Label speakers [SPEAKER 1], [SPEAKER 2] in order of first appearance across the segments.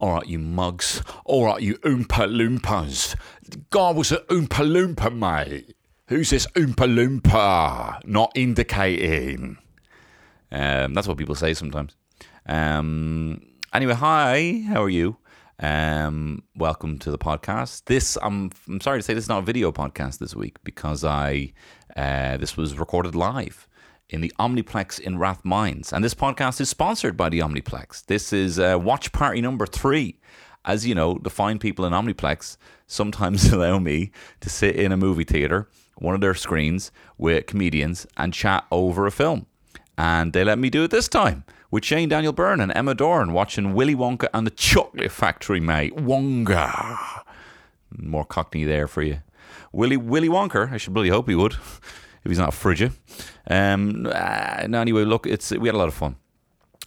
[SPEAKER 1] All right, you mugs. All right, you Oompa Loompas. The guy was an Oompa Loompa, mate. Who's this Oompa Loompa? Not indicating. Um, that's what people say sometimes. Um, anyway, hi, how are you? Um, welcome to the podcast. This, I'm, I'm sorry to say, this is not a video podcast this week because I, uh, this was recorded live in the Omniplex in Rathmines. And this podcast is sponsored by the Omniplex. This is uh, watch party number three. As you know, the fine people in Omniplex sometimes allow me to sit in a movie theater, one of their screens, with comedians and chat over a film. And they let me do it this time with Shane Daniel Byrne and Emma Dorn watching Willy Wonka and the Chocolate Factory, mate. Wonka. More cockney there for you. Willy, Willy Wonker, I should bloody hope he would, if he's not a frigid. Um, ah, no, anyway, look, it's we had a lot of fun.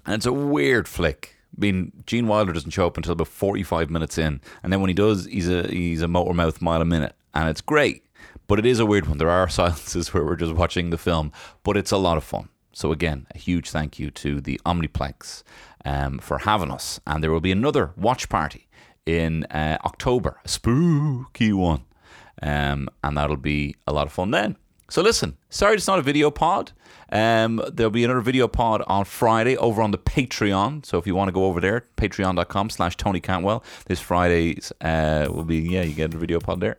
[SPEAKER 1] And it's a weird flick. I mean, Gene Wilder doesn't show up until about 45 minutes in. And then when he does, he's a he's a motor mouth mile a minute. And it's great. But it is a weird one. There are silences where we're just watching the film, but it's a lot of fun. So again, a huge thank you to the Omniplex um, for having us. And there will be another watch party in uh, October, a spooky one. Um, and that'll be a lot of fun then. So listen, sorry it's not a video pod. Um, there'll be another video pod on Friday over on the Patreon. So if you want to go over there, patreon.com slash Tony Cantwell. This Friday's uh, will be, yeah, you get a video pod there.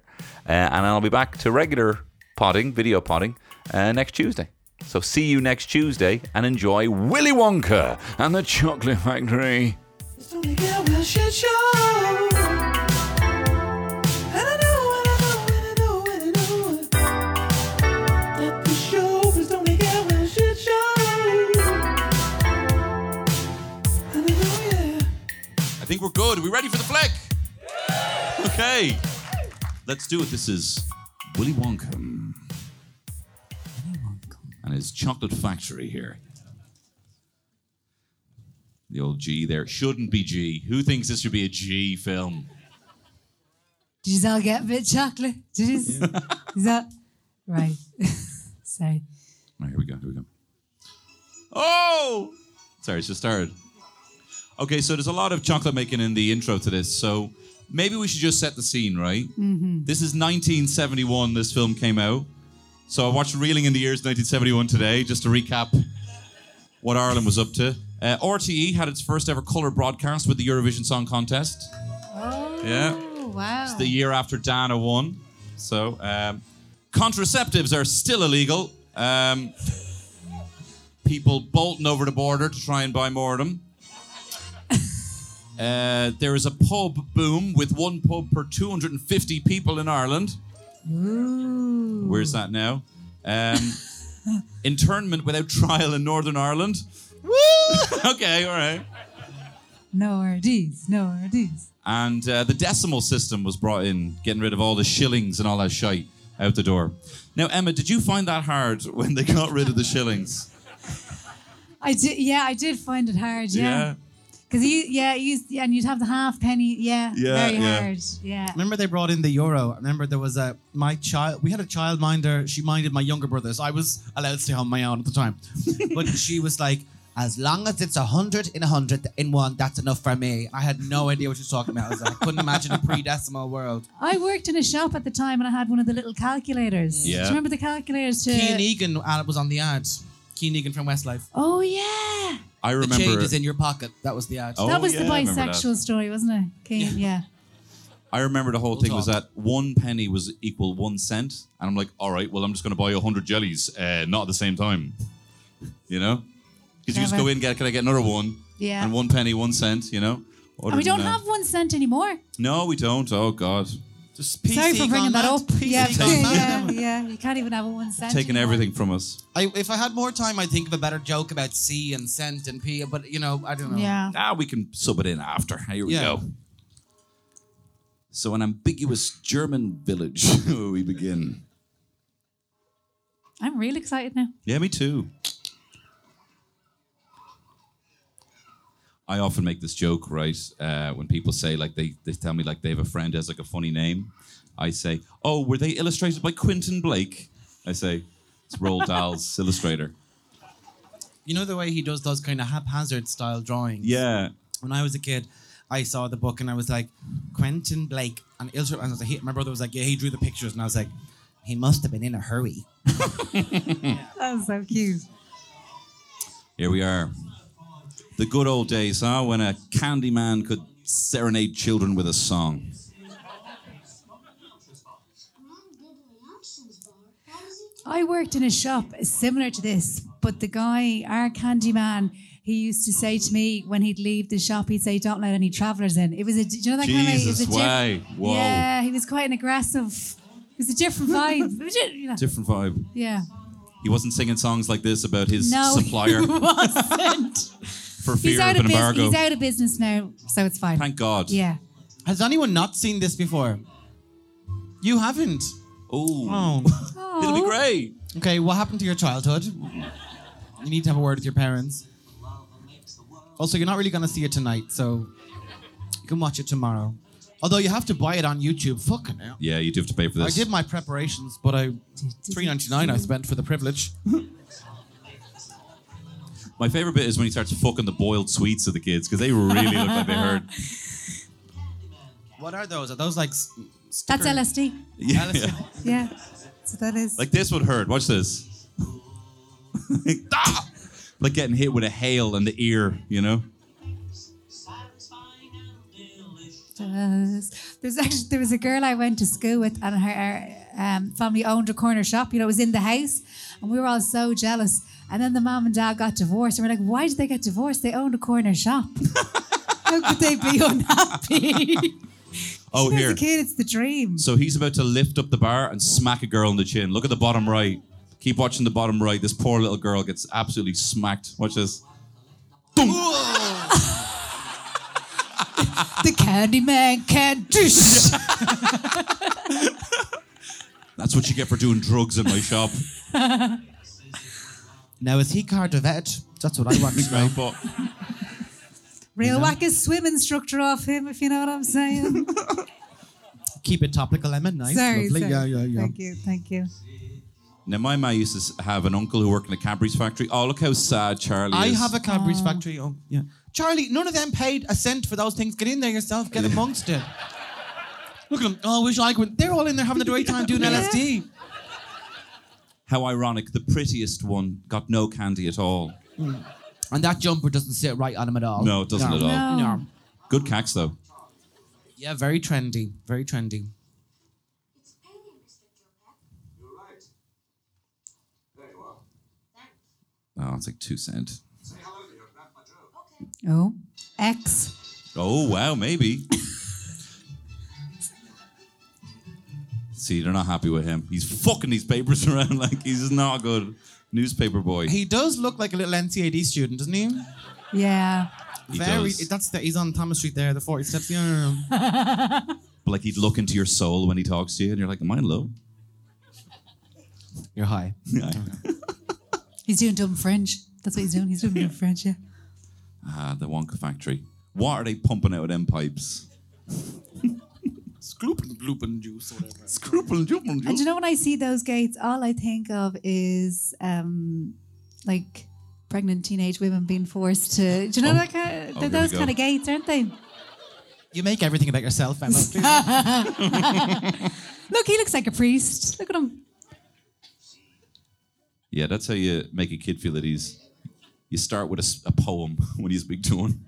[SPEAKER 1] Uh, and I'll be back to regular podding, video podding, uh, next Tuesday. So see you next Tuesday and enjoy Willy Wonka and the Chocolate Factory.
[SPEAKER 2] It's Tony Cantwell Shit Show. And I know, and I know, and I know, and I know that the show is Tony Cantwell Shit Show. And I know, yeah.
[SPEAKER 3] I think we're good. Are we ready for the flick? Okay. Let's do it. This is Willy Wonka. And his chocolate factory here. The old G there. Shouldn't be G. Who thinks this should be a G film?
[SPEAKER 4] Did you all get a bit of chocolate? Did you? Is that right? Sorry.
[SPEAKER 3] All right, here we go. Here we go. Oh! Sorry, it's just started. Okay, so there's a lot of chocolate making in the intro to this, so maybe we should just set the scene, right? Mm-hmm. This is 1971, this film came out. So I watched Reeling in the Years 1971 today, just to recap what Ireland was up to. Uh, RTE had its first ever colour broadcast with the Eurovision Song Contest. Yeah.
[SPEAKER 4] Oh wow.
[SPEAKER 3] It's the year after Dana won. So, um, contraceptives are still illegal. Um, people bolting over the border to try and buy more of them. Uh, there is a pub boom with one pub per 250 people in Ireland. Where's that now? Um, internment without trial in Northern Ireland. Woo! okay, all right.
[SPEAKER 4] no RDs. No RDs.
[SPEAKER 3] And uh, the decimal system was brought in, getting rid of all the shillings and all that shite out the door. Now, Emma, did you find that hard when they got rid of the shillings?
[SPEAKER 4] I did. Yeah, I did find it hard. Yeah. Because you, yeah, you, used- yeah, and you'd have the half penny. Yeah.
[SPEAKER 3] Yeah,
[SPEAKER 4] Very
[SPEAKER 3] yeah.
[SPEAKER 4] hard. Yeah.
[SPEAKER 5] Remember they brought in the euro. I remember there was a my child. We had a childminder. She minded my younger brother, so I was allowed to stay home on my own at the time. but she was like, "As long as it's a hundred in a hundred in one, that's enough for me." I had no idea what she was talking about. I, was like, I couldn't imagine a pre-decimal world.
[SPEAKER 4] I worked in a shop at the time, and I had one of the little calculators. Do
[SPEAKER 3] Yeah.
[SPEAKER 4] you remember the calculators? To
[SPEAKER 5] Keane Egan uh, was on the ad. Keane Egan from Westlife.
[SPEAKER 4] oh yeah.
[SPEAKER 3] I
[SPEAKER 5] The
[SPEAKER 3] remember.
[SPEAKER 5] change is in your pocket. That was the ad.
[SPEAKER 3] Oh.
[SPEAKER 4] that was the
[SPEAKER 3] yeah, I remember that.
[SPEAKER 4] bisexual story, wasn't it? Kane? Yeah.
[SPEAKER 3] I remember the whole
[SPEAKER 5] We'll
[SPEAKER 3] thing was
[SPEAKER 5] talk.
[SPEAKER 3] that one penny was equal one cent, and I'm like, all right, well, I'm just going to buy a hundred jellies, uh, not at the same time, you know? Because you just
[SPEAKER 4] Clever.
[SPEAKER 3] go in, get can I get another one?
[SPEAKER 4] Yeah.
[SPEAKER 3] And one penny, one cent, you know.
[SPEAKER 4] And we don't have one cent anymore.
[SPEAKER 3] No, we don't. Oh God,
[SPEAKER 5] Just PC
[SPEAKER 4] Sorry for bringing
[SPEAKER 5] gone
[SPEAKER 4] that
[SPEAKER 5] mad.
[SPEAKER 4] up.
[SPEAKER 5] PC
[SPEAKER 4] Yeah,
[SPEAKER 5] gone mad.
[SPEAKER 4] yeah, yeah. You can't even have a one cent.
[SPEAKER 3] taking
[SPEAKER 4] anymore.
[SPEAKER 3] everything from us.
[SPEAKER 5] I, if I had more time, I'd think of a better joke about C and cent and P. But you know, I don't know.
[SPEAKER 4] Yeah.
[SPEAKER 3] Ah, we can sub it in after. Here we
[SPEAKER 5] Yeah.
[SPEAKER 3] go. So, an ambiguous German village. we begin.
[SPEAKER 4] I'm real excited now.
[SPEAKER 3] Yeah, me too. I often make this joke, right? Uh, when people say, like, they, they tell me, like, they have a friend who has, like, a funny name. I say, oh, were they illustrated by Quentin Blake? I say, it's Roald Dahl's illustrator.
[SPEAKER 5] You know the way he does those kind of haphazard style drawings.
[SPEAKER 3] Yeah.
[SPEAKER 5] when I was a kid, I saw the book and I was like, Quentin Blake, an illustrator. And I was like, he, my brother was like, yeah, he drew the pictures, and I was like, he must have been in a hurry.
[SPEAKER 4] That's so cute.
[SPEAKER 3] Here we are. The good old days, huh? When a candy man could serenade children with a song.
[SPEAKER 4] I worked in a shop similar to this, but the guy, our candy man, he used to say to me when he'd leave the shop, he'd say, "Don't let any travellers in." It was a, do you know that kind of, it was a
[SPEAKER 3] Jesus, way.
[SPEAKER 4] diff-
[SPEAKER 3] Whoa.
[SPEAKER 4] Yeah, he was quite an aggressive. It was a different vibe. It was ju- you know,
[SPEAKER 3] Different vibe.
[SPEAKER 4] yeah,
[SPEAKER 3] He wasn't singing songs like this about his
[SPEAKER 4] No.
[SPEAKER 3] supplier
[SPEAKER 4] wasn't.
[SPEAKER 3] for
[SPEAKER 4] he's
[SPEAKER 3] fear
[SPEAKER 4] out
[SPEAKER 3] of
[SPEAKER 4] of
[SPEAKER 3] an
[SPEAKER 4] business.
[SPEAKER 3] embargo.
[SPEAKER 4] He's out of business now, so it's fine.
[SPEAKER 3] Thank God.
[SPEAKER 4] yeah,
[SPEAKER 5] Has anyone not seen this before? You haven't.
[SPEAKER 3] Ooh.
[SPEAKER 5] Oh.
[SPEAKER 3] It'll be great.
[SPEAKER 5] okay, what happened to your childhood? You need to have a word with your parents. Also, you're not really going to see it tonight, so you can watch it tomorrow. Although you have to buy it on YouTube. Fucking hell.
[SPEAKER 3] Yeah, you do have to pay for
[SPEAKER 5] I
[SPEAKER 3] this.
[SPEAKER 5] did my preparations, but I three ninety nine I spent for the privilege.
[SPEAKER 3] My favorite bit is when he starts fucking the boiled sweets of the kids because they really look like they heard.
[SPEAKER 5] What are those? Are those like s-
[SPEAKER 4] that's
[SPEAKER 5] sticker-
[SPEAKER 4] LSD.
[SPEAKER 3] Yeah.
[SPEAKER 5] Alice-
[SPEAKER 4] Yeah, so that is.
[SPEAKER 3] Like this would hurt. Watch this. Ah! like getting hit with a hail in the ear, you know?
[SPEAKER 4] does. There's actually there was a girl I went to school with, and her um, family owned a corner shop. You know, it was in the house, and we were all so jealous. And then the mom and dad got divorced, and we're like, "Why did they get divorced? They owned a corner shop. How could they be unhappy?"
[SPEAKER 3] Oh,
[SPEAKER 4] As
[SPEAKER 3] here.
[SPEAKER 4] a kid, it's the dream.
[SPEAKER 3] So he's about to lift up the bar and smack a girl in the chin. Look at the bottom right. Keep watching the bottom right. This poor little girl gets absolutely smacked. Watch this.
[SPEAKER 4] the candy man can't do shit.
[SPEAKER 3] That's what you get for doing drugs in my shop.
[SPEAKER 5] Now is he Cardavet? That's what I want to know.
[SPEAKER 3] But
[SPEAKER 4] Real whack his swim instructor off him, if you know what I'm saying.
[SPEAKER 5] Keep it topical, Emma. Nice,
[SPEAKER 4] sorry,
[SPEAKER 5] lovely.
[SPEAKER 4] sorry.
[SPEAKER 5] Yeah, yeah, yeah.
[SPEAKER 4] Thank you, thank you.
[SPEAKER 3] now my ma used to s- have an uncle who worked in a Cadbury's factory. Oh, look how sad Charlie
[SPEAKER 5] I
[SPEAKER 3] is.
[SPEAKER 5] have a Cadbury's factory. Oh, yeah. Charlie, none of them paid a cent for those things. Get in there yourself. Get amongst it. Look at them. Oh, I wish I could. They're all in there having a great time doing LSD.
[SPEAKER 3] how ironic. The prettiest one got no candy at all.
[SPEAKER 5] And that jumper doesn't sit right on him at all.
[SPEAKER 3] No, it doesn't at all.
[SPEAKER 4] No.
[SPEAKER 5] No.
[SPEAKER 3] Good cacks though.
[SPEAKER 5] Yeah, very trendy. Very trendy.
[SPEAKER 3] Oh, it's like two cent.
[SPEAKER 4] Oh, X.
[SPEAKER 3] Oh wow, maybe. See, they're not happy with him. He's fucking these papers around like he's not a good newspaper boy.
[SPEAKER 5] He does look like a little NCAD student, doesn't he?
[SPEAKER 4] Yeah.
[SPEAKER 3] He
[SPEAKER 5] very.
[SPEAKER 3] does.
[SPEAKER 5] That's the, he's on Thomas Street there, the 40 steps. Yeah, yeah, yeah.
[SPEAKER 3] But, like he'd look into your soul when he talks to you, and you're like, "Am I in love?"
[SPEAKER 5] You're high.
[SPEAKER 4] He's doing Dublin Fringe. That's what he's doing. He's doing Dublin Fringe, yeah.
[SPEAKER 3] ah, the Wonka factory. What are they pumping out of them pipes?
[SPEAKER 5] Scroopin' bloopin' juice, whatever.
[SPEAKER 3] Scruple jumping
[SPEAKER 4] And
[SPEAKER 3] juice.
[SPEAKER 4] you know when I see those gates, all I think of is um, like pregnant teenage women being forced to. Do you know
[SPEAKER 3] Oh.
[SPEAKER 4] that kind? Of,
[SPEAKER 3] Oh,
[SPEAKER 4] they're
[SPEAKER 3] here we
[SPEAKER 4] those
[SPEAKER 3] go.
[SPEAKER 4] kind of gates, aren't they?
[SPEAKER 5] You make everything about yourself, Emma. please.
[SPEAKER 4] Look, he looks like a priest. Look at him.
[SPEAKER 3] Yeah, that's how you make a kid feel at ease. You start with a, s- a poem when you speak to one.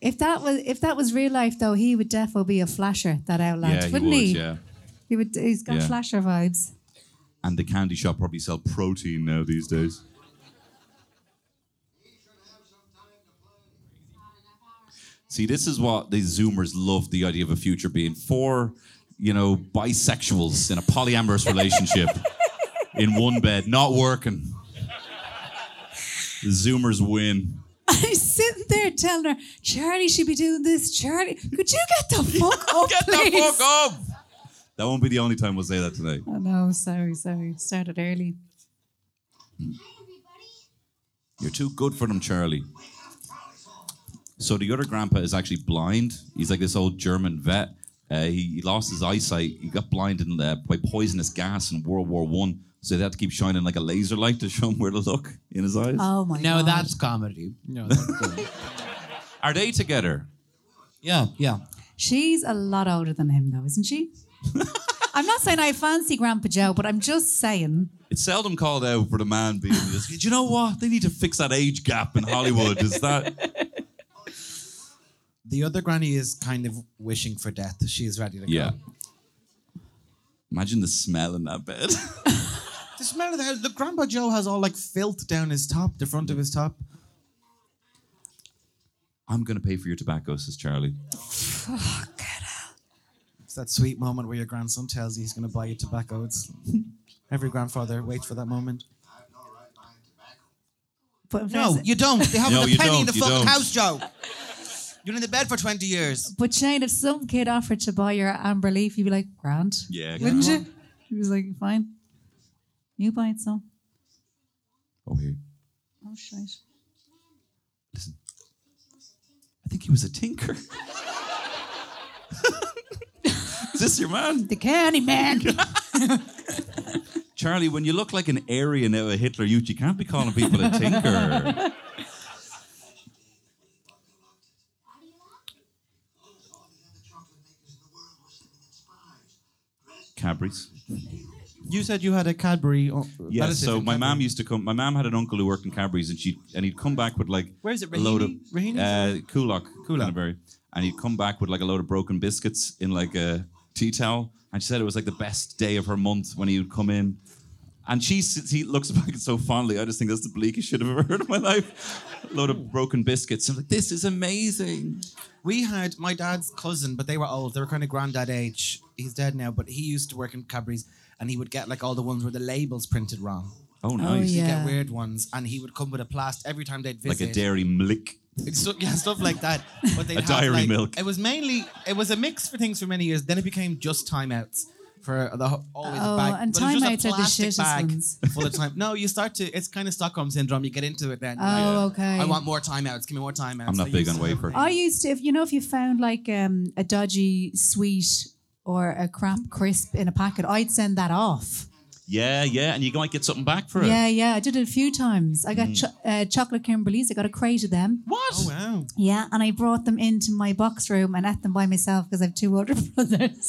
[SPEAKER 4] If that was if that was real life, though, he would defo be a flasher. That out loud,
[SPEAKER 3] yeah, he
[SPEAKER 4] wouldn't
[SPEAKER 3] would.
[SPEAKER 4] he?
[SPEAKER 3] Yeah.
[SPEAKER 4] He would. He's got
[SPEAKER 3] Yeah.
[SPEAKER 4] flasher vibes.
[SPEAKER 3] And the candy shop probably sell protein now these days. See, this is what the Zoomers love the idea of a future being four, you know, bisexuals in a polyamorous relationship in one bed, not working. The Zoomers win.
[SPEAKER 4] I'm sitting there telling her, Charlie should be doing this. Charlie, could you get the fuck up,
[SPEAKER 3] Get
[SPEAKER 4] please?
[SPEAKER 3] the fuck up! That won't be the only time we'll say that tonight.
[SPEAKER 4] Oh no, sorry, sorry. Started early.
[SPEAKER 3] You're too good for them, Charlie. So the other grandpa is actually blind. He's like this old German vet, Uh, he, he lost his eyesight. He got blinded uh, by poisonous gas in World War One, so they had to keep shining like a laser light to show him where to look in his eyes.
[SPEAKER 4] Oh my
[SPEAKER 5] No,
[SPEAKER 4] god.
[SPEAKER 5] that's comedy. No, that's good.
[SPEAKER 3] Are they together?
[SPEAKER 5] yeah, yeah.
[SPEAKER 4] She's a lot older than him though, isn't she? I'm not saying I fancy Grandpa Joe, but I'm just saying
[SPEAKER 3] It's seldom called out for the man being this. Do you know what? They need to fix that age gap in Hollywood. Is that?
[SPEAKER 5] The other granny is kind of wishing for death. She is ready to
[SPEAKER 3] Yeah.
[SPEAKER 5] go.
[SPEAKER 3] Imagine the smell in that bed.
[SPEAKER 5] The smell of the house. Look, Grandpa Joe has all like filth down his top, the front of his top.
[SPEAKER 3] I'm going to pay for your tobacco, says Charlie.
[SPEAKER 5] It's that sweet moment where your grandson tells you he's going to buy you tobacco. It's every grandfather waits for that moment.
[SPEAKER 4] but in
[SPEAKER 5] No,
[SPEAKER 4] fairness-
[SPEAKER 5] you don't. They haven't
[SPEAKER 3] No,
[SPEAKER 5] a
[SPEAKER 3] you
[SPEAKER 5] penny
[SPEAKER 3] don't,
[SPEAKER 5] in the
[SPEAKER 3] you
[SPEAKER 5] fucking
[SPEAKER 3] don't.
[SPEAKER 5] house, Joe. You're in the bed for 20 years.
[SPEAKER 4] but Shane, if some kid offered to buy your amber leaf, you'd be like, Grand.
[SPEAKER 3] Yeah,
[SPEAKER 4] Wouldn't you? He was like, Fine. You buy it some.
[SPEAKER 3] Oh, here.
[SPEAKER 4] Oh shit.
[SPEAKER 3] Listen. I think he was a tinker. Is this your man?
[SPEAKER 4] The candy man.
[SPEAKER 3] Charlie, when you look like an Aryan out of Hitler Youth, you can't be calling people a tinker. Cadbury's.
[SPEAKER 5] You said you had a Cadbury. Oh,
[SPEAKER 3] Yeah, so my mom used to come. My mom had an uncle who worked in Cadbury's, and she and he'd come back with like
[SPEAKER 5] Where is it,
[SPEAKER 3] a load of
[SPEAKER 5] Rahini?
[SPEAKER 3] uh, Kulak, Canterbury, and he'd come back with like a load of broken biscuits in like a tea towel, and she said it was like the best day of her month when he would come in, and she s- he looks back so fondly. I just think that's the bleakest shit I've ever heard in my life. A load of broken biscuits. I'm like, this is amazing.
[SPEAKER 5] We had my dad's cousin, but they were old. They were kind of granddad age. He's dead now, but he used to work in Cadbury's and he would get like all the ones where the labels printed wrong.
[SPEAKER 3] Oh, nice.
[SPEAKER 5] He'd
[SPEAKER 4] yeah.
[SPEAKER 5] get weird ones and he would come with a plast every time they'd
[SPEAKER 3] Like
[SPEAKER 5] visit.
[SPEAKER 3] a dairy milk.
[SPEAKER 5] It's so- yeah, stuff like that. But they'd
[SPEAKER 3] A
[SPEAKER 5] have,
[SPEAKER 3] dairy
[SPEAKER 5] like-
[SPEAKER 3] milk.
[SPEAKER 5] It was mainly it was a mix for things for many years. Then it became just timeouts for the ho- always
[SPEAKER 4] Oh,
[SPEAKER 5] a bag.
[SPEAKER 4] and
[SPEAKER 5] But it was just a
[SPEAKER 4] timeouts are the
[SPEAKER 5] plastic
[SPEAKER 4] shittest
[SPEAKER 5] bag
[SPEAKER 4] ones.
[SPEAKER 5] Full of time. No, you start to. It's kind of Stockholm syndrome. You get into it then.
[SPEAKER 4] Oh, okay.
[SPEAKER 5] I want more timeouts. Give me more timeouts.
[SPEAKER 3] I'm not
[SPEAKER 5] So
[SPEAKER 3] big
[SPEAKER 5] you
[SPEAKER 3] on
[SPEAKER 5] sort of-
[SPEAKER 3] wafer.
[SPEAKER 4] I used to, if you know, if you found like um, a dodgy sweet or a crap crisp in a packet, I'd send that off.
[SPEAKER 3] Yeah, yeah, and you might get something back for it.
[SPEAKER 4] Yeah, yeah, I did it a few times. I got
[SPEAKER 5] Mm.
[SPEAKER 4] cho- uh, chocolate Kimberleys. I got a crate of them.
[SPEAKER 3] What?
[SPEAKER 5] Oh wow.
[SPEAKER 4] Yeah, and I brought them into my box room and ate them by myself because I have two older brothers.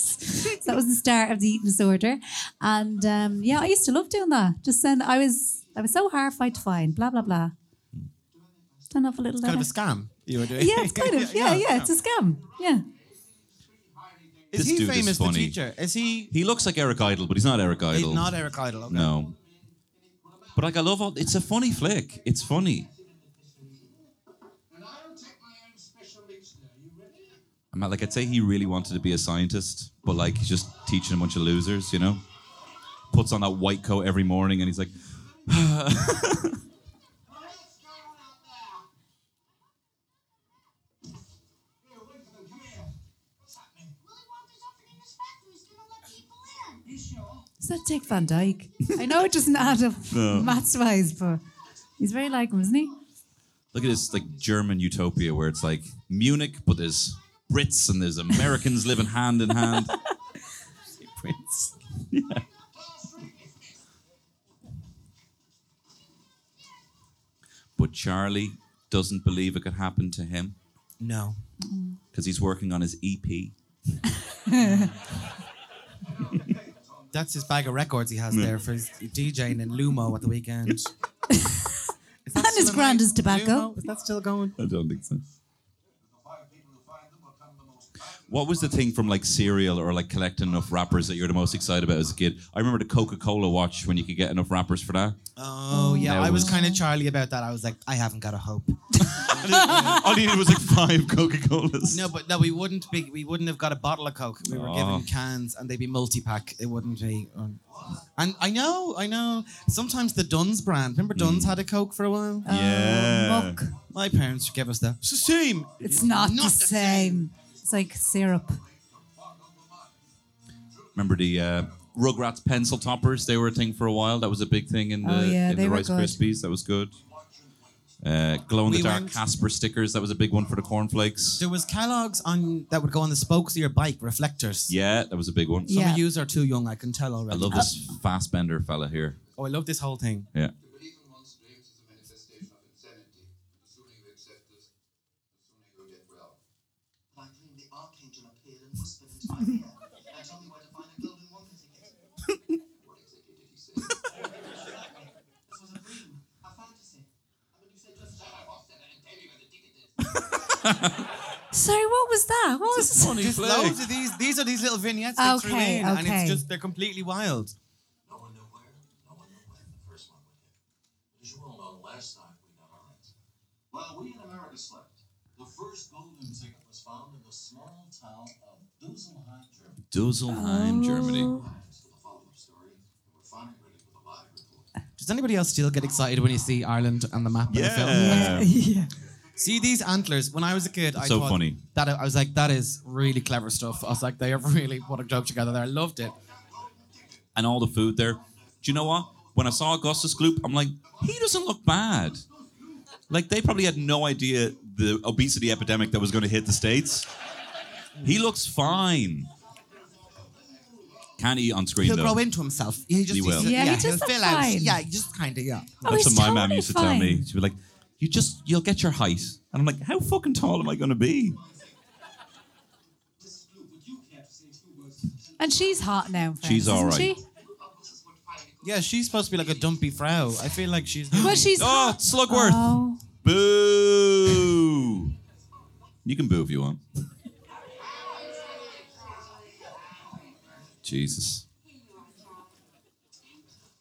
[SPEAKER 4] so that was the start of the eating disorder. And um, yeah, I used to love doing that. Just send. I was I was so horrified to find. Blah blah blah. Done off a little.
[SPEAKER 5] It's kind of a
[SPEAKER 4] letter.
[SPEAKER 5] scam you were doing.
[SPEAKER 4] Uh-huh. yeah, it's kind of yeah, yeah, It's a scam. Yeah.
[SPEAKER 5] Is
[SPEAKER 3] This
[SPEAKER 5] he
[SPEAKER 3] dude is
[SPEAKER 5] famous? the
[SPEAKER 3] funny.
[SPEAKER 5] teacher? Is he?
[SPEAKER 3] He looks like Eric Idle, but he's not Eric Idle.
[SPEAKER 5] He's not Eric Idle. Okay.
[SPEAKER 3] No. But like I love all it's a funny flick. It's funny. I'm not- like I'd say he really wanted to be a scientist, but like he's just teaching a bunch of losers, you know? Puts on that white coat every morning and he's like,
[SPEAKER 4] Is that Dick Van Dyke? I know it doesn't add up maths wise, but he's very like him, isn't he?
[SPEAKER 3] look at this like German utopia where it's like Munich, but there's Brits and there's Americans living hand in hand. Prince. But Charlie doesn't believe it could happen to him
[SPEAKER 5] No.
[SPEAKER 3] because he's working on his E EP.
[SPEAKER 5] That's his bag of records he has there for his DJing in Lumo at the weekend. Is
[SPEAKER 4] And
[SPEAKER 5] that
[SPEAKER 4] his
[SPEAKER 5] still
[SPEAKER 4] grand
[SPEAKER 5] nice?
[SPEAKER 4] as tobacco.
[SPEAKER 5] Lumo? Is that still going?
[SPEAKER 3] I don't think so. What was the thing from like cereal or like collecting enough wrappers that you're the most excited about as a kid? I remember the Coca Cola watch when you could get enough wrappers for that.
[SPEAKER 5] Oh yeah,
[SPEAKER 3] That
[SPEAKER 5] I was
[SPEAKER 3] was-
[SPEAKER 5] kind of Charlie about that. I was like, I haven't got a hope.
[SPEAKER 3] All you needed was like five Coca Colas.
[SPEAKER 5] No, but no, we wouldn't be. We wouldn't have got a bottle of Coke. We were
[SPEAKER 3] Oh.
[SPEAKER 5] given cans, and they'd be multi-pack. It wouldn't be. um, And I know, I know. Sometimes the Dunn's brand. Remember,
[SPEAKER 3] Mm.
[SPEAKER 5] Dunn's had a Coke for a while.
[SPEAKER 4] Uh,
[SPEAKER 3] Yeah.
[SPEAKER 4] Muck.
[SPEAKER 5] My parents gave us that. It's the same.
[SPEAKER 4] It's not,
[SPEAKER 5] Not
[SPEAKER 4] the
[SPEAKER 5] the
[SPEAKER 4] same. It's like syrup.
[SPEAKER 3] Remember the uh, Rugrats pencil toppers? They were a thing for a while. That was a big thing in the,
[SPEAKER 4] Oh, yeah,
[SPEAKER 3] in
[SPEAKER 4] they
[SPEAKER 3] the
[SPEAKER 4] were
[SPEAKER 3] Rice
[SPEAKER 4] good.
[SPEAKER 3] Krispies. That was good. uh, glow in the dark
[SPEAKER 5] went-
[SPEAKER 3] Casper stickers. That was a big one for the cornflakes.
[SPEAKER 5] There was Kellogg's on that would go on the spokes of your bike reflectors.
[SPEAKER 3] Yeah, that was a big one.
[SPEAKER 5] Some
[SPEAKER 4] Yeah.
[SPEAKER 5] of yous are too young. I can tell
[SPEAKER 3] I
[SPEAKER 5] already.
[SPEAKER 3] love this fast bender fella here.
[SPEAKER 5] Oh, I love this whole thing.
[SPEAKER 3] Yeah.
[SPEAKER 6] evil wants to is a manifestation of insanity. The sooner you accept this, the sooner you'll get well.
[SPEAKER 7] My dream, the archangel appeared and whispered into my ear and told me where to find a golden wonder ticket.
[SPEAKER 6] What exactly did he say?
[SPEAKER 7] This
[SPEAKER 6] I
[SPEAKER 7] was a dream, a fantasy. And when you said just shut up, I'll stand there and tell you where the ticket is.
[SPEAKER 4] Sorry, what was that? What was
[SPEAKER 5] There's loads of these. These are these little vignettes they threw
[SPEAKER 4] Okay,
[SPEAKER 5] in, and
[SPEAKER 4] okay.
[SPEAKER 5] it's just they're completely wild.
[SPEAKER 6] No one knew where, no one knew when the first one went in. But as you all know, last night we got our answer. While we in America slept, the first golden ticket was found in the small town of Duselheim, Germany.
[SPEAKER 3] Dusselheim, Germany.
[SPEAKER 6] That's the follow-up story. and We're finally ready for the live report.
[SPEAKER 5] Does anybody else still get excited when you see Ireland on the map in the film?
[SPEAKER 4] yeah.
[SPEAKER 5] See these antlers. When I was a kid, I
[SPEAKER 3] so
[SPEAKER 5] thought
[SPEAKER 3] funny.
[SPEAKER 5] That I was like, that is really clever stuff. I was like, they are really what a job together there. I loved it.
[SPEAKER 3] and all the food there. Do you know what? When I saw Augustus Gloop, I'm like, he doesn't look bad. Like they probably had no idea the obesity epidemic that was going to hit the states. He looks fine. Can't eat on screen
[SPEAKER 5] He'll
[SPEAKER 3] though.
[SPEAKER 5] grow into himself. He just
[SPEAKER 3] He will.
[SPEAKER 5] he's-
[SPEAKER 4] Yeah, he does
[SPEAKER 5] he'll
[SPEAKER 4] look
[SPEAKER 5] fill out.
[SPEAKER 4] fine.
[SPEAKER 5] Yeah, he just kind of yeah.
[SPEAKER 4] Oh,
[SPEAKER 3] That's
[SPEAKER 4] he's
[SPEAKER 3] what my mom
[SPEAKER 4] totally
[SPEAKER 3] used to tell me.
[SPEAKER 4] fine.
[SPEAKER 3] She'd be like, "You just you'll get your height," and I'm like, "How fucking tall am I going to be?"
[SPEAKER 6] Mrs. Blue, would you care to say two words?
[SPEAKER 4] And she's hot now. Friends,
[SPEAKER 3] She's all
[SPEAKER 4] isn't
[SPEAKER 3] right.
[SPEAKER 4] she?
[SPEAKER 5] Yeah, she's supposed to be like a dumpy frau. I feel like she's.
[SPEAKER 4] Well, she's
[SPEAKER 3] Oh,
[SPEAKER 4] hot.
[SPEAKER 3] Slugworth!
[SPEAKER 4] Oh.
[SPEAKER 3] Boo! You can boo if you want. Jesus.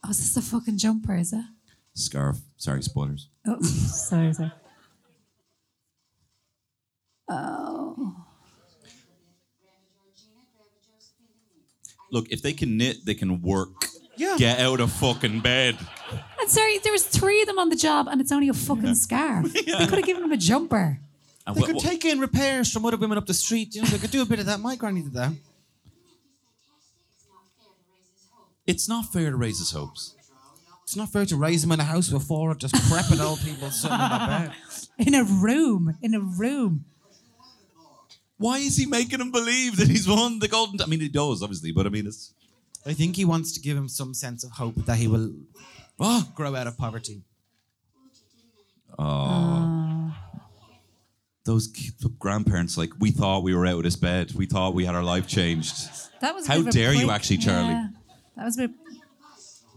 [SPEAKER 4] oh, is this a fucking jumper? Is it?
[SPEAKER 3] Scarf. Sorry, spoilers.
[SPEAKER 4] Oh, sorry, sorry. Oh,
[SPEAKER 3] Look, if they can knit, they can work.
[SPEAKER 5] Yeah.
[SPEAKER 3] Get out of fucking bed.
[SPEAKER 4] and sorry, there was three of them on the job, and it's only a fucking scarf. They could have given him a jumper.
[SPEAKER 3] And
[SPEAKER 5] They
[SPEAKER 3] wha-
[SPEAKER 5] could
[SPEAKER 3] wha-
[SPEAKER 5] take in repairs from other women up the street. You know, they could do a bit of that. My granny did that.
[SPEAKER 3] it's not fair to raise his hopes.
[SPEAKER 5] It's not fair to raise them in a house with four just prepping old people sitting in their bed.
[SPEAKER 4] In a room, in a room.
[SPEAKER 3] Why is he making him believe that he's won the golden? T- I mean, he does obviously, but I mean, it's
[SPEAKER 5] I think he wants to give him some sense of hope that he will oh, grow out of poverty.
[SPEAKER 3] those ki- grandparents. Like, we thought we were out of this bed. We thought we had our life changed.
[SPEAKER 4] That was. a
[SPEAKER 3] How
[SPEAKER 4] bit of a
[SPEAKER 3] dare you
[SPEAKER 4] prick-
[SPEAKER 3] actually, Charlie.
[SPEAKER 4] Yeah, that was a bit,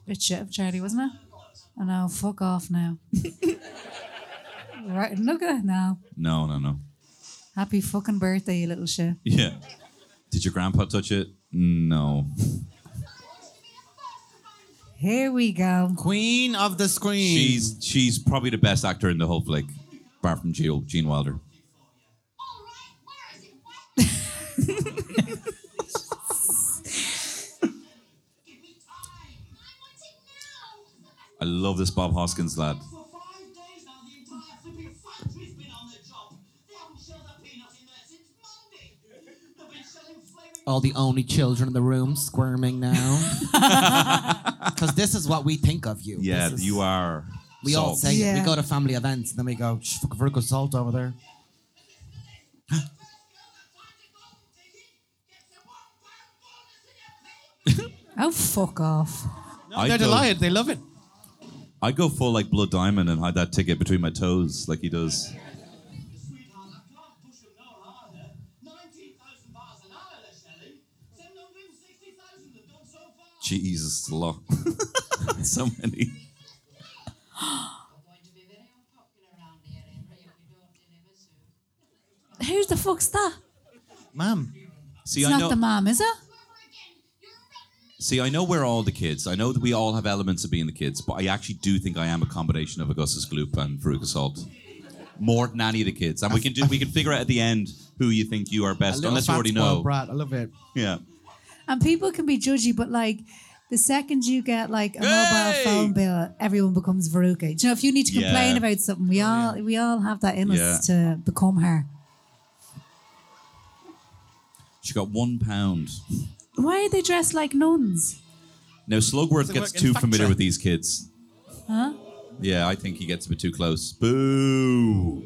[SPEAKER 4] bit shit of Charlie, wasn't it? I know. Fuck off now. right, look at it now.
[SPEAKER 3] No, no, no.
[SPEAKER 4] Happy fucking birthday, you little shit.
[SPEAKER 3] Yeah. Did your grandpa touch it? No.
[SPEAKER 4] Here we go.
[SPEAKER 5] Queen of the screen.
[SPEAKER 3] She's she's probably the best actor in the whole flick, apart from Geo, Gene Wilder. I love this Bob Hoskins lad.
[SPEAKER 7] For five days now, the entire flipping factory's been on the job. They haven't shelled a peanut in there since Monday. They've been shelling flaming.
[SPEAKER 5] all the only children in the room squirming now. Because this is what we think of you.
[SPEAKER 3] Yeah,
[SPEAKER 5] This is-
[SPEAKER 3] you are.
[SPEAKER 5] We all
[SPEAKER 3] salt.
[SPEAKER 5] say it.
[SPEAKER 4] Yeah.
[SPEAKER 5] We go to family events and then we go, "Shh, fuck, vertical salt over there.
[SPEAKER 4] Oh, fuck off.
[SPEAKER 3] I
[SPEAKER 5] They're
[SPEAKER 3] go-
[SPEAKER 5] delighted. They love it.
[SPEAKER 3] I go full like Blood Diamond and hide that ticket between my toes like he does.
[SPEAKER 7] Sweetheart, I can't push them no harder. 19,000 bars an hour they're shelling. 760,000 have done so far.
[SPEAKER 3] Jesus, it's a lot. so many.
[SPEAKER 4] Who the fuck's that?
[SPEAKER 5] Ma'am.
[SPEAKER 3] See,
[SPEAKER 4] It's
[SPEAKER 3] I
[SPEAKER 4] not
[SPEAKER 3] know.
[SPEAKER 4] the mom, is it?
[SPEAKER 3] see, I know we're all the kids. I know that we all have elements of being the kids, but I actually do think I am a combination of Augustus Gloop and Veruca Salt. More than any of the kids, and we can do. We can figure out at the end who you think you are
[SPEAKER 5] a
[SPEAKER 3] best,
[SPEAKER 5] little
[SPEAKER 3] unless you
[SPEAKER 5] fat
[SPEAKER 3] already
[SPEAKER 5] spoiled
[SPEAKER 3] know.
[SPEAKER 5] Brat. I love it.
[SPEAKER 3] Yeah.
[SPEAKER 4] And people can be judgy, but like the second you get like a
[SPEAKER 3] Hey!
[SPEAKER 4] mobile phone bill, everyone becomes Veruca. Do you know if you need to complain
[SPEAKER 3] Yeah.
[SPEAKER 4] about something, we all we all have that in us to become her.
[SPEAKER 3] She got one pound.
[SPEAKER 4] Why are they dressed like nuns?
[SPEAKER 3] Now Slugworth
[SPEAKER 5] They
[SPEAKER 3] gets
[SPEAKER 5] work in
[SPEAKER 3] too
[SPEAKER 5] factory.
[SPEAKER 3] familiar with these kids. Yeah, I think he gets a bit too close. Boo!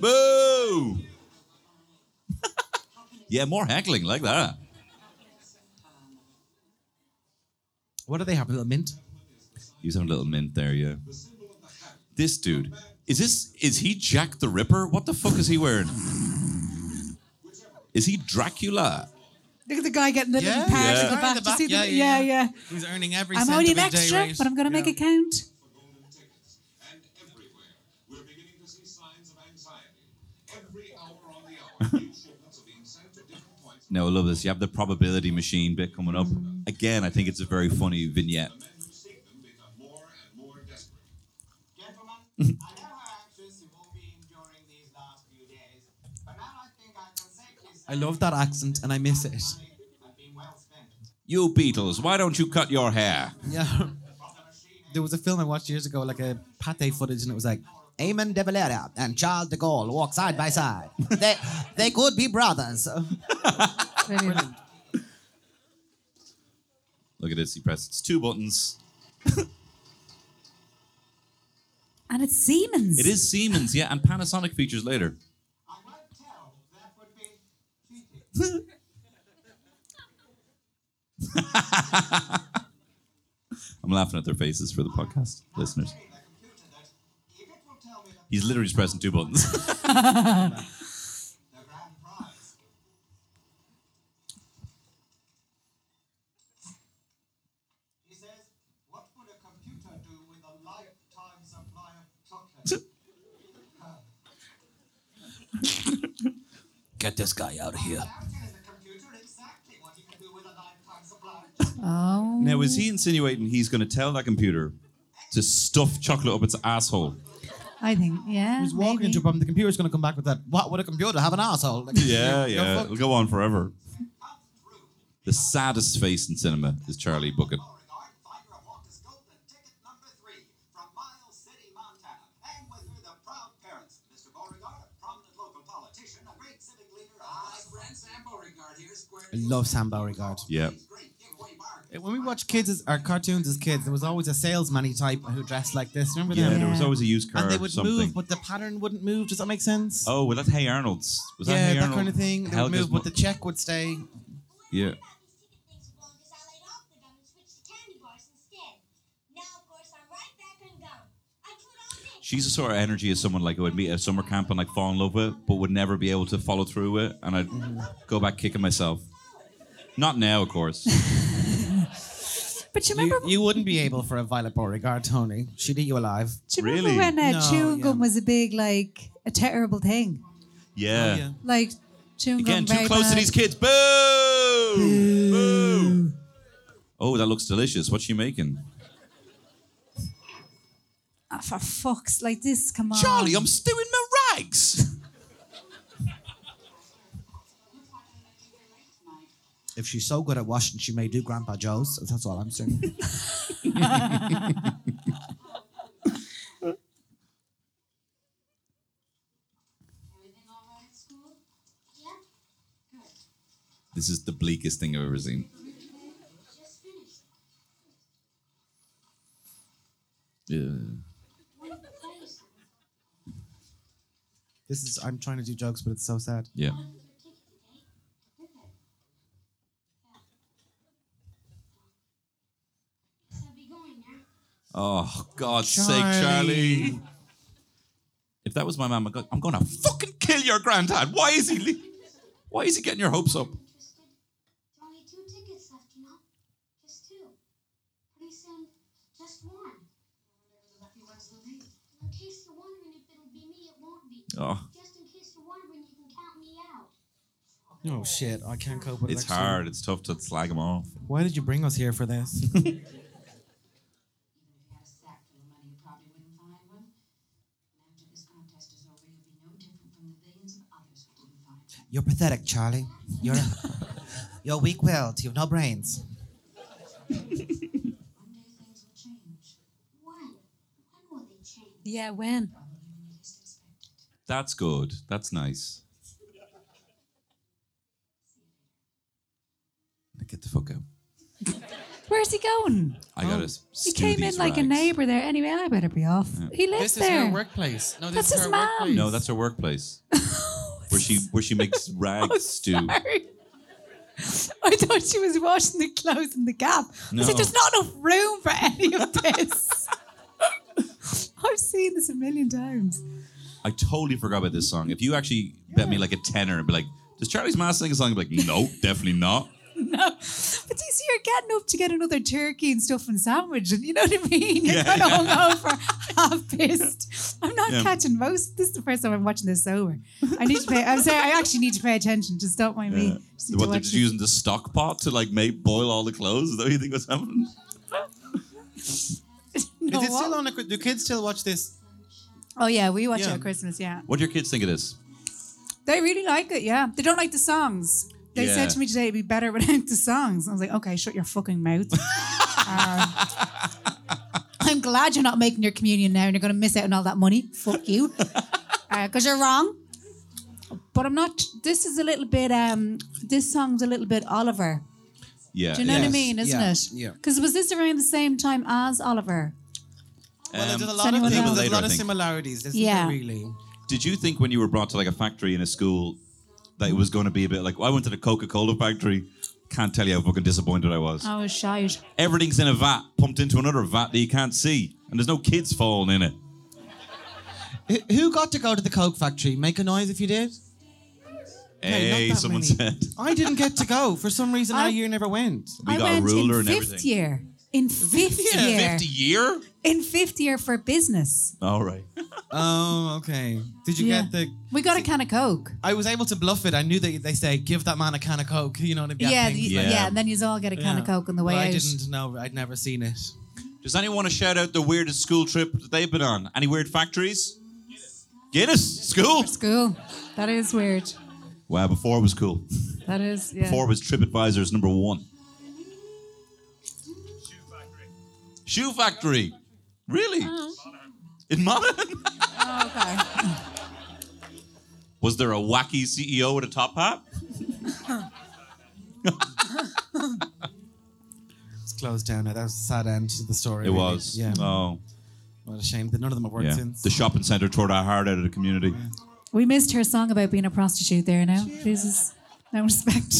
[SPEAKER 3] Boo! yeah, more heckling like that.
[SPEAKER 5] What do they have? A little mint?
[SPEAKER 3] He was having a little mint there, yeah. This dude. Is this is he Jack the Ripper? What the fuck is he wearing? Is he Dracula?
[SPEAKER 4] Look at the guy getting the
[SPEAKER 5] Yeah,
[SPEAKER 4] little patch
[SPEAKER 3] yeah.
[SPEAKER 4] in the
[SPEAKER 5] Right in
[SPEAKER 4] back.
[SPEAKER 5] the
[SPEAKER 4] Do you
[SPEAKER 5] back,
[SPEAKER 4] see the-
[SPEAKER 5] yeah,
[SPEAKER 4] Yeah,
[SPEAKER 5] yeah,
[SPEAKER 4] yeah,
[SPEAKER 5] Who's earning every
[SPEAKER 4] I'm
[SPEAKER 5] cent
[SPEAKER 4] only
[SPEAKER 5] of
[SPEAKER 4] an
[SPEAKER 5] his day
[SPEAKER 4] extra,
[SPEAKER 5] rate.
[SPEAKER 4] but I'm going to make
[SPEAKER 5] Yeah.
[SPEAKER 4] it count.
[SPEAKER 6] And everywhere, we're beginning to see signs of anxiety. Every hour on the hour, new shipments are being sent to different points.
[SPEAKER 3] No, I love this. You have the probability machine bit coming up. Again, I think it's a very funny vignette.
[SPEAKER 6] Men who seek them become more and more desperate.
[SPEAKER 7] Gentlemen, I know how anxious you've all been during these last few days, but now I think I can safely say
[SPEAKER 5] I love that accent and I miss it.
[SPEAKER 7] I've been well spent.
[SPEAKER 3] You Beatles, why don't you cut your hair?
[SPEAKER 5] Yeah. There was a film I watched years ago, like a pate footage, and it was like Eamon de Valera and Charles de Gaulle walk side by side. they they could be brothers.
[SPEAKER 4] Brilliant.
[SPEAKER 3] Look at this. He presses two buttons.
[SPEAKER 4] And it's Siemens.
[SPEAKER 3] It is Siemens, yeah, and Panasonic features later.
[SPEAKER 7] I might tell that would be cheating.
[SPEAKER 3] I'm laughing at their faces for the podcast listeners.
[SPEAKER 7] Hey, the computer that if it will tell me the,
[SPEAKER 3] He's literally just pressing two buttons.
[SPEAKER 7] the grand prize, he says, what would a computer do with a lifetime supply of chocolate?
[SPEAKER 5] Get this guy out of here.
[SPEAKER 7] That is a computer exactly what he can do with a lifetime supply of chocolate.
[SPEAKER 4] Oh.
[SPEAKER 3] now, is he insinuating he's going to tell that computer to stuff chocolate up its asshole?
[SPEAKER 4] I think, yeah.
[SPEAKER 5] He's walking
[SPEAKER 4] maybe.
[SPEAKER 5] into a problem. The computer's going to come back with that. What would a computer have an asshole? Like,
[SPEAKER 3] Yeah,
[SPEAKER 5] you're
[SPEAKER 3] yeah.
[SPEAKER 5] fucked.
[SPEAKER 3] It'll go on forever. The saddest face in cinema is Charlie Bucket.
[SPEAKER 7] Beauregard, finder of Walker Scope, and ticket number three from Miles City, Montana. And with her, the proud parents, Mr. Beauregard, a prominent local politician, a great civic leader. My friend Ah, Sam Beauregard here, square.
[SPEAKER 5] I love Sam Beauregard.
[SPEAKER 3] Yeah.
[SPEAKER 7] Great giveaway market.
[SPEAKER 5] When we watch kids as, or cartoons as kids, there was always a salesman type who dressed like this. Remember
[SPEAKER 3] Yeah,
[SPEAKER 5] them?
[SPEAKER 3] there was always a used car
[SPEAKER 5] And they
[SPEAKER 3] or
[SPEAKER 5] would
[SPEAKER 3] something.
[SPEAKER 5] move, but the pattern wouldn't move. Does that make sense?
[SPEAKER 3] oh, well, that's Hey Arnold's. Was that
[SPEAKER 5] yeah,
[SPEAKER 3] Hey
[SPEAKER 5] that,
[SPEAKER 3] Arnold?
[SPEAKER 5] kind of thing. They would
[SPEAKER 3] Helga's
[SPEAKER 5] move, but the
[SPEAKER 3] mo-
[SPEAKER 5] check would stay.
[SPEAKER 3] yeah. She's the sort of energy as someone like who would meet at a summer camp and like fall in love with, but would never be able to follow through with, and I'd
[SPEAKER 5] Mm-hmm.
[SPEAKER 3] go back kicking myself. Not now, of
[SPEAKER 5] Oh,
[SPEAKER 3] course.
[SPEAKER 4] But you
[SPEAKER 5] You,
[SPEAKER 4] remember,
[SPEAKER 5] you wouldn't be able for a Violet Beauregard, Tony. She'd eat you alive.
[SPEAKER 4] do you remember
[SPEAKER 3] Really?
[SPEAKER 4] when uh,
[SPEAKER 5] No,
[SPEAKER 4] chewing
[SPEAKER 5] yeah.
[SPEAKER 4] gum was a big, like, a terrible thing?
[SPEAKER 3] Yeah.
[SPEAKER 5] Yeah.
[SPEAKER 4] Like, chewing
[SPEAKER 3] Again,
[SPEAKER 4] gum.
[SPEAKER 3] too
[SPEAKER 4] very
[SPEAKER 3] close to
[SPEAKER 4] bad.
[SPEAKER 3] these kids. Boo! Boo! Oh, that looks delicious. What's she making?
[SPEAKER 4] Ah, for fuck's like this, come on.
[SPEAKER 3] Charlie, I'm stewing my rags.
[SPEAKER 5] If she's so good at washing, she may do Grandpa Joe's. That's all I'm saying.
[SPEAKER 3] This is the bleakest thing I've ever seen. Yeah.
[SPEAKER 5] this is I'm trying to do jokes, but it's so sad.
[SPEAKER 3] Yeah. Oh, God's sake, Charlie. If that was my mum, I'd go, I'm gonna fucking kill your granddad. Why is he? Le- Why is he getting your hopes up?
[SPEAKER 8] Only two tickets left, you know? Just two. Pretty soon, just one. Lucky one's the lead. In case you're wondering if it'll be me, it won't be.
[SPEAKER 3] Oh,
[SPEAKER 8] Just in case you're wondering, you can count me out.
[SPEAKER 5] Oh shit, I can't cope with it.
[SPEAKER 3] it's hard. It's tough to slag him off.
[SPEAKER 5] Why did you bring us here for this?
[SPEAKER 8] Even if you had a sack full of money, you probably wouldn't find one. And after this contest is over, you'll be no different from the billions of others who didn't find one.
[SPEAKER 5] You're pathetic, Charlie. You're you're weak-willed. You've no brains.
[SPEAKER 8] One day things will change. When? When will they change?
[SPEAKER 4] Yeah, when?
[SPEAKER 8] When you least expect it.
[SPEAKER 3] That's good. That's nice. Now Get the fuck out.
[SPEAKER 4] Where's he going?
[SPEAKER 3] I gotta.
[SPEAKER 4] Oh. He
[SPEAKER 3] stew
[SPEAKER 4] came in
[SPEAKER 3] these
[SPEAKER 4] like a
[SPEAKER 3] rags.
[SPEAKER 4] neighbour there. Anyway, I better be off. He lives
[SPEAKER 9] This is
[SPEAKER 4] there.
[SPEAKER 9] her workplace. No, this
[SPEAKER 4] That's
[SPEAKER 9] is
[SPEAKER 4] his
[SPEAKER 9] her
[SPEAKER 4] mom.
[SPEAKER 9] workplace.
[SPEAKER 3] No, that's her workplace. where she where she makes rags stew.
[SPEAKER 4] Sorry. I thought she was washing the clothes in the gap. I
[SPEAKER 3] No.
[SPEAKER 4] said, there's not enough room for any of this. I've seen this a million times.
[SPEAKER 3] I totally forgot about this song. If you actually bet me like a tenner and be like, does Charlie's Ma sing a song? I'd be like, no, definitely not.
[SPEAKER 4] No. But you see, you're getting up to get another turkey and stuff and sandwich, and you know what I mean? You're kind of hungover, half pissed. I'm not
[SPEAKER 3] Yeah.
[SPEAKER 4] catching most. This is the first time I'm watching this sober. I need to pay, I'm sorry, I actually need to pay attention. Just don't mind
[SPEAKER 3] Yeah.
[SPEAKER 4] me. Just need to
[SPEAKER 3] What they're
[SPEAKER 4] watch
[SPEAKER 3] just
[SPEAKER 4] this.
[SPEAKER 3] using the stock pot to like make boil all the clothes? Is that what you think was happening?
[SPEAKER 4] No,
[SPEAKER 5] Is it still
[SPEAKER 4] what?
[SPEAKER 5] on? A, do kids still watch this?
[SPEAKER 4] Oh, yeah, we watch
[SPEAKER 5] Yeah.
[SPEAKER 4] it at Christmas, yeah.
[SPEAKER 3] What do your kids think of this?
[SPEAKER 4] They really like it, yeah. They don't like the songs. They
[SPEAKER 3] Yeah.
[SPEAKER 4] said to me today it'd be better without the songs. I was like, okay, shut your fucking mouth. Um, I'm glad you're not making your communion now and you're going to miss out on all that money. Fuck you. Because you're wrong. But I'm not, this is a little bit, um, this song's a little bit Oliver.
[SPEAKER 3] Yeah.
[SPEAKER 4] Do you know
[SPEAKER 3] yeah.
[SPEAKER 4] what I
[SPEAKER 5] Yes,
[SPEAKER 4] mean, isn't
[SPEAKER 5] yeah,
[SPEAKER 4] it?
[SPEAKER 5] yeah.
[SPEAKER 4] Because was this around the same time as Oliver?
[SPEAKER 5] Well,
[SPEAKER 3] Um,
[SPEAKER 5] there's a lot of
[SPEAKER 4] anyone
[SPEAKER 5] things.
[SPEAKER 4] else?
[SPEAKER 5] There's a
[SPEAKER 3] Later, I
[SPEAKER 5] lot of
[SPEAKER 3] think.
[SPEAKER 5] similarities, isn't
[SPEAKER 4] Yeah.
[SPEAKER 5] there? Really.
[SPEAKER 3] Did you think when you were brought to like a factory in a school that it was going to be a bit like, well, I went to the Coca Cola factory? Can't tell you how fucking disappointed I was.
[SPEAKER 4] I was shite.
[SPEAKER 3] Everything's in a vat, pumped into another vat that you can't see, and there's no kids falling in it.
[SPEAKER 5] Who- Who got to go to the Coke factory? Make a noise if you did. Hey, not
[SPEAKER 3] hey,
[SPEAKER 5] that
[SPEAKER 3] someone
[SPEAKER 5] many.
[SPEAKER 3] said.
[SPEAKER 5] I didn't get to go for some reason.
[SPEAKER 4] I-
[SPEAKER 5] Our year never went.
[SPEAKER 3] We
[SPEAKER 4] I
[SPEAKER 3] got a
[SPEAKER 4] went
[SPEAKER 3] ruler
[SPEAKER 4] in
[SPEAKER 3] and
[SPEAKER 4] fifth
[SPEAKER 3] everything.
[SPEAKER 4] year. In fifth year.
[SPEAKER 3] year?
[SPEAKER 4] In fifth year for business.
[SPEAKER 3] All right.
[SPEAKER 5] Oh, okay. Did you
[SPEAKER 4] Yeah.
[SPEAKER 5] get the?
[SPEAKER 4] We got a can of Coke.
[SPEAKER 5] I was able to bluff it. I knew that they say give that man a can of Coke. You know what I mean?
[SPEAKER 4] Yeah,
[SPEAKER 5] things
[SPEAKER 4] the-
[SPEAKER 5] like
[SPEAKER 4] yeah,
[SPEAKER 3] Yeah.
[SPEAKER 4] and then you all get a
[SPEAKER 5] that.
[SPEAKER 4] can of
[SPEAKER 5] Yeah.
[SPEAKER 4] Coke on the way
[SPEAKER 5] But
[SPEAKER 4] out.
[SPEAKER 5] I didn't know. I'd never seen it.
[SPEAKER 3] Does anyone want to shout out the weirdest school trip that they've been on? Any weird factories? Guinness school.
[SPEAKER 4] School. That is weird.
[SPEAKER 3] Wow, before it was cool.
[SPEAKER 4] That is yeah.
[SPEAKER 3] Before it was TripAdvisor's number one. Shoe factory. Shoe factory. Really?
[SPEAKER 5] Uh-huh.
[SPEAKER 3] In Monaghan?
[SPEAKER 5] Oh,
[SPEAKER 4] Okay.
[SPEAKER 3] Was there a wacky CEO with a top hat?
[SPEAKER 5] It's closed down now. That was a sad end to the story.
[SPEAKER 3] It
[SPEAKER 5] really.
[SPEAKER 3] was.
[SPEAKER 5] Yeah.
[SPEAKER 3] Oh.
[SPEAKER 5] What a shame that none of them have worked
[SPEAKER 3] Yeah.
[SPEAKER 5] since.
[SPEAKER 3] The shopping centre tore our heart out of the community.
[SPEAKER 4] We missed her song about being a prostitute there now. This is no respect.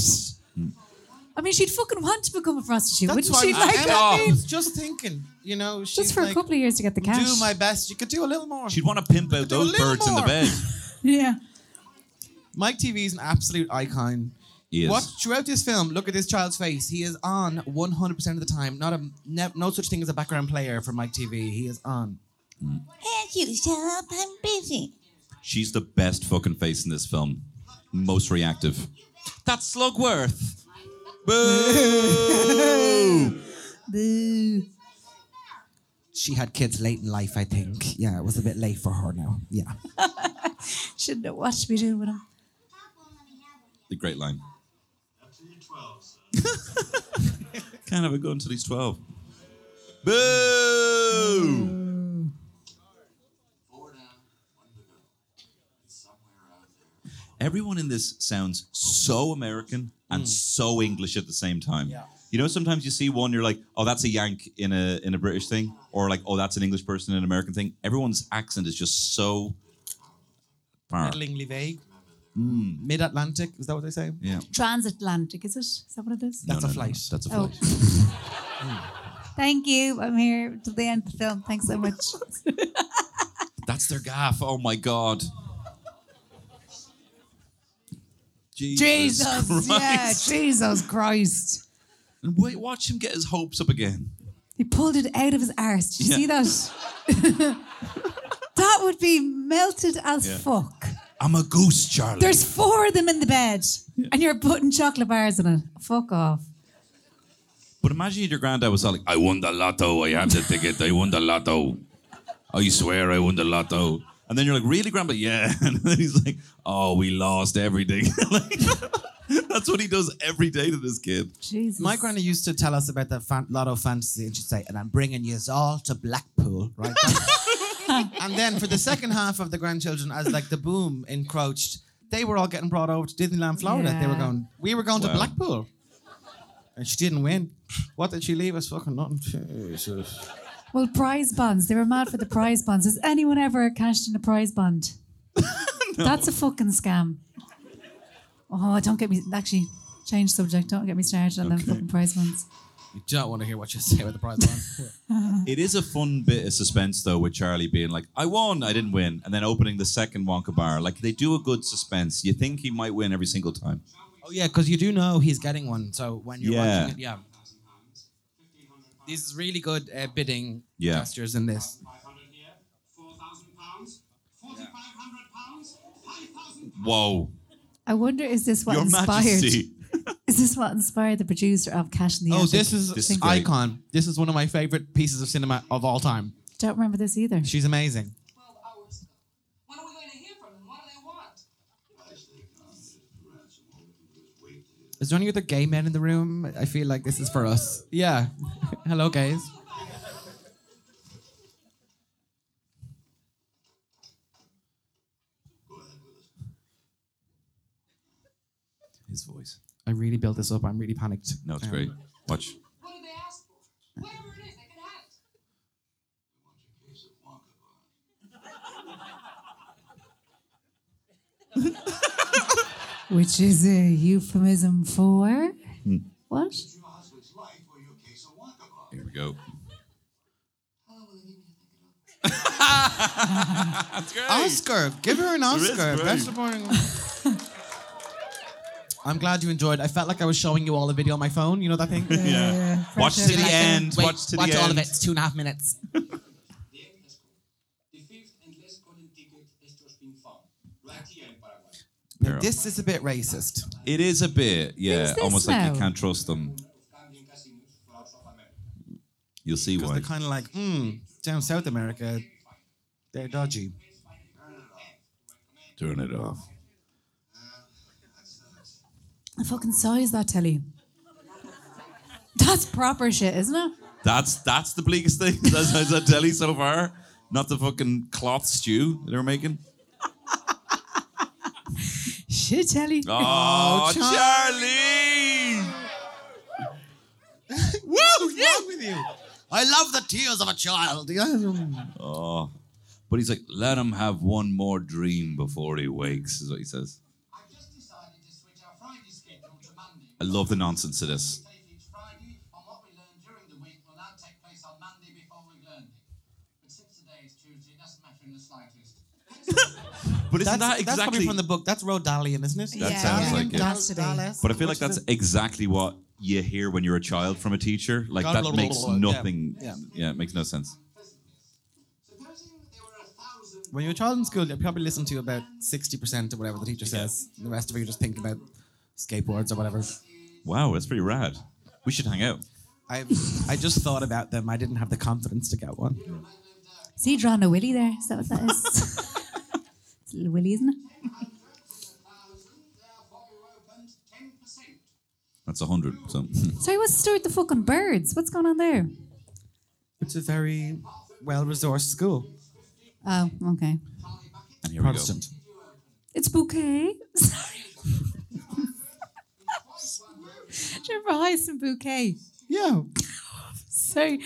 [SPEAKER 4] I mean, she'd fucking want to become a prostitute,
[SPEAKER 5] That's
[SPEAKER 4] wouldn't
[SPEAKER 5] why
[SPEAKER 4] she? Like,
[SPEAKER 5] I,
[SPEAKER 4] I mean,
[SPEAKER 5] was just thinking. You know, she's
[SPEAKER 4] just for
[SPEAKER 5] like,
[SPEAKER 4] a couple of years to get the cash.
[SPEAKER 5] do my best. You could do a little more.
[SPEAKER 3] She'd want to pimp out
[SPEAKER 5] Do a
[SPEAKER 3] those
[SPEAKER 5] little
[SPEAKER 3] birds in the
[SPEAKER 5] more.
[SPEAKER 3] bed.
[SPEAKER 4] yeah.
[SPEAKER 5] Mike TV is an absolute icon.
[SPEAKER 3] Yes.
[SPEAKER 5] What throughout this film? Look at this child's face. He is on 100 percent of the time. Not a ne- no such thing as a background player for Mike TV. He is on.
[SPEAKER 3] She's the best fucking face in this film. Most reactive. That's Slugworth. Boo!
[SPEAKER 4] Boo.
[SPEAKER 5] She had kids late in life, I think. Yeah, it was a bit late for her now. Yeah.
[SPEAKER 4] Shouldn't have watched me do with him.
[SPEAKER 8] Pop won't let me have one yet.
[SPEAKER 3] the great line.
[SPEAKER 6] Up to your 12, son.
[SPEAKER 3] Can't have a gun until he's 12. Boo!
[SPEAKER 6] Four down, one to go. It's somewhere out there.
[SPEAKER 3] Everyone in this sounds so American
[SPEAKER 5] Hmm.
[SPEAKER 3] and so English at the same time. You know, sometimes you see one, you're like, oh, that's a Yank in a in a British thing, or like, oh, that's an English person in an American thing. Everyone's accent is just so far.
[SPEAKER 5] Middlingly vague. Mid Atlantic. Hmm. Is that what they say?
[SPEAKER 3] Yeah.
[SPEAKER 4] Transatlantic, is it? Is that what it is?
[SPEAKER 3] No,
[SPEAKER 5] That's a
[SPEAKER 3] no, no,
[SPEAKER 5] flight.
[SPEAKER 3] That's a
[SPEAKER 4] Oh.
[SPEAKER 3] flight.
[SPEAKER 4] Thank you. I'm here till the end of the film. Thanks so much.
[SPEAKER 3] That's their gaff. Oh my god.
[SPEAKER 4] Jesus. Yeah,
[SPEAKER 3] Christ.
[SPEAKER 4] Jesus Christ.
[SPEAKER 3] And wait, watch him get his hopes up again.
[SPEAKER 4] He pulled it out of his arse. Did you
[SPEAKER 3] Yeah.
[SPEAKER 4] see that? that would be melted as
[SPEAKER 3] Yeah.
[SPEAKER 4] fuck.
[SPEAKER 3] I'm a goose, Charlie.
[SPEAKER 4] There's four of them in the bed, and you're putting chocolate bars in it. Fuck off.
[SPEAKER 3] but imagine if your granddad was all like, I won the lotto. I have the ticket. I won the lotto. I swear I won the lotto. And then you're like, really, grandpa? Yeah. And then he's like, oh, we lost everything. Like, that's what he does every day to this kid.
[SPEAKER 4] Jesus.
[SPEAKER 5] My granny used to tell us about the fan- lotto fantasy, and she'd say, "And I'm bringing you all to Blackpool, right?" and then for the second half of the grandchildren, as like the boom encroached, they were all getting brought over to Disneyland, Florida. They were
[SPEAKER 4] Yeah.
[SPEAKER 5] going, we were going
[SPEAKER 3] Wow.
[SPEAKER 5] to Blackpool. and she didn't win. What did she leave us? Fucking nothing. Jesus.
[SPEAKER 4] Well, prize bonds. They were mad for the prize bonds. Has anyone ever cashed in a prize bond? That's a fucking scam. Oh, don't get me. Actually, change subject. Don't get me started on them fucking prize bonds.
[SPEAKER 5] You don't want to hear what you say about the prize one.
[SPEAKER 3] It is a fun bit of suspense though, with Charlie being like, "I won, I didn't win," and then opening the second Wonka bar. Like they do a good suspense. You think he might win every single time.
[SPEAKER 5] oh yeah, because you do know he's getting one. So when you're
[SPEAKER 3] Yeah.
[SPEAKER 5] watching it, yeah. This is really good uh, bidding
[SPEAKER 3] Yeah.
[SPEAKER 5] gestures in this.
[SPEAKER 6] 500 here, 4,000 pounds, 4,500 pounds, 5,000
[SPEAKER 3] Whoa,
[SPEAKER 4] I wonder is this what
[SPEAKER 3] Your
[SPEAKER 4] inspired?
[SPEAKER 3] Majesty!
[SPEAKER 4] Is this what inspired the producer of Cash in the
[SPEAKER 5] Oh,
[SPEAKER 4] Attic?
[SPEAKER 5] this is
[SPEAKER 3] This is great.
[SPEAKER 5] icon. This is one of my favorite pieces of cinema of all time.
[SPEAKER 4] Don't remember this either.
[SPEAKER 5] She's amazing.
[SPEAKER 9] 12 hours ago. When are we going to hear from them? What do they want?
[SPEAKER 5] Is there any other gay men in the room? I feel like this is for us. Yeah. Hello, gays.
[SPEAKER 3] His voice.
[SPEAKER 5] I really built this up. I'm really panicked.
[SPEAKER 3] No, it's
[SPEAKER 5] Um,
[SPEAKER 3] great. Watch.
[SPEAKER 9] What did they ask for? Whatever it is, they can have it.
[SPEAKER 4] Which is a euphemism for what?
[SPEAKER 6] your husband's life or your case of Wonkabar.
[SPEAKER 3] Here we go.
[SPEAKER 5] Oscar, give her an
[SPEAKER 3] is
[SPEAKER 5] Oscar.
[SPEAKER 3] great.
[SPEAKER 5] Best supporting. I'm glad you enjoyed. I felt like I was showing you all a video on my phone. You know that thing?
[SPEAKER 3] Yeah. Watch to the
[SPEAKER 5] Like,
[SPEAKER 3] end.
[SPEAKER 5] wait,
[SPEAKER 3] Watch to the
[SPEAKER 5] watch
[SPEAKER 3] end.
[SPEAKER 5] all of it. It's two and a half minutes.
[SPEAKER 6] The end has come. The fifth and last golden ticket has just been found, right here in Paraguay.
[SPEAKER 5] Now, this is a bit racist.
[SPEAKER 3] It is a bit, yeah,
[SPEAKER 4] Who's this
[SPEAKER 3] almost like you
[SPEAKER 4] now?
[SPEAKER 3] can't trust them.
[SPEAKER 6] Of gambling casinos throughout South America.
[SPEAKER 3] You'll see
[SPEAKER 5] Because
[SPEAKER 3] why.
[SPEAKER 5] they're kind of like, hmm, down South America, they're dodgy.
[SPEAKER 3] Turn it off.
[SPEAKER 4] The fucking size that telly. That's proper shit, isn't it?
[SPEAKER 3] That's that's the bleakest thing that's that's a telly so far. Not the fucking cloth stew they're making.
[SPEAKER 4] Shit telly.
[SPEAKER 3] Oh, Charlie!
[SPEAKER 5] What's wrong with you? I love the tears of a child.
[SPEAKER 3] Oh, but he's like, let him have one more dream before he wakes, is what he says.
[SPEAKER 6] I've just decided to switch our Friday schedule to Monday.
[SPEAKER 3] I love the nonsense of this.
[SPEAKER 6] take each Friday, and what we learn during the week will now take place on Monday before we've learned it. But since today is Tuesday, it doesn't matter in the slightest.
[SPEAKER 3] But
[SPEAKER 5] That's,
[SPEAKER 3] isn't that
[SPEAKER 5] that's
[SPEAKER 3] exactly?
[SPEAKER 5] probably from the book. That's Road Dalian, isn't it?
[SPEAKER 3] That sounds like it.
[SPEAKER 4] Has to be.
[SPEAKER 3] but I feel like that's exactly what you hear when you're a child from a teacher. Like
[SPEAKER 5] God,
[SPEAKER 3] that
[SPEAKER 5] blah, blah,
[SPEAKER 3] makes
[SPEAKER 5] blah, blah. Yeah.
[SPEAKER 3] nothing. Yeah.
[SPEAKER 5] Yeah.
[SPEAKER 3] it makes no sense.
[SPEAKER 6] Supposing there were a thousand
[SPEAKER 5] When you're a child in school, you probably listen to about 60% of whatever the teacher says. The rest of it, you just think about skateboards or whatever.
[SPEAKER 3] Wow, that's pretty rad. We should hang out.
[SPEAKER 5] I I just thought about them. I didn't have the confidence to get one.
[SPEAKER 4] Is he drawing a willy there? Is that what that is? it's a little willy, isn't it?
[SPEAKER 6] to a thousand, therefore we opened ten percent.
[SPEAKER 3] That's a hundred. So
[SPEAKER 4] Sorry, what's the story with the fucking birds? What's going on there?
[SPEAKER 5] It's a very well-resourced school.
[SPEAKER 4] Oh, okay.
[SPEAKER 3] and here
[SPEAKER 5] Protestant.
[SPEAKER 4] It's bouquet. Sorry. Do you remember Hyacinth Bouquet?
[SPEAKER 5] Yeah,
[SPEAKER 4] Sorry,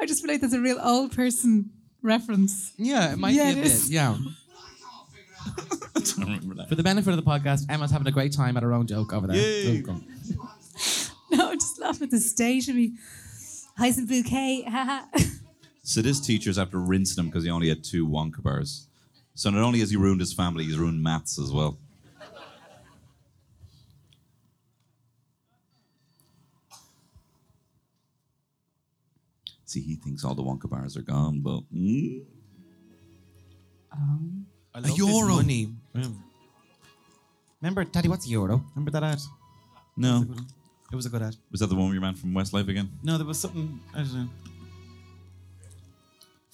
[SPEAKER 4] I just feel like that's a real old person reference.
[SPEAKER 5] yeah, it might
[SPEAKER 4] Yeah,
[SPEAKER 5] be a
[SPEAKER 4] it
[SPEAKER 5] bit.
[SPEAKER 4] is.
[SPEAKER 5] Yeah.
[SPEAKER 3] we go. I remember that.
[SPEAKER 5] For the benefit of the podcast, Emma's having a great time at her own joke over there.
[SPEAKER 3] Yay.
[SPEAKER 5] Oh, God.
[SPEAKER 4] No, I just laugh at the stage of me. Hyacinth Bouquet, haha.
[SPEAKER 3] So this teacher's after rinsing him because he only had two Wonka bars. So not only has he ruined his family, he's ruined maths as well. See, he thinks all the Wonka bars are gone, but mm,
[SPEAKER 5] I love this money. Yeah. Remember, Daddy, what's a euro? Remember that ad?
[SPEAKER 3] no.
[SPEAKER 5] It was a good ad.
[SPEAKER 3] Was that the one with your man from Westlife again?
[SPEAKER 5] No, there was something. I don't know.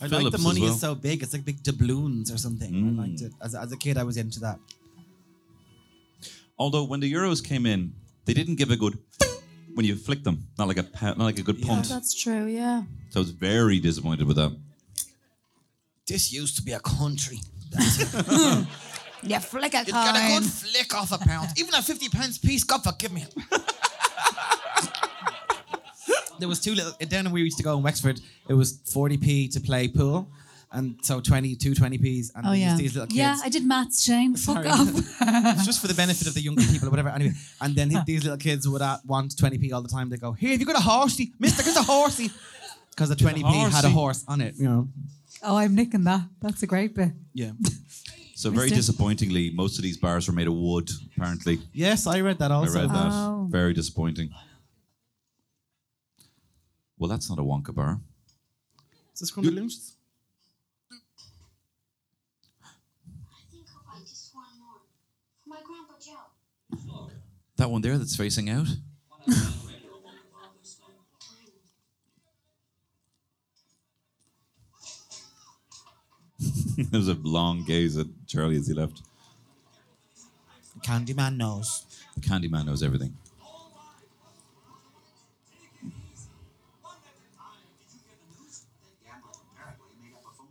[SPEAKER 5] I like
[SPEAKER 3] Phillips
[SPEAKER 5] the
[SPEAKER 3] as
[SPEAKER 5] money
[SPEAKER 3] well.
[SPEAKER 5] is so big. It's like big doubloons or something. I liked it. As, as a kid, I was into that.
[SPEAKER 3] Although when the Euros came in, they didn't give a good when you flicked them. Not like a pa- not like a good punt. So
[SPEAKER 4] Oh, That's true, yeah.
[SPEAKER 3] I was very disappointed with that.
[SPEAKER 5] This used to be a country.
[SPEAKER 4] Yeah, flick a
[SPEAKER 5] Got a
[SPEAKER 4] coin.
[SPEAKER 5] good flick off a pound. Even a 50 pence piece, God forgive me. there was two little down where we used to go in Wexford. It was 40p to play pool, and so 20 two 20p's, and
[SPEAKER 4] Oh
[SPEAKER 5] they
[SPEAKER 4] yeah.
[SPEAKER 5] used these little kids.
[SPEAKER 4] Yeah, I did maths, Shane. Fuck
[SPEAKER 5] Sorry.
[SPEAKER 4] off.
[SPEAKER 5] It's just for the benefit of the younger people or whatever. Anyway, and then hit these little kids would at want 20p all the time. They go, "Here, have you got a horsey, Mister? Get a horsey." Because the 20p had a
[SPEAKER 3] horsey.
[SPEAKER 5] horse on it, you know.
[SPEAKER 4] Oh, I'm nicking that. That's a great bit.
[SPEAKER 5] Yeah.
[SPEAKER 3] So very
[SPEAKER 4] Mister-
[SPEAKER 3] disappointingly, most of these bars were made of wood. Apparently,
[SPEAKER 5] yes, I read that
[SPEAKER 3] I
[SPEAKER 5] also.
[SPEAKER 3] read that.
[SPEAKER 4] Oh.
[SPEAKER 3] Very disappointing. Well, that's not a Wonka bar.
[SPEAKER 5] Is this Crumbly Loons?
[SPEAKER 8] I think I just want more. For my grandpa Joe.
[SPEAKER 3] That one there that's facing out. there was a long gaze at Charlie as he left.
[SPEAKER 5] Candyman knows.
[SPEAKER 3] The Candyman knows everything.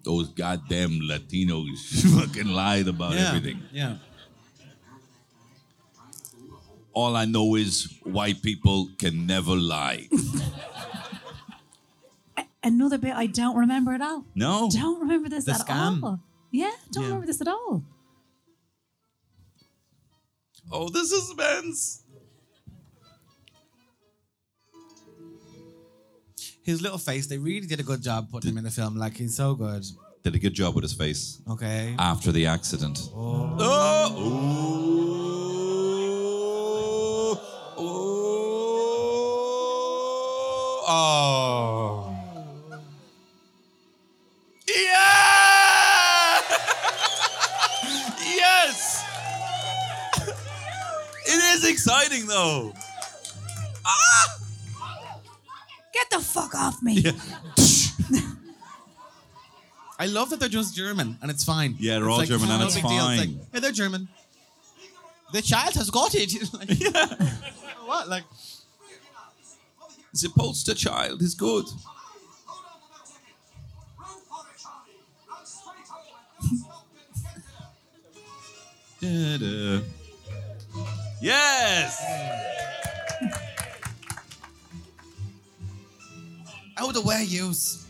[SPEAKER 3] Those goddamn Latinos fucking lied about everything.
[SPEAKER 5] Yeah.
[SPEAKER 3] All I know is white people can never lie.
[SPEAKER 4] Another bit I don't remember at all.
[SPEAKER 3] No.
[SPEAKER 4] Don't remember this
[SPEAKER 5] The
[SPEAKER 4] at
[SPEAKER 5] scam.
[SPEAKER 4] all. Yeah, don't
[SPEAKER 5] Yeah.
[SPEAKER 4] remember this at all.
[SPEAKER 3] Oh, this is men's.
[SPEAKER 5] His little face, they really did a good job putting him in the film. Like, he's so good.
[SPEAKER 3] Did a good job with his face
[SPEAKER 5] Okay.
[SPEAKER 3] after the accident. Oh. Oh. Oh. Oh. Yeah! yes! It is exciting though.
[SPEAKER 4] Get the fuck off me.
[SPEAKER 3] Yeah.
[SPEAKER 5] I love that they're just German and it's fine.
[SPEAKER 3] Yeah, they're
[SPEAKER 5] It's
[SPEAKER 3] all German and
[SPEAKER 5] no
[SPEAKER 3] it's
[SPEAKER 5] big deal. It's like,
[SPEAKER 3] fine.
[SPEAKER 5] yeah, they're German. The child has got it. It's like, What? Like,
[SPEAKER 3] The poster child is good. Da-da. Yes!
[SPEAKER 5] out "Oh, the way, use.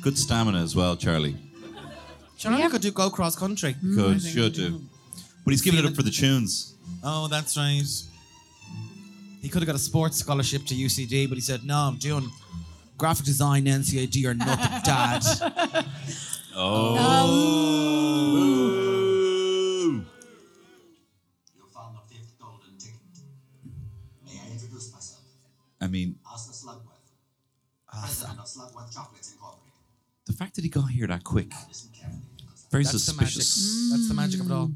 [SPEAKER 3] Good stamina as well, Charlie.
[SPEAKER 5] Charlie
[SPEAKER 4] Yeah.
[SPEAKER 5] could do go cross country.
[SPEAKER 3] Good, sure do. But he's giving it up for the tunes.
[SPEAKER 5] Oh, that's right. He could have got a sports scholarship to UCD, but he said, no, I'm doing graphic design, NCAD, or nothing, dad.
[SPEAKER 3] Oh.
[SPEAKER 6] You found the fifth golden ticket. May I introduce myself?
[SPEAKER 3] I mean,
[SPEAKER 6] Asa Slugworth, president of Slugworth Chocolates Incorporated.
[SPEAKER 3] the fact that he got here that quick,
[SPEAKER 6] Listen carefully, because
[SPEAKER 3] very
[SPEAKER 5] That's the magic.
[SPEAKER 3] suspicious.
[SPEAKER 5] That's the magic of it all.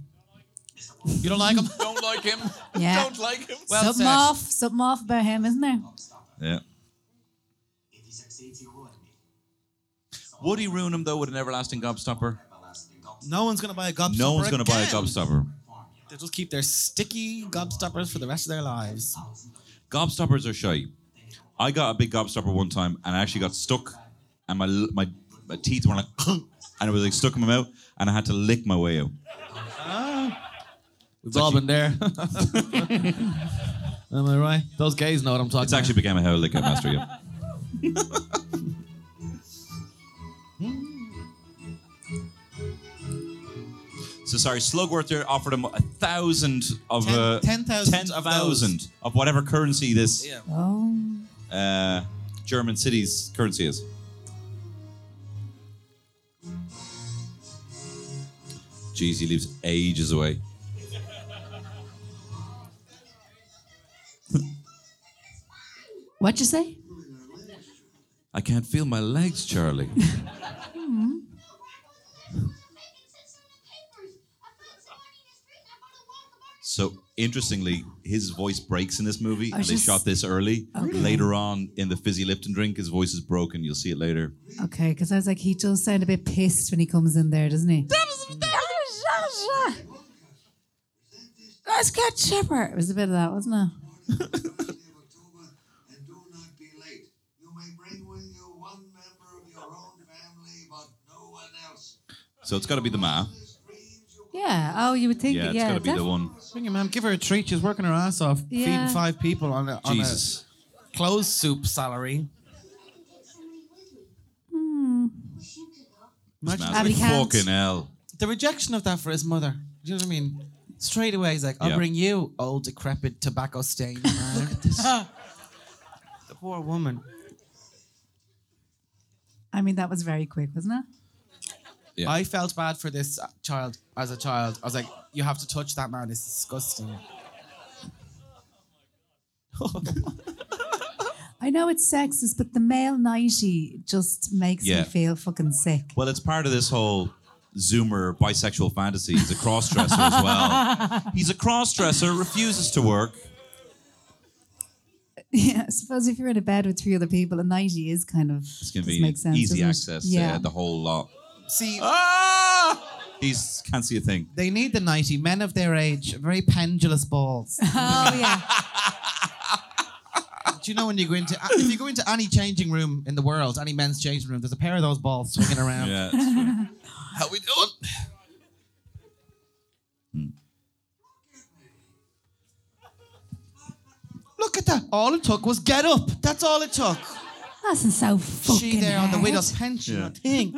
[SPEAKER 6] Mr. Wolf
[SPEAKER 5] You don't like him?
[SPEAKER 1] Don't like him.
[SPEAKER 4] Yeah.
[SPEAKER 1] like him.
[SPEAKER 5] Well
[SPEAKER 4] something
[SPEAKER 5] said.
[SPEAKER 4] off, something off about him, isn't there?
[SPEAKER 6] Stopper.
[SPEAKER 3] Yeah.
[SPEAKER 6] If he succeeds, he ruined me.
[SPEAKER 3] Would he ruin him though with an everlasting gobstopper?
[SPEAKER 6] Everlasting gobs.
[SPEAKER 5] No one's going to buy a gobstopper.
[SPEAKER 3] No one's going to buy a
[SPEAKER 5] again.
[SPEAKER 3] gobstopper.
[SPEAKER 5] They'll just keep their sticky gobstoppers for the rest of their lives.
[SPEAKER 3] Gobstoppers are shy. I got a big gobstopper one time and I actually got stuck, and my my, my teeth were like, and it was like stuck in my mouth, and I had to lick my way out.
[SPEAKER 5] We've all been there. Am I right? Those gays know what I'm talking
[SPEAKER 3] It's actually became a hell lick out master. Yeah. So sorry, Slugworth there offered him a thousand of
[SPEAKER 5] Ten-
[SPEAKER 3] uh,
[SPEAKER 5] 10,000
[SPEAKER 3] ten
[SPEAKER 5] of
[SPEAKER 3] thousand
[SPEAKER 5] those.
[SPEAKER 3] of whatever currency this
[SPEAKER 5] Yeah.
[SPEAKER 4] Oh.
[SPEAKER 3] uh, German city's currency is. Jeez, he lives ages away.
[SPEAKER 4] What'd you say?
[SPEAKER 3] I can't feel my legs, Charlie.
[SPEAKER 8] Megan said some in the papers. I found some money in the street and I bought a walk about it.
[SPEAKER 3] So interestingly, his voice breaks in this movie,
[SPEAKER 4] I
[SPEAKER 3] and
[SPEAKER 4] was
[SPEAKER 3] they
[SPEAKER 4] just-
[SPEAKER 3] shot this early. Later on in the fizzy Lipton drink, his voice is broken. You'll see it later.
[SPEAKER 4] Okay, because I was like, he does sound a bit pissed when he comes in there, doesn't he? Let's get chipper. It was a bit of that, wasn't it?
[SPEAKER 6] October, and do not be late. You may bring with you one member of your own family, but no one else.
[SPEAKER 3] So it's got to be the ma.
[SPEAKER 6] Dreams you
[SPEAKER 4] Yeah, Yeah. Oh, you would think.
[SPEAKER 3] Yeah,
[SPEAKER 4] Yeah,
[SPEAKER 3] it's got to be the one.
[SPEAKER 5] Bring her, ma'am. Give her a treat. She's working her ass off, feeding
[SPEAKER 4] Yeah.
[SPEAKER 5] five people on a, on a
[SPEAKER 3] Jesus.
[SPEAKER 5] closed soup salary.
[SPEAKER 8] I can take somebody with me. Wish you could help.
[SPEAKER 5] Imagine
[SPEAKER 3] Hmm. Man,
[SPEAKER 4] Abby
[SPEAKER 3] like
[SPEAKER 4] can't.
[SPEAKER 3] fucking hell.
[SPEAKER 5] the rejection of that for his mother. Do you know what I mean? Straight away, he's like, "I'll
[SPEAKER 3] Yeah.
[SPEAKER 5] bring you old, decrepit, tobacco stained man." Look at this. the poor woman.
[SPEAKER 4] I mean, that was very quick, wasn't it?
[SPEAKER 3] Yeah.
[SPEAKER 5] I felt bad for this uh, child as a child. I was like, "You have to touch that man. It's disgusting."
[SPEAKER 4] I know it's sexist, but the male nighty just makes
[SPEAKER 3] Yeah.
[SPEAKER 4] me feel fucking sick.
[SPEAKER 3] Well, it's part of this whole Zoomer bisexual fantasy. He's a cross-dresser as well. He's a cross-dresser, refuses to work.
[SPEAKER 4] Yeah, I suppose if you're in a bed with three other people, a nighty is kind of
[SPEAKER 3] It's
[SPEAKER 4] does
[SPEAKER 3] convenient.
[SPEAKER 4] make sense,
[SPEAKER 3] Easy
[SPEAKER 4] doesn't it?
[SPEAKER 3] access. Yeah.
[SPEAKER 4] Yeah,
[SPEAKER 3] the whole lot.
[SPEAKER 5] See,
[SPEAKER 3] Ah! He's can't see a thing.
[SPEAKER 5] they need the ninety men of their age, very pendulous balls.
[SPEAKER 4] oh yeah,
[SPEAKER 5] Do you know when you go into if you go into any changing room in the world, any men's changing room, there's a pair of those balls swinging around.
[SPEAKER 3] Yeah. it's true.
[SPEAKER 5] How we doing? Look at that. All it took was get up. That's all it took.
[SPEAKER 4] that's so fucking.
[SPEAKER 5] she there on the
[SPEAKER 4] hard.
[SPEAKER 5] widow's pension.
[SPEAKER 3] Yeah.
[SPEAKER 5] I think.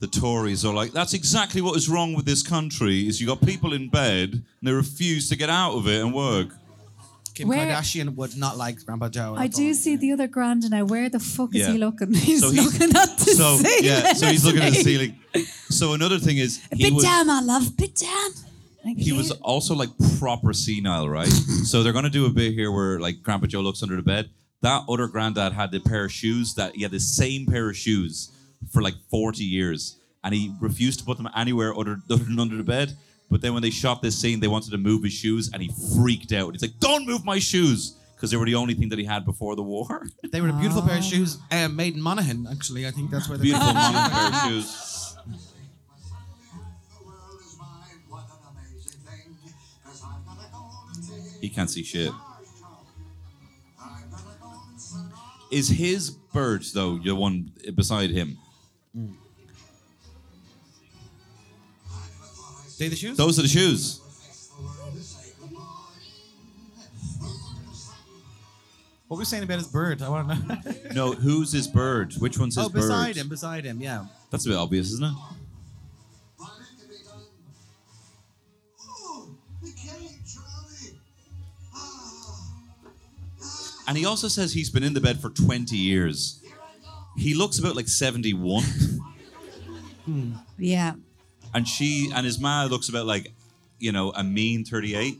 [SPEAKER 3] the Tories are like, that's exactly what is wrong with this country. Is you got people in bed and they refuse to get out of it and work.
[SPEAKER 5] Kim
[SPEAKER 4] Where-
[SPEAKER 5] Kardashian would not like Grandpa Joe.
[SPEAKER 4] I do see the other grand now. Where the fuck is
[SPEAKER 3] Yeah.
[SPEAKER 4] he looking? He's
[SPEAKER 3] So he's-
[SPEAKER 4] looking at the
[SPEAKER 3] So
[SPEAKER 4] ceiling.
[SPEAKER 3] yeah, so he's looking at the ceiling. So another thing is he
[SPEAKER 4] Bit
[SPEAKER 3] was
[SPEAKER 4] damn, I love bit damn. Like,
[SPEAKER 3] he was also like proper senile, right? so they're gonna do a bit here where like Grandpa Joe looks under the bed. That other granddad had the pair of shoes that he had the same pair of shoes for like 40 years, and he refused to put them anywhere other, other than under the bed. But then when they shot this scene, they wanted to move his shoes, and he freaked out. He's like, "Don't move my shoes," because they were the only thing that he had before the war.
[SPEAKER 5] They were a beautiful pair of
[SPEAKER 4] Oh.
[SPEAKER 5] shoes uh, made in Monaghan, actually. I think that's where they
[SPEAKER 3] Beautiful modern pair of shoes.
[SPEAKER 6] The world is mine. What an amazing thing. Cause I'm gonna go and take
[SPEAKER 3] He can't see shit.
[SPEAKER 6] I'm gonna go and survive.
[SPEAKER 3] Is his bird though the one beside him?
[SPEAKER 5] They the shoes?
[SPEAKER 3] Those are the shoes.
[SPEAKER 5] What were you saying about his bird? I want to know.
[SPEAKER 3] No, who's his bird? Which one's his
[SPEAKER 5] oh,
[SPEAKER 3] bird?
[SPEAKER 5] beside him, beside him, yeah.
[SPEAKER 3] That's a bit obvious, isn't it?
[SPEAKER 6] Running to be done. Oh, the cake, Charlie.
[SPEAKER 3] And he also says he's been in the bed for 20 years. He looks about like 71,
[SPEAKER 4] yeah.
[SPEAKER 3] and she and his ma looks about like, you know, a mean 38.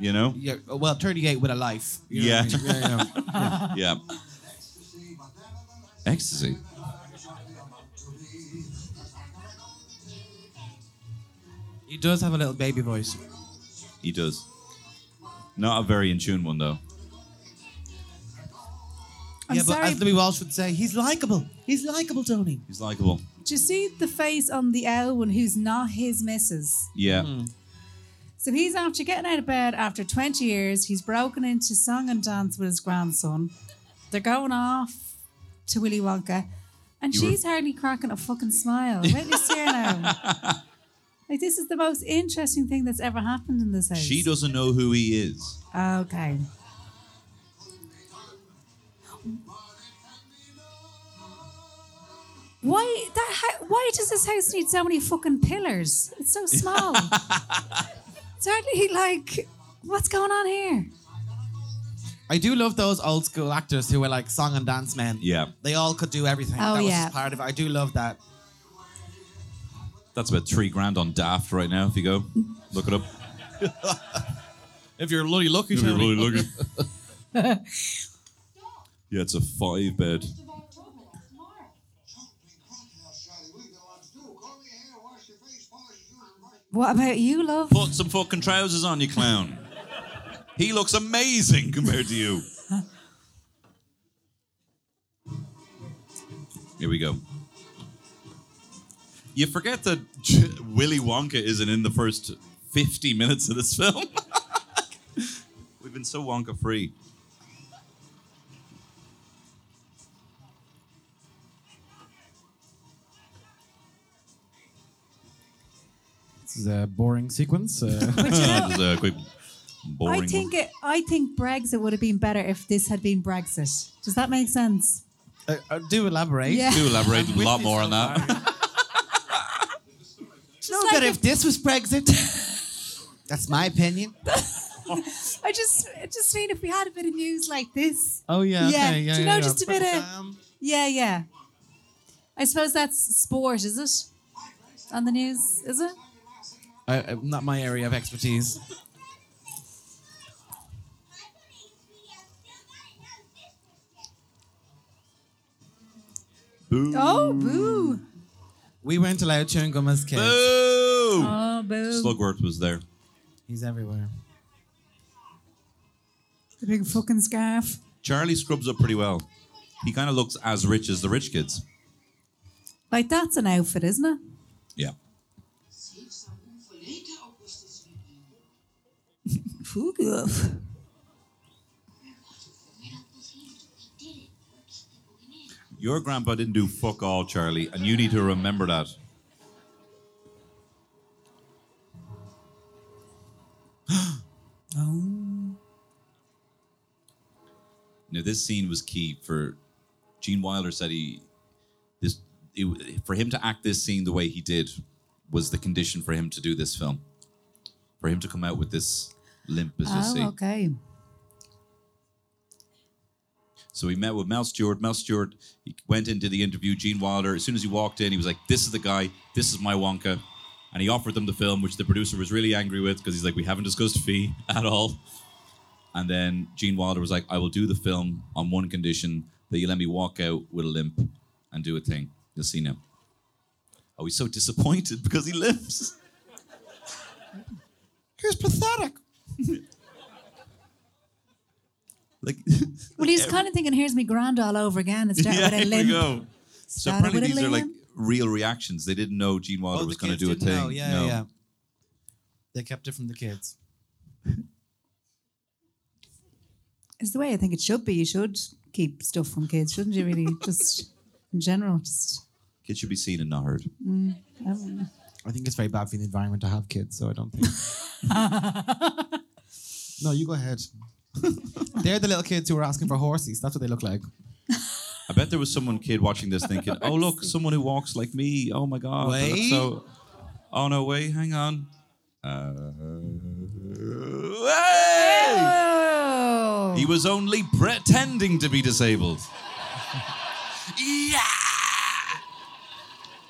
[SPEAKER 3] You know?
[SPEAKER 5] Yeah, well, 38 with a life. you
[SPEAKER 3] Yeah.
[SPEAKER 5] what I mean? yeah, yeah.
[SPEAKER 3] Yeah. Ecstasy.
[SPEAKER 5] He does have a little baby voice.
[SPEAKER 3] He does. Not a very in tune one though.
[SPEAKER 4] I'm
[SPEAKER 5] yeah, but
[SPEAKER 4] sorry.
[SPEAKER 5] as Louis Walsh would say, he's likable. He's likable, Tony.
[SPEAKER 3] He's likable.
[SPEAKER 4] Do you see the face on the L one who's not his missus?
[SPEAKER 3] Yeah.
[SPEAKER 4] So he's after getting out of bed after 20 years. He's broken into song and dance with his grandson. They're going off to Willy Wonka. And
[SPEAKER 3] You were-
[SPEAKER 4] she's hardly cracking a fucking smile. Wait this year now. Like, this is the most interesting thing that's ever happened in this house.
[SPEAKER 3] She doesn't know who he is.
[SPEAKER 4] Ah, Okay. Why that? hou- Why does this house need so many fucking pillars? It's so small. it's hardly like what's going on here.
[SPEAKER 5] I do love those old school actors who were like song and dance men.
[SPEAKER 3] Yeah.
[SPEAKER 5] They all could do everything.
[SPEAKER 4] Oh,
[SPEAKER 5] that
[SPEAKER 4] yeah.
[SPEAKER 5] was part of it. I do love that.
[SPEAKER 3] That's about three grand on Daft right now. If you go look it up.
[SPEAKER 5] If you're really lucky,
[SPEAKER 3] looking. yeah, it's a five bed.
[SPEAKER 9] Mr. Bob told me that tomorrow.
[SPEAKER 4] What about you, love?
[SPEAKER 3] Put some fucking trousers on, you clown. he looks amazing compared to you. Here we go. You forget that J- Willy Wonka isn't in the first 50 minutes of this film. We've been so Wonka free.
[SPEAKER 10] This is a boring sequence. Uh,
[SPEAKER 4] But you know,
[SPEAKER 3] Just a quick boring
[SPEAKER 4] I think it, I think Brexit would have been better if this had been Brexit. Does that make sense?
[SPEAKER 5] Uh, uh, do elaborate.
[SPEAKER 4] Yeah.
[SPEAKER 3] one. Do elaborate a lot more on that.
[SPEAKER 5] No, but if this was Brexit, that's my opinion.
[SPEAKER 4] I just I just mean if we had a bit of news like this.
[SPEAKER 10] oh yeah,
[SPEAKER 4] Yeah,
[SPEAKER 10] okay, yeah,
[SPEAKER 4] do you
[SPEAKER 10] yeah,
[SPEAKER 4] know
[SPEAKER 10] yeah.
[SPEAKER 4] just a bit of-
[SPEAKER 5] Um,
[SPEAKER 4] Yeah, yeah. I suppose that's sport, is it? On the news, is it?
[SPEAKER 5] Uh, uh, not my area of expertise.
[SPEAKER 4] Oh, boo.
[SPEAKER 5] We weren't allowed chewing gum as kids.
[SPEAKER 3] Boo!
[SPEAKER 4] Oh, boo.
[SPEAKER 3] Slugworth was there.
[SPEAKER 5] He's everywhere.
[SPEAKER 4] The big fucking scarf.
[SPEAKER 3] Charlie scrubs up pretty well. He kind of looks as rich as the rich kids.
[SPEAKER 4] Like, that's an outfit, isn't it?
[SPEAKER 3] Yeah.
[SPEAKER 6] Save something for later, Augustus.
[SPEAKER 4] Fuck off.
[SPEAKER 3] Your grandpa didn't do fuck all, Charlie, and you need to remember that. Now this scene was key for Gene Wilder said he this it, for him to act this scene the way he did was the condition for him to do this film. For him to come out with this limp as we see.
[SPEAKER 4] Oh, okay.
[SPEAKER 3] So he met with Mel Stewart. Mel Stewart he went into the interview. Gene Wilder, as soon as he walked in, he was like, This is the guy. This is my Wonka. And he offered them the film, which the producer was really angry with because he's like, We haven't discussed fee at all. And then Gene Wilder was like, I will do the film on one condition that you let me walk out with a limp and do a thing. You'll see now. Oh, he's so disappointed because he limps.
[SPEAKER 5] He's pathetic.
[SPEAKER 3] Like,
[SPEAKER 4] Well, he's kind of thinking, here's me grand all over again. It started
[SPEAKER 3] yeah,
[SPEAKER 4] with a
[SPEAKER 3] here
[SPEAKER 4] limp.
[SPEAKER 3] we go. So
[SPEAKER 4] Started
[SPEAKER 3] apparently
[SPEAKER 4] with a
[SPEAKER 3] these are like
[SPEAKER 4] limp.
[SPEAKER 3] real reactions. They didn't know Gene Wilder
[SPEAKER 5] Oh, the
[SPEAKER 3] Oh, was going to
[SPEAKER 5] kids
[SPEAKER 3] do a
[SPEAKER 5] didn't
[SPEAKER 3] thing.
[SPEAKER 5] know. Yeah,
[SPEAKER 3] No.
[SPEAKER 5] yeah. They kept it from the kids.
[SPEAKER 4] It's the way I think it should be. You should keep stuff from kids, shouldn't you? Really, just in general, just.
[SPEAKER 3] Kids should be seen and not heard.
[SPEAKER 4] I don't know.
[SPEAKER 5] I think it's very bad for the environment to have kids, so I don't think. no, you go ahead. They're the little kids who were asking for horses. That's what they look like.
[SPEAKER 3] I bet there was someone kid watching this thinking, "Oh look, someone who walks like me. Oh my god." that looks
[SPEAKER 5] Wait.
[SPEAKER 3] So, oh no, wait, hang on. Uh, hey!
[SPEAKER 4] Oh,
[SPEAKER 3] He was only pretending to be disabled.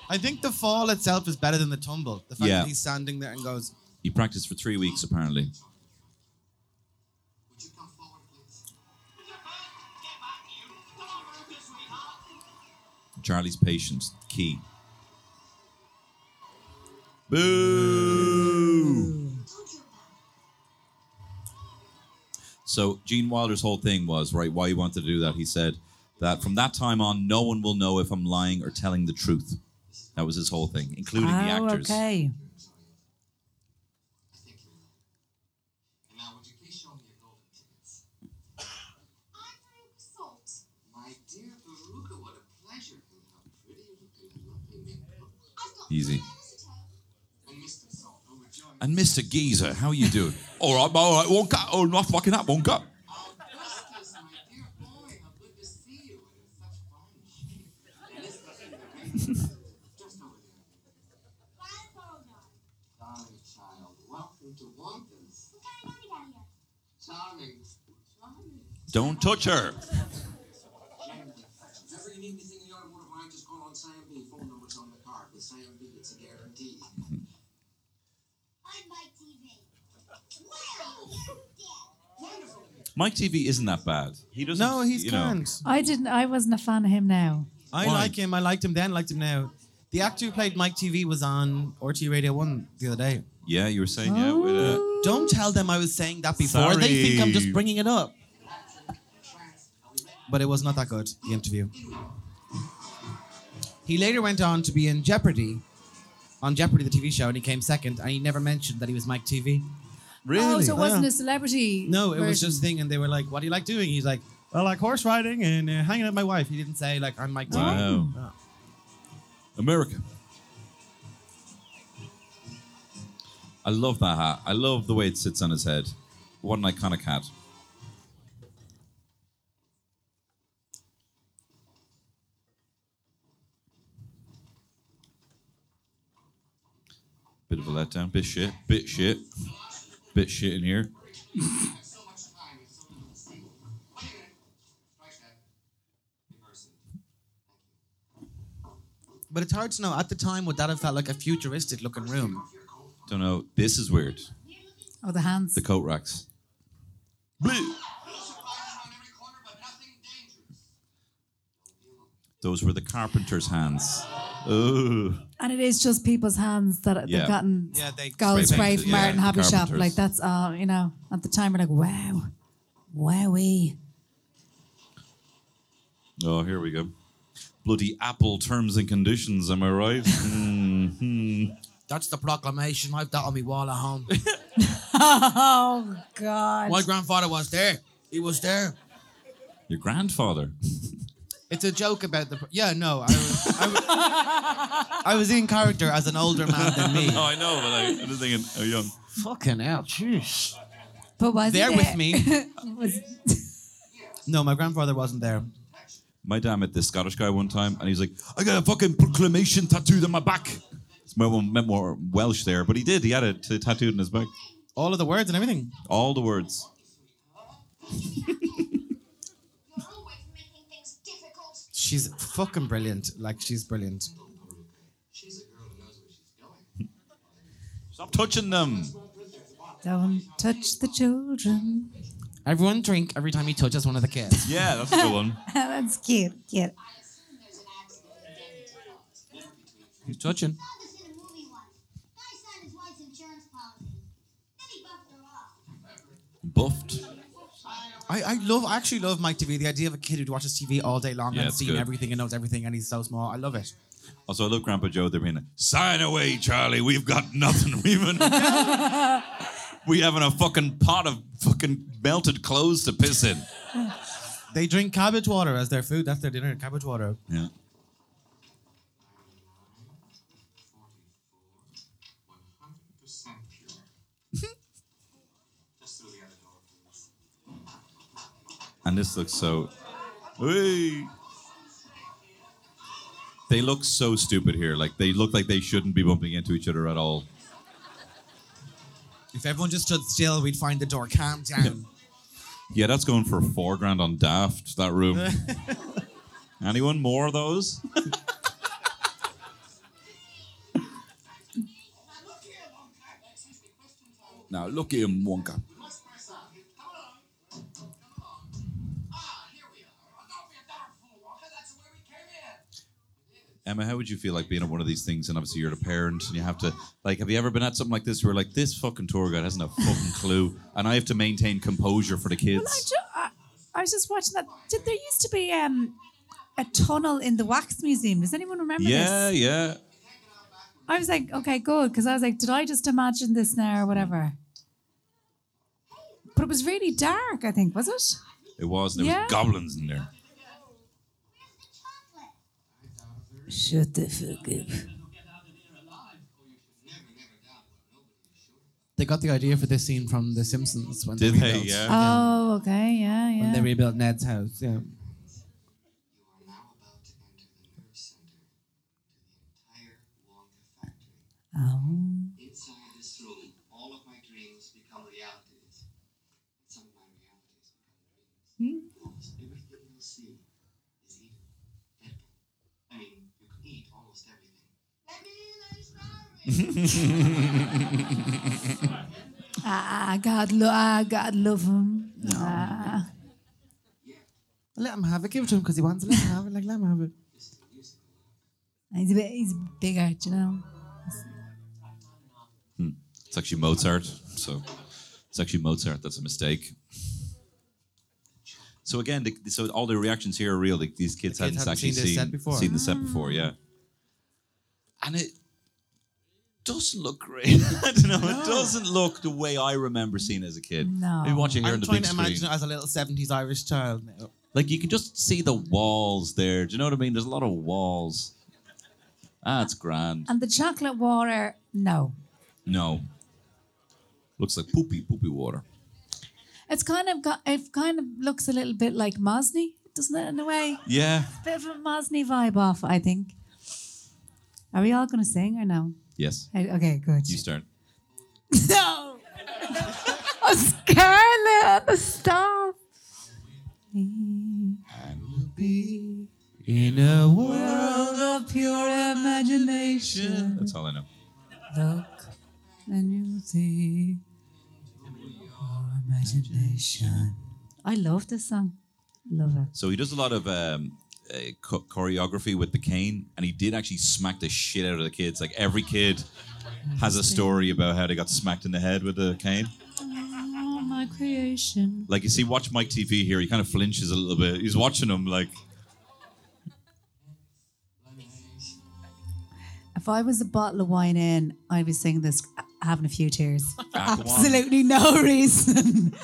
[SPEAKER 5] I think the fall itself is better than the tumble. The fact
[SPEAKER 3] Yeah.
[SPEAKER 5] that he's standing there and goes,
[SPEAKER 3] He practiced for three weeks apparently.
[SPEAKER 6] Would you come forward, please? Get back! Get back, you! Come on, Rufus, sweetheart!
[SPEAKER 3] Charlie's patience key. Boo! So Gene Wilder's whole thing was right why he wanted to do that. He said that from that time on, no one will know if I'm lying or telling the truth. That was his whole thing, including the
[SPEAKER 4] Oh,
[SPEAKER 3] actors.
[SPEAKER 4] okay.
[SPEAKER 6] I think you're right. And now, would you please show me your golden tickets? My dear Veruca, what a pleasure. And how pretty you look and lovely you look.
[SPEAKER 3] Easy.
[SPEAKER 6] And Mr. Salt, who would join
[SPEAKER 3] And Mr. Geezer, how you doing? all right, all right, Wonka. Oh, not fucking up, Wonka.
[SPEAKER 6] Augustus, my dear boy, how good to see you. And in such fine shape. And this is in the papers. Just over there. Darling child, welcome to Wonkers. Charming. Charming.
[SPEAKER 3] Don't touch her.
[SPEAKER 6] If ever you need anything in the automotive line, just call on Sam B. Phone number's on the card. With Sam B, it's a guarantee. Wonderful.
[SPEAKER 3] Mike TV isn't that bad. He doesn't.
[SPEAKER 5] No, he's
[SPEAKER 3] you know.
[SPEAKER 5] grand.
[SPEAKER 4] I didn't. I wasn't a fan of him now.
[SPEAKER 5] I
[SPEAKER 3] Why?
[SPEAKER 5] like him. I liked him then, liked him now. The actor who played Mike TV was on RT Radio 1 the other day.
[SPEAKER 3] Yeah, you were saying yeah. With, uh,
[SPEAKER 5] Don't tell them I was saying that before. They think I'm just
[SPEAKER 3] Sorry.
[SPEAKER 5] bringing it up. But it was not that good, the interview. He later went on to be in Jeopardy, on Jeopardy, the TV show, and he came second, and he never mentioned that he was Mike TV.
[SPEAKER 3] really? Ah.
[SPEAKER 4] Oh, so it wasn't
[SPEAKER 5] Yeah.
[SPEAKER 4] a celebrity.
[SPEAKER 5] No, it was
[SPEAKER 4] version.
[SPEAKER 5] just thing, and they were like, "What do you like doing?" He's like, "I like horse riding and uh, hanging out with my wife." He didn't say like, "I'm Mike TV."
[SPEAKER 3] Wow.
[SPEAKER 5] No.
[SPEAKER 3] America. I love that hat. I love the way it sits on his head. What an iconic hat. Bit of a letdown. Bit shit. Bit shit. Bit shit in here.
[SPEAKER 6] So much time, it's so little stable. Wait a minute. Strike that. Reverse it.
[SPEAKER 5] But it's hard to know. At the time, would that have felt like a futuristic looking room?
[SPEAKER 3] Don't know. This is weird.
[SPEAKER 4] Oh, the hands.
[SPEAKER 3] The coat racks. Bleh.
[SPEAKER 6] Those are fires on every corner, but nothing dangerous.
[SPEAKER 3] Those were the carpenter's hands. Ugh.
[SPEAKER 4] and it is just people's hands that
[SPEAKER 3] Yeah.
[SPEAKER 4] they've gotten
[SPEAKER 5] Yeah, they-
[SPEAKER 3] Spray
[SPEAKER 4] gold spray
[SPEAKER 3] painted,
[SPEAKER 4] from
[SPEAKER 3] yeah,
[SPEAKER 4] Martin Hobby Shop.
[SPEAKER 3] carpenters.
[SPEAKER 4] Like that's all, you know. At the time, we're like, wow, wowie.
[SPEAKER 3] Oh, here we go. Bloody Apple terms and conditions, am I right?
[SPEAKER 5] That's the proclamation. I've that on my wall at home.
[SPEAKER 4] Oh God.
[SPEAKER 5] My grandfather was there. He was there.
[SPEAKER 3] Your grandfather.
[SPEAKER 5] It's a joke about the. Yeah, no. I was, I was, I was in character as an older man than me.
[SPEAKER 3] Oh, I know, but I, I'm just thinking, oh, young.
[SPEAKER 5] Fucking hell, jeez.
[SPEAKER 4] But was he
[SPEAKER 5] There with me.
[SPEAKER 4] Was-
[SPEAKER 5] No, my grandfather wasn't there.
[SPEAKER 3] My dad met this Scottish guy one time, and he's like, I got a fucking proclamation tattooed on my back. It's my one meant more Welsh there, but he did. He had it t- tattooed on his back.
[SPEAKER 5] All of the words and everything.
[SPEAKER 3] All the words.
[SPEAKER 8] You're always making things difficult.
[SPEAKER 5] She's fucking brilliant. Like she's brilliant.
[SPEAKER 3] Stop touching them.
[SPEAKER 4] Don't touch the children.
[SPEAKER 5] Everyone drink every time he touches one of the kids.
[SPEAKER 3] Yeah, that's the one.
[SPEAKER 4] that's cute. Cute.
[SPEAKER 5] He's touching.
[SPEAKER 8] Saw this in a movie once. Guy signed his wife's insurance policy. Then he buffed her off.
[SPEAKER 3] Buffed.
[SPEAKER 5] I, I love. I actually love Mike TV. The idea of a kid who watches TV all day long
[SPEAKER 3] Yeah,
[SPEAKER 5] and
[SPEAKER 3] it's
[SPEAKER 5] seen
[SPEAKER 3] good.
[SPEAKER 5] everything and knows everything, and he's so small. I love it.
[SPEAKER 3] Also, I love Grandpa Joe. They're being like, sign away, Charlie. We've got nothing. We've been, we having a fucking pot of fucking melted clothes to piss in.
[SPEAKER 5] They drink cabbage water as their food. That's their dinner. Cabbage water.
[SPEAKER 3] Yeah.
[SPEAKER 6] One hundred percent pure. Just through the other door, please.
[SPEAKER 3] And this looks so. Hey. They look so stupid here. Like they look like they shouldn't be bumping into each other at all.
[SPEAKER 5] If everyone just stood still, we'd find the door. Calm down.
[SPEAKER 3] Yeah, that's going for four grand on Daft. That room. Anyone more of those?
[SPEAKER 6] Look here, long guy. Excuse me, question time.
[SPEAKER 3] now look at him, Wonka.
[SPEAKER 6] We must press on. Come along. Come along. Ah, here we are. Oh, don't be a darn fool, Walker. That's the way we came in.
[SPEAKER 3] Emma, how would you feel like being at one of these things? And obviously, you're a parent, and you have to like. Have you ever been at something like this where like this fucking tour guide hasn't a fucking clue, and I have to maintain composure for the
[SPEAKER 4] I,
[SPEAKER 3] kids?
[SPEAKER 4] ju- I, I was just watching that. Did there used to be um, a tunnel in the wax museum? Does anyone remember
[SPEAKER 3] Yeah,
[SPEAKER 4] this?
[SPEAKER 3] yeah.
[SPEAKER 4] I was like, okay, good, because I was like, did I just imagine this now or whatever? But it was really dark. I think was it?
[SPEAKER 3] It was. And there
[SPEAKER 4] Yeah.
[SPEAKER 3] was goblins in there.
[SPEAKER 8] Where's the chocolate?
[SPEAKER 4] Shut the fuck up.
[SPEAKER 5] They got the idea for this scene from The Simpsons when
[SPEAKER 3] Did
[SPEAKER 5] they?
[SPEAKER 3] they?
[SPEAKER 5] rebuilt-
[SPEAKER 3] Yeah.
[SPEAKER 4] Oh, okay, yeah,
[SPEAKER 5] When
[SPEAKER 4] yeah.
[SPEAKER 5] they rebuilt Ned's house. Yeah.
[SPEAKER 6] You are now about to enter the nerve center to the entire Wonka factory.
[SPEAKER 4] oh.
[SPEAKER 6] Inside this room, all of my dreams become realities. And some of my realities become dreams. Almost everything you see is eatable. edible. I mean, you can eat almost everything.
[SPEAKER 8] Let me in those strawberries.
[SPEAKER 4] Ah, God, lo- ah, God love him. Ah.
[SPEAKER 5] Let him have it. Give it to him because he wants it. Let him have it. Like let him have it.
[SPEAKER 4] He's a bit, he's bigger, do you know.
[SPEAKER 3] It's actually Mozart. So it's actually Mozart. That's a mistake. So again, the, so all the reactions here are real. Like these kids,
[SPEAKER 5] The
[SPEAKER 3] hadn't,
[SPEAKER 5] kids hadn't
[SPEAKER 3] actually
[SPEAKER 5] seen this set before.
[SPEAKER 3] Seen the set before, yeah. And it doesn't look great. I don't know. It doesn't look the way I remember seeing it as a kid.
[SPEAKER 4] No.
[SPEAKER 3] Maybe watching it here
[SPEAKER 5] I'm
[SPEAKER 3] on the
[SPEAKER 5] trying
[SPEAKER 3] big
[SPEAKER 5] to
[SPEAKER 3] screen.
[SPEAKER 5] imagine it as a little '70s Irish child. now.
[SPEAKER 3] Like you can just see the walls there. Do you know what I mean? There's a lot of walls. That's grand.
[SPEAKER 4] And the chocolate water, no.
[SPEAKER 3] No. Looks like poopy, poopy water.
[SPEAKER 4] It's kind of got, it kind of looks a little bit like Mosney, doesn't it? In a way,
[SPEAKER 3] Yeah.
[SPEAKER 4] bit of a Mosney vibe off. I think. Are we all going to sing or no?
[SPEAKER 3] Yes.
[SPEAKER 4] I- Okay, good.
[SPEAKER 3] You start.
[SPEAKER 4] No. oh, Scarlett, stop.
[SPEAKER 5] In a world.
[SPEAKER 4] World of pure imagination.
[SPEAKER 3] That's all I know.
[SPEAKER 4] Look and you see your imagination. I love this song. Love it.
[SPEAKER 3] So he does a lot of um, uh, cho- choreography with the cane, and he did actually smack the shit out of the kids. Like every kid has a story about how they got smacked in the head with the cane.
[SPEAKER 4] Oh, my creation.
[SPEAKER 3] Like you see, watch Mike TV here. He kind of flinches a little bit. He's watching him like
[SPEAKER 4] If I was a bottle of wine in, I'd be singing this, uh, having a few tears.
[SPEAKER 3] Ah, go on.
[SPEAKER 4] Absolutely no reason.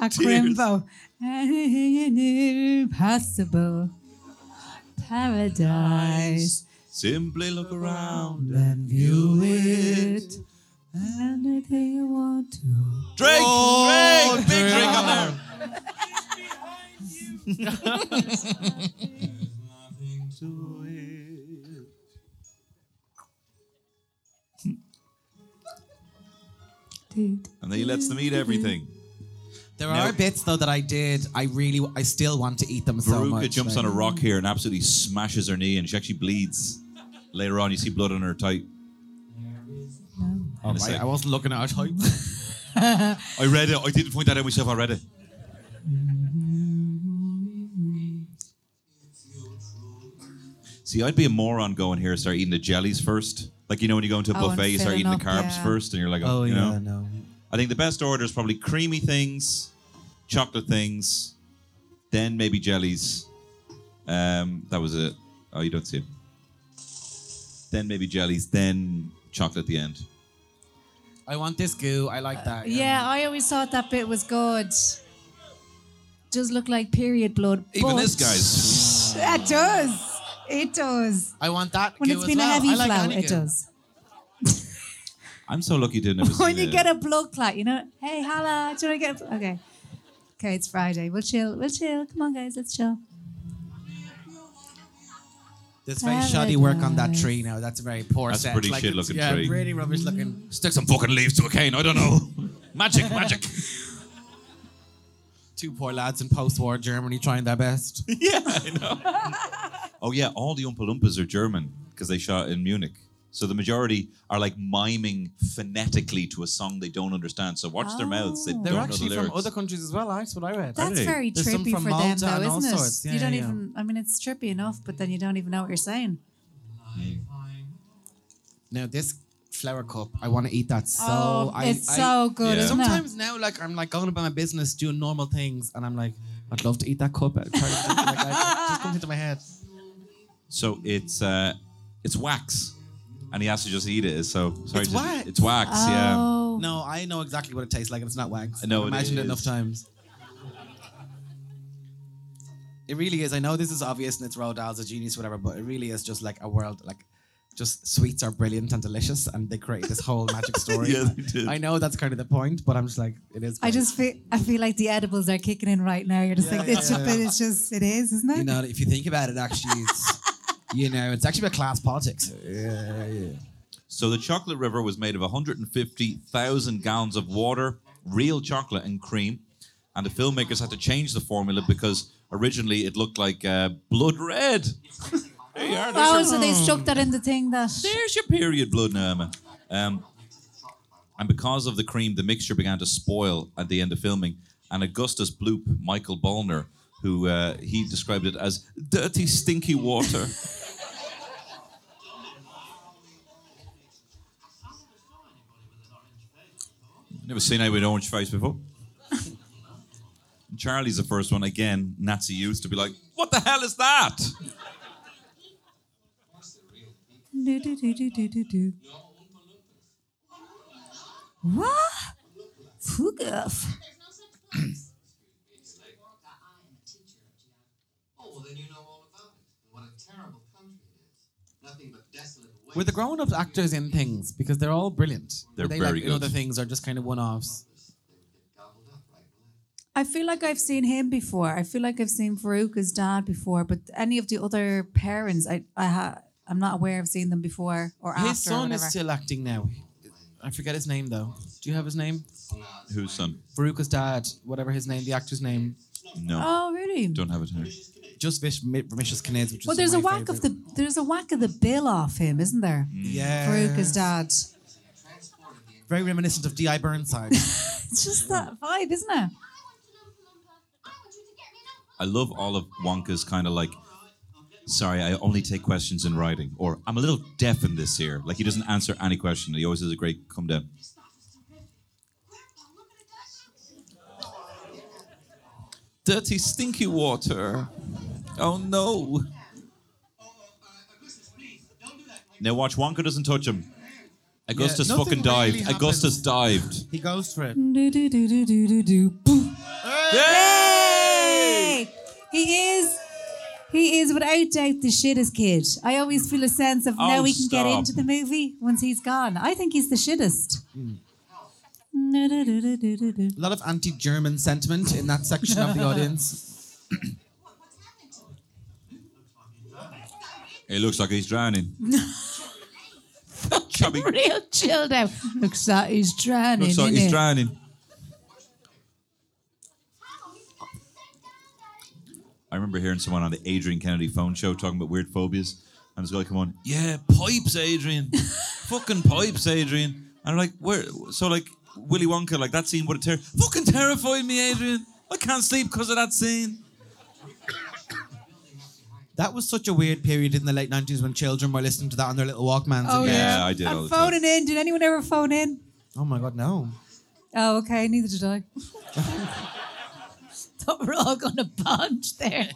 [SPEAKER 4] a crimbo. An impossible paradise.
[SPEAKER 3] simply look around.
[SPEAKER 4] And view it. Anything you want to.
[SPEAKER 3] Drink,
[SPEAKER 5] Oh.
[SPEAKER 3] drink, big drink on there.
[SPEAKER 4] do.
[SPEAKER 3] And then he lets them eat everything.
[SPEAKER 5] There
[SPEAKER 3] Now-
[SPEAKER 5] are bits though that I did. I really, I still want to eat them so
[SPEAKER 3] Veruca
[SPEAKER 5] much.
[SPEAKER 3] jumps
[SPEAKER 5] like-
[SPEAKER 3] on a rock here and absolutely smashes her knee, and she actually bleeds. Later on, you see blood on her tight.
[SPEAKER 5] Oh,
[SPEAKER 3] In a
[SPEAKER 5] right,
[SPEAKER 3] sec.
[SPEAKER 5] I wasn't looking at it.
[SPEAKER 3] I read it. I didn't point that out myself. I read it. See, I'd be a moron going here and start eating the jellies first. Like you know, when you go into a
[SPEAKER 4] Oh, and
[SPEAKER 3] buffet, you start
[SPEAKER 4] filling
[SPEAKER 3] eating the
[SPEAKER 4] up,
[SPEAKER 3] carbs
[SPEAKER 4] yeah.
[SPEAKER 3] first, and you're like, oh,
[SPEAKER 5] Oh
[SPEAKER 3] you know.
[SPEAKER 5] yeah, no.
[SPEAKER 3] I think the best order is probably creamy things, chocolate things, then maybe jellies. Um, that was it. Oh, you don't see it. Then maybe jellies, then chocolate at the end.
[SPEAKER 5] I want this goo. I like that.
[SPEAKER 4] Yeah, I always thought that bit was good. Does look like period blood.
[SPEAKER 3] Even
[SPEAKER 4] but-
[SPEAKER 3] this guy's.
[SPEAKER 4] It does. It does.
[SPEAKER 5] I want that
[SPEAKER 4] When
[SPEAKER 5] goo
[SPEAKER 4] it's
[SPEAKER 5] as
[SPEAKER 4] been
[SPEAKER 5] well.
[SPEAKER 4] a
[SPEAKER 5] I
[SPEAKER 4] heavy
[SPEAKER 5] like
[SPEAKER 4] flow,
[SPEAKER 5] any
[SPEAKER 4] it
[SPEAKER 5] goo.
[SPEAKER 4] does.
[SPEAKER 3] I'm so lucky to never.
[SPEAKER 4] When you get a blood clot, you know, hey, holla, do you want to get a... Okay. Okay, it's Friday. We'll chill. We'll chill. Come on, guys, let's chill.
[SPEAKER 5] There's very shoddy work on that tree now. That's a very poor
[SPEAKER 3] That's a
[SPEAKER 5] set.
[SPEAKER 3] pretty
[SPEAKER 5] like,
[SPEAKER 3] shit-looking
[SPEAKER 5] yeah,
[SPEAKER 3] tree.
[SPEAKER 5] really rubbish looking.
[SPEAKER 3] stick some fucking leaves to a cane. I don't know. magic, magic.
[SPEAKER 5] Two poor lads in post-war Germany trying their best.
[SPEAKER 3] yeah, I know. oh yeah, all the Oompa Loompas are German because they shot in Munich. So the majority are like miming phonetically to a song they don't understand. So watch their mouths; they
[SPEAKER 4] Oh.
[SPEAKER 5] They're
[SPEAKER 3] don't
[SPEAKER 5] actually
[SPEAKER 3] know the
[SPEAKER 5] from
[SPEAKER 3] lyrics.
[SPEAKER 5] other countries as well. That's what I read.
[SPEAKER 4] That's
[SPEAKER 3] they?
[SPEAKER 4] very
[SPEAKER 5] There's some
[SPEAKER 4] trippy for
[SPEAKER 5] from Malta
[SPEAKER 4] them,
[SPEAKER 5] and
[SPEAKER 4] though,
[SPEAKER 5] all
[SPEAKER 4] isn't
[SPEAKER 5] sorts.
[SPEAKER 4] it?
[SPEAKER 5] Yeah,
[SPEAKER 4] you don't
[SPEAKER 5] yeah.
[SPEAKER 4] even, I mean, it's trippy enough, but then you don't even know what you're saying.
[SPEAKER 5] Now this flower cup, I want to eat that so.
[SPEAKER 4] oh,
[SPEAKER 5] I,
[SPEAKER 4] it's
[SPEAKER 5] I-
[SPEAKER 4] so good,
[SPEAKER 3] Yeah.
[SPEAKER 4] isn't
[SPEAKER 5] Sometimes now, like I'm like going about my business, doing normal things, and I'm like, I'd love to eat that cup. It like, I- it just comes into my head.
[SPEAKER 3] so it's uh, it's wax, and he has to just eat it. So sorry,
[SPEAKER 5] It's
[SPEAKER 3] to-
[SPEAKER 5] wax?
[SPEAKER 3] It's wax.
[SPEAKER 4] it?
[SPEAKER 3] Yeah.
[SPEAKER 4] Oh,
[SPEAKER 5] No, I know exactly what it tastes like, and it's not wax.
[SPEAKER 3] I know
[SPEAKER 5] I've
[SPEAKER 3] it
[SPEAKER 5] imagined it,
[SPEAKER 3] is.
[SPEAKER 5] enough times. It really is. I know this is obvious, and it's Roald Dahl's a genius, whatever. But it really is just like a world, like just sweets are brilliant and delicious, and they create this whole magic story.
[SPEAKER 3] Yeah, they did.
[SPEAKER 5] I know that's kind of the point, but I'm just like, it is.
[SPEAKER 4] I
[SPEAKER 5] great.
[SPEAKER 4] just feel I feel like the edibles are kicking in right now. You're just like it's
[SPEAKER 5] yeah,
[SPEAKER 4] just,
[SPEAKER 5] yeah.
[SPEAKER 4] but it's just it is, isn't it?
[SPEAKER 5] you know, if you think about it, actually, it's, you know, it's actually about class politics. Yeah, yeah.
[SPEAKER 3] So the chocolate river was made of 150,000 gallons of water, real chocolate and cream, and the filmmakers had to change the formula because originally it looked like uh, blood red. there you are. There's
[SPEAKER 4] oh,
[SPEAKER 3] your-
[SPEAKER 4] so they stuck that in the thing that
[SPEAKER 3] There's your period blood now, Emma. Um, and because of the cream, the mixture began to spoil at the end of filming. And Augustus Bloop, Michael Ballner, who uh, he described it as dirty, stinky water. Never seen anyone with an orange face before. Charlie's the first one again. Nazi used to be like, "What the hell is that?"
[SPEAKER 4] Do, do, do, do, do, do, do. What? Fugoff.
[SPEAKER 8] There's no such place.
[SPEAKER 6] Oh, well, then you know all about it. What a terrible country it is. nothing but desolate waste.
[SPEAKER 5] Were the grown up actors in things? Because they're all brilliant.
[SPEAKER 3] They're
[SPEAKER 5] Were they
[SPEAKER 3] very
[SPEAKER 5] like, in
[SPEAKER 3] good.
[SPEAKER 5] other things are just kind of one offs.
[SPEAKER 6] Gobbled up, right?
[SPEAKER 4] I feel like I've seen him before. I feel like I've seen Faruka's dad before, but any of the other parents, I I ha- I'm not aware of seeing them before or after.
[SPEAKER 5] His
[SPEAKER 4] or
[SPEAKER 5] son is
[SPEAKER 4] whatever.
[SPEAKER 5] still acting now. I forget his name though. Do you have his name?
[SPEAKER 3] Who's son?
[SPEAKER 5] Faruka's dad, whatever his name, the actor's name.
[SPEAKER 3] No,
[SPEAKER 4] Oh, really?
[SPEAKER 3] don't have it here.
[SPEAKER 5] Just Vish, Mi- Vicious Kinez, which is
[SPEAKER 4] Well, there's a
[SPEAKER 5] my
[SPEAKER 4] whack of
[SPEAKER 5] favourite.
[SPEAKER 4] the there's a whack of the bill off him, isn't there?
[SPEAKER 5] yeah.
[SPEAKER 4] Faruka's dad.
[SPEAKER 5] Very reminiscent of D.I. Burnside.
[SPEAKER 4] It's just that vibe, isn't it?
[SPEAKER 8] I want an Oompa Loompa. I want you to get me an Oompa
[SPEAKER 3] I love all of Wonka's kind of like, sorry, I only take questions in writing, or I'm a little deaf in this here. Like he doesn't answer any question. He always has a great come down. Dirty, stinky water. Oh no. Now watch Wonka doesn't touch him. Augustus
[SPEAKER 5] nothing
[SPEAKER 3] fucking
[SPEAKER 5] really
[SPEAKER 3] dived. Augustus dived.
[SPEAKER 5] he goes for it.
[SPEAKER 4] Do, do, do, do, do, do, do. Boom. Yay! He is. He is without doubt the shittest kid. I always feel a sense of
[SPEAKER 3] Oh,
[SPEAKER 4] now we can get
[SPEAKER 3] stop.
[SPEAKER 4] into the movie once he's gone. I think he's the shittest. Do, do, do, do, do, do.
[SPEAKER 5] A lot of anti German sentiment in that section of the audience.
[SPEAKER 3] It looks like he's drowning. Chubby.
[SPEAKER 4] Real chilled out. Looks like he's drowning.
[SPEAKER 3] Looks like
[SPEAKER 4] innit?
[SPEAKER 3] he's drowning. I remember hearing someone on the Adrian Kennedy phone show talking about weird phobias, and this guy come on, yeah, pipes, Adrian, fucking pipes, Adrian, and I'm like, where? So like Willy Wonka, like that scene would have ter- fucking terrified me, Adrian. I can't sleep because of that scene.
[SPEAKER 5] That was such a weird period in the late 90s when children were listening to that on their little Walkmans.
[SPEAKER 4] Oh
[SPEAKER 5] and-
[SPEAKER 4] yeah,
[SPEAKER 3] Yeah, I did all
[SPEAKER 4] I'm
[SPEAKER 3] the time.
[SPEAKER 4] phoning in. Did anyone ever phone in?
[SPEAKER 5] Oh my God, no.
[SPEAKER 4] Oh, okay. Neither did I. Thought we're all gonna bunch there.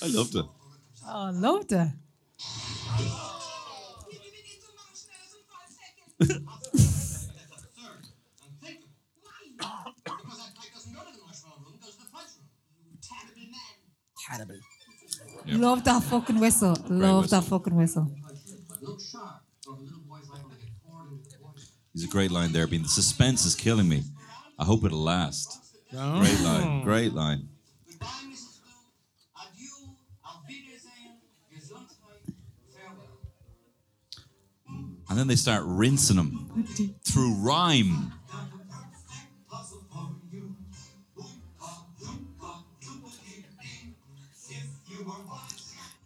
[SPEAKER 3] I loved it.
[SPEAKER 4] Oh, I loved it.
[SPEAKER 6] Third, unthinkable. Why? because that guy doesn't go to the marshmallow room, goes to the punch room. You terrible man.
[SPEAKER 5] Terrible.
[SPEAKER 3] Yeah.
[SPEAKER 4] Love that fucking whistle. Love
[SPEAKER 3] whistle.
[SPEAKER 4] that fucking whistle.
[SPEAKER 6] But look sharp, or the little boy's liable to get poured into the poison.
[SPEAKER 3] He's a great line there, being the suspense is killing me. I hope it'll last.
[SPEAKER 5] No.
[SPEAKER 3] Great line, great line.
[SPEAKER 6] Goodbye, Mrs. Blue. Adieu. Auf Wiedersehen. Gesundheit. Farewell.
[SPEAKER 3] And then they start rinsing him through rhyme.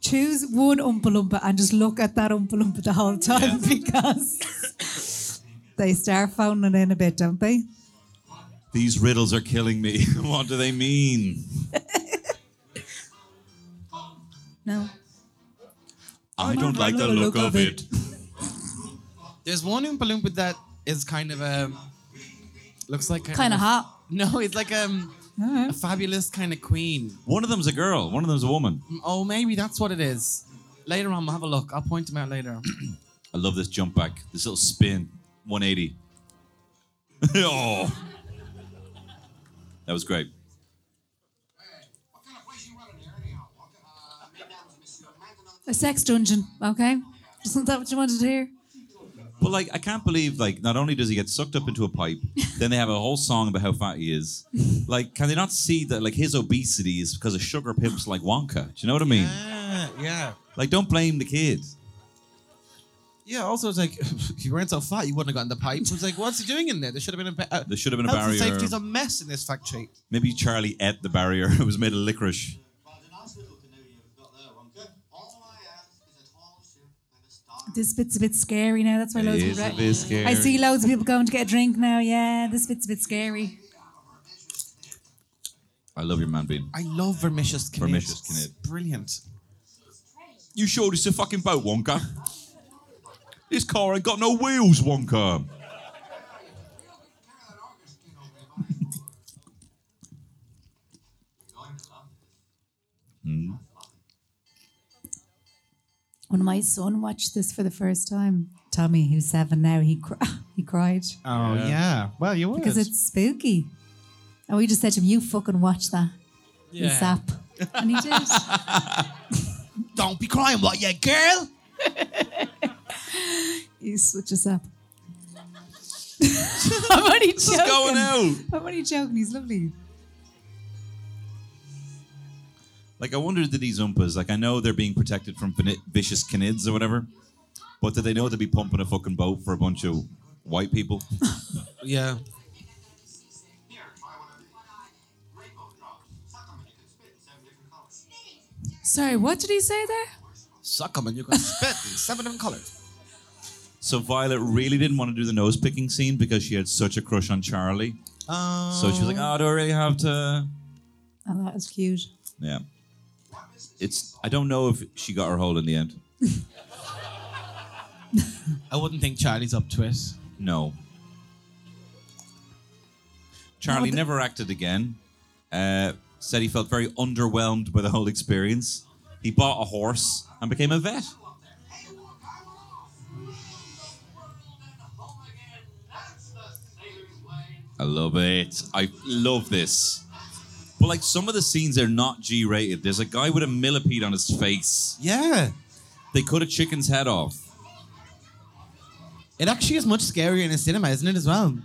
[SPEAKER 4] Choose one Oompa Loompa and just look at that Oompa Loompa the whole time because they start phoning in a bit, don't they?
[SPEAKER 3] These riddles are killing me. what do they mean?
[SPEAKER 4] No.
[SPEAKER 3] I don't like the Oh look of it.
[SPEAKER 5] There's one Oompa Loompa that is kind of um, looks like kind,
[SPEAKER 4] Kind of
[SPEAKER 5] of
[SPEAKER 4] hot.
[SPEAKER 5] No, it's like um, a fabulous kind of queen.
[SPEAKER 3] One of them's a girl, one of them's a woman.
[SPEAKER 5] Oh, maybe that's what it is. Later on, we'll have a look. I'll point them out later.
[SPEAKER 3] I love this jump back, this little spin, 180. oh. That was great.
[SPEAKER 6] What kind of place you running here, anyhow? Walker? Uh, maybe that was Mr. Magdalene.
[SPEAKER 4] A sex dungeon, okay? Isn't that what you wanted to hear?
[SPEAKER 3] But like, I can't believe like not only does he get sucked up into a pipe, then they have a whole song about how fat he is. Like, can they not see that like his obesity is because of sugar pimps like Wonka? Do you know what I mean?
[SPEAKER 5] yeah, yeah.
[SPEAKER 3] Like, don't blame the kids.
[SPEAKER 5] Yeah, also, it's like, if you weren't so fat, you wouldn't have gotten the pipe. It's like, what's he doing in there? There should have been a, ba- uh,
[SPEAKER 3] There should have been a
[SPEAKER 5] health and
[SPEAKER 3] barrier.
[SPEAKER 5] safety's a mess in this factory.
[SPEAKER 3] Maybe Charlie ate the barrier. It was made of licorice.
[SPEAKER 6] Well, it's a nice little canoe you've got there, Wonka. All I ask is a tall ship and a star.
[SPEAKER 4] This bit's a bit scary now. That's why loads
[SPEAKER 3] It
[SPEAKER 4] of
[SPEAKER 3] is
[SPEAKER 4] people.
[SPEAKER 3] a bit scary.
[SPEAKER 4] I see loads of people going to get a drink now. Yeah, this bit's a bit scary.
[SPEAKER 3] I love your man bean.
[SPEAKER 5] I love Vermicious Kinid.
[SPEAKER 3] Vermicious
[SPEAKER 5] It's
[SPEAKER 3] Kinid.
[SPEAKER 5] Brilliant.
[SPEAKER 3] You sure this is a fucking boat, Wonka? this car ain't got no wheels, Wonka.
[SPEAKER 4] When my son watched this for the first time, Tommy, who's seven now, he cr- he cried
[SPEAKER 5] Oh, yeah. Well, you would.
[SPEAKER 4] because it's spooky. And we just said to him, "You fucking watch that." Yeah. And he did.
[SPEAKER 5] Don't be crying, what, yeah, girl?
[SPEAKER 4] You switch us up. I'm only joking.
[SPEAKER 3] What's going out?
[SPEAKER 4] I'm only joking. He's lovely.
[SPEAKER 3] Like, I wonder did these umpas, like, I know they're being protected from vini- vicious canids or whatever, but did they know they'd be pumping a fucking boat for a bunch of white people?
[SPEAKER 5] Yeah.
[SPEAKER 6] Here, try one of these. Rainbow drops. Suck 'em and you can spit in seven different colors.
[SPEAKER 4] Sorry, what did he say there?
[SPEAKER 5] Suck 'em and you can spit in seven different colors.
[SPEAKER 3] So Violet really didn't want to do the nose picking scene because she had such a crush on Charlie.
[SPEAKER 5] Um,
[SPEAKER 3] So she was like, "Oh, do I really have to?"
[SPEAKER 4] Oh, that was cute.
[SPEAKER 3] Yeah. It's. I don't know if she got her hold in the end.
[SPEAKER 5] I wouldn't think Charlie's up to it.
[SPEAKER 3] No. Charlie never acted again. Uh, said he felt very underwhelmed by the whole experience. He bought a horse and became a vet.
[SPEAKER 6] Hey, look, I'm off. Round the world and home again. That's the sailor's way.
[SPEAKER 3] I love it. I love this. But like some of the scenes are not G-rated. There's a guy with a millipede on his face.
[SPEAKER 5] Yeah.
[SPEAKER 3] They cut a chicken's head off.
[SPEAKER 5] It actually is much scarier in a cinema, isn't it, as well?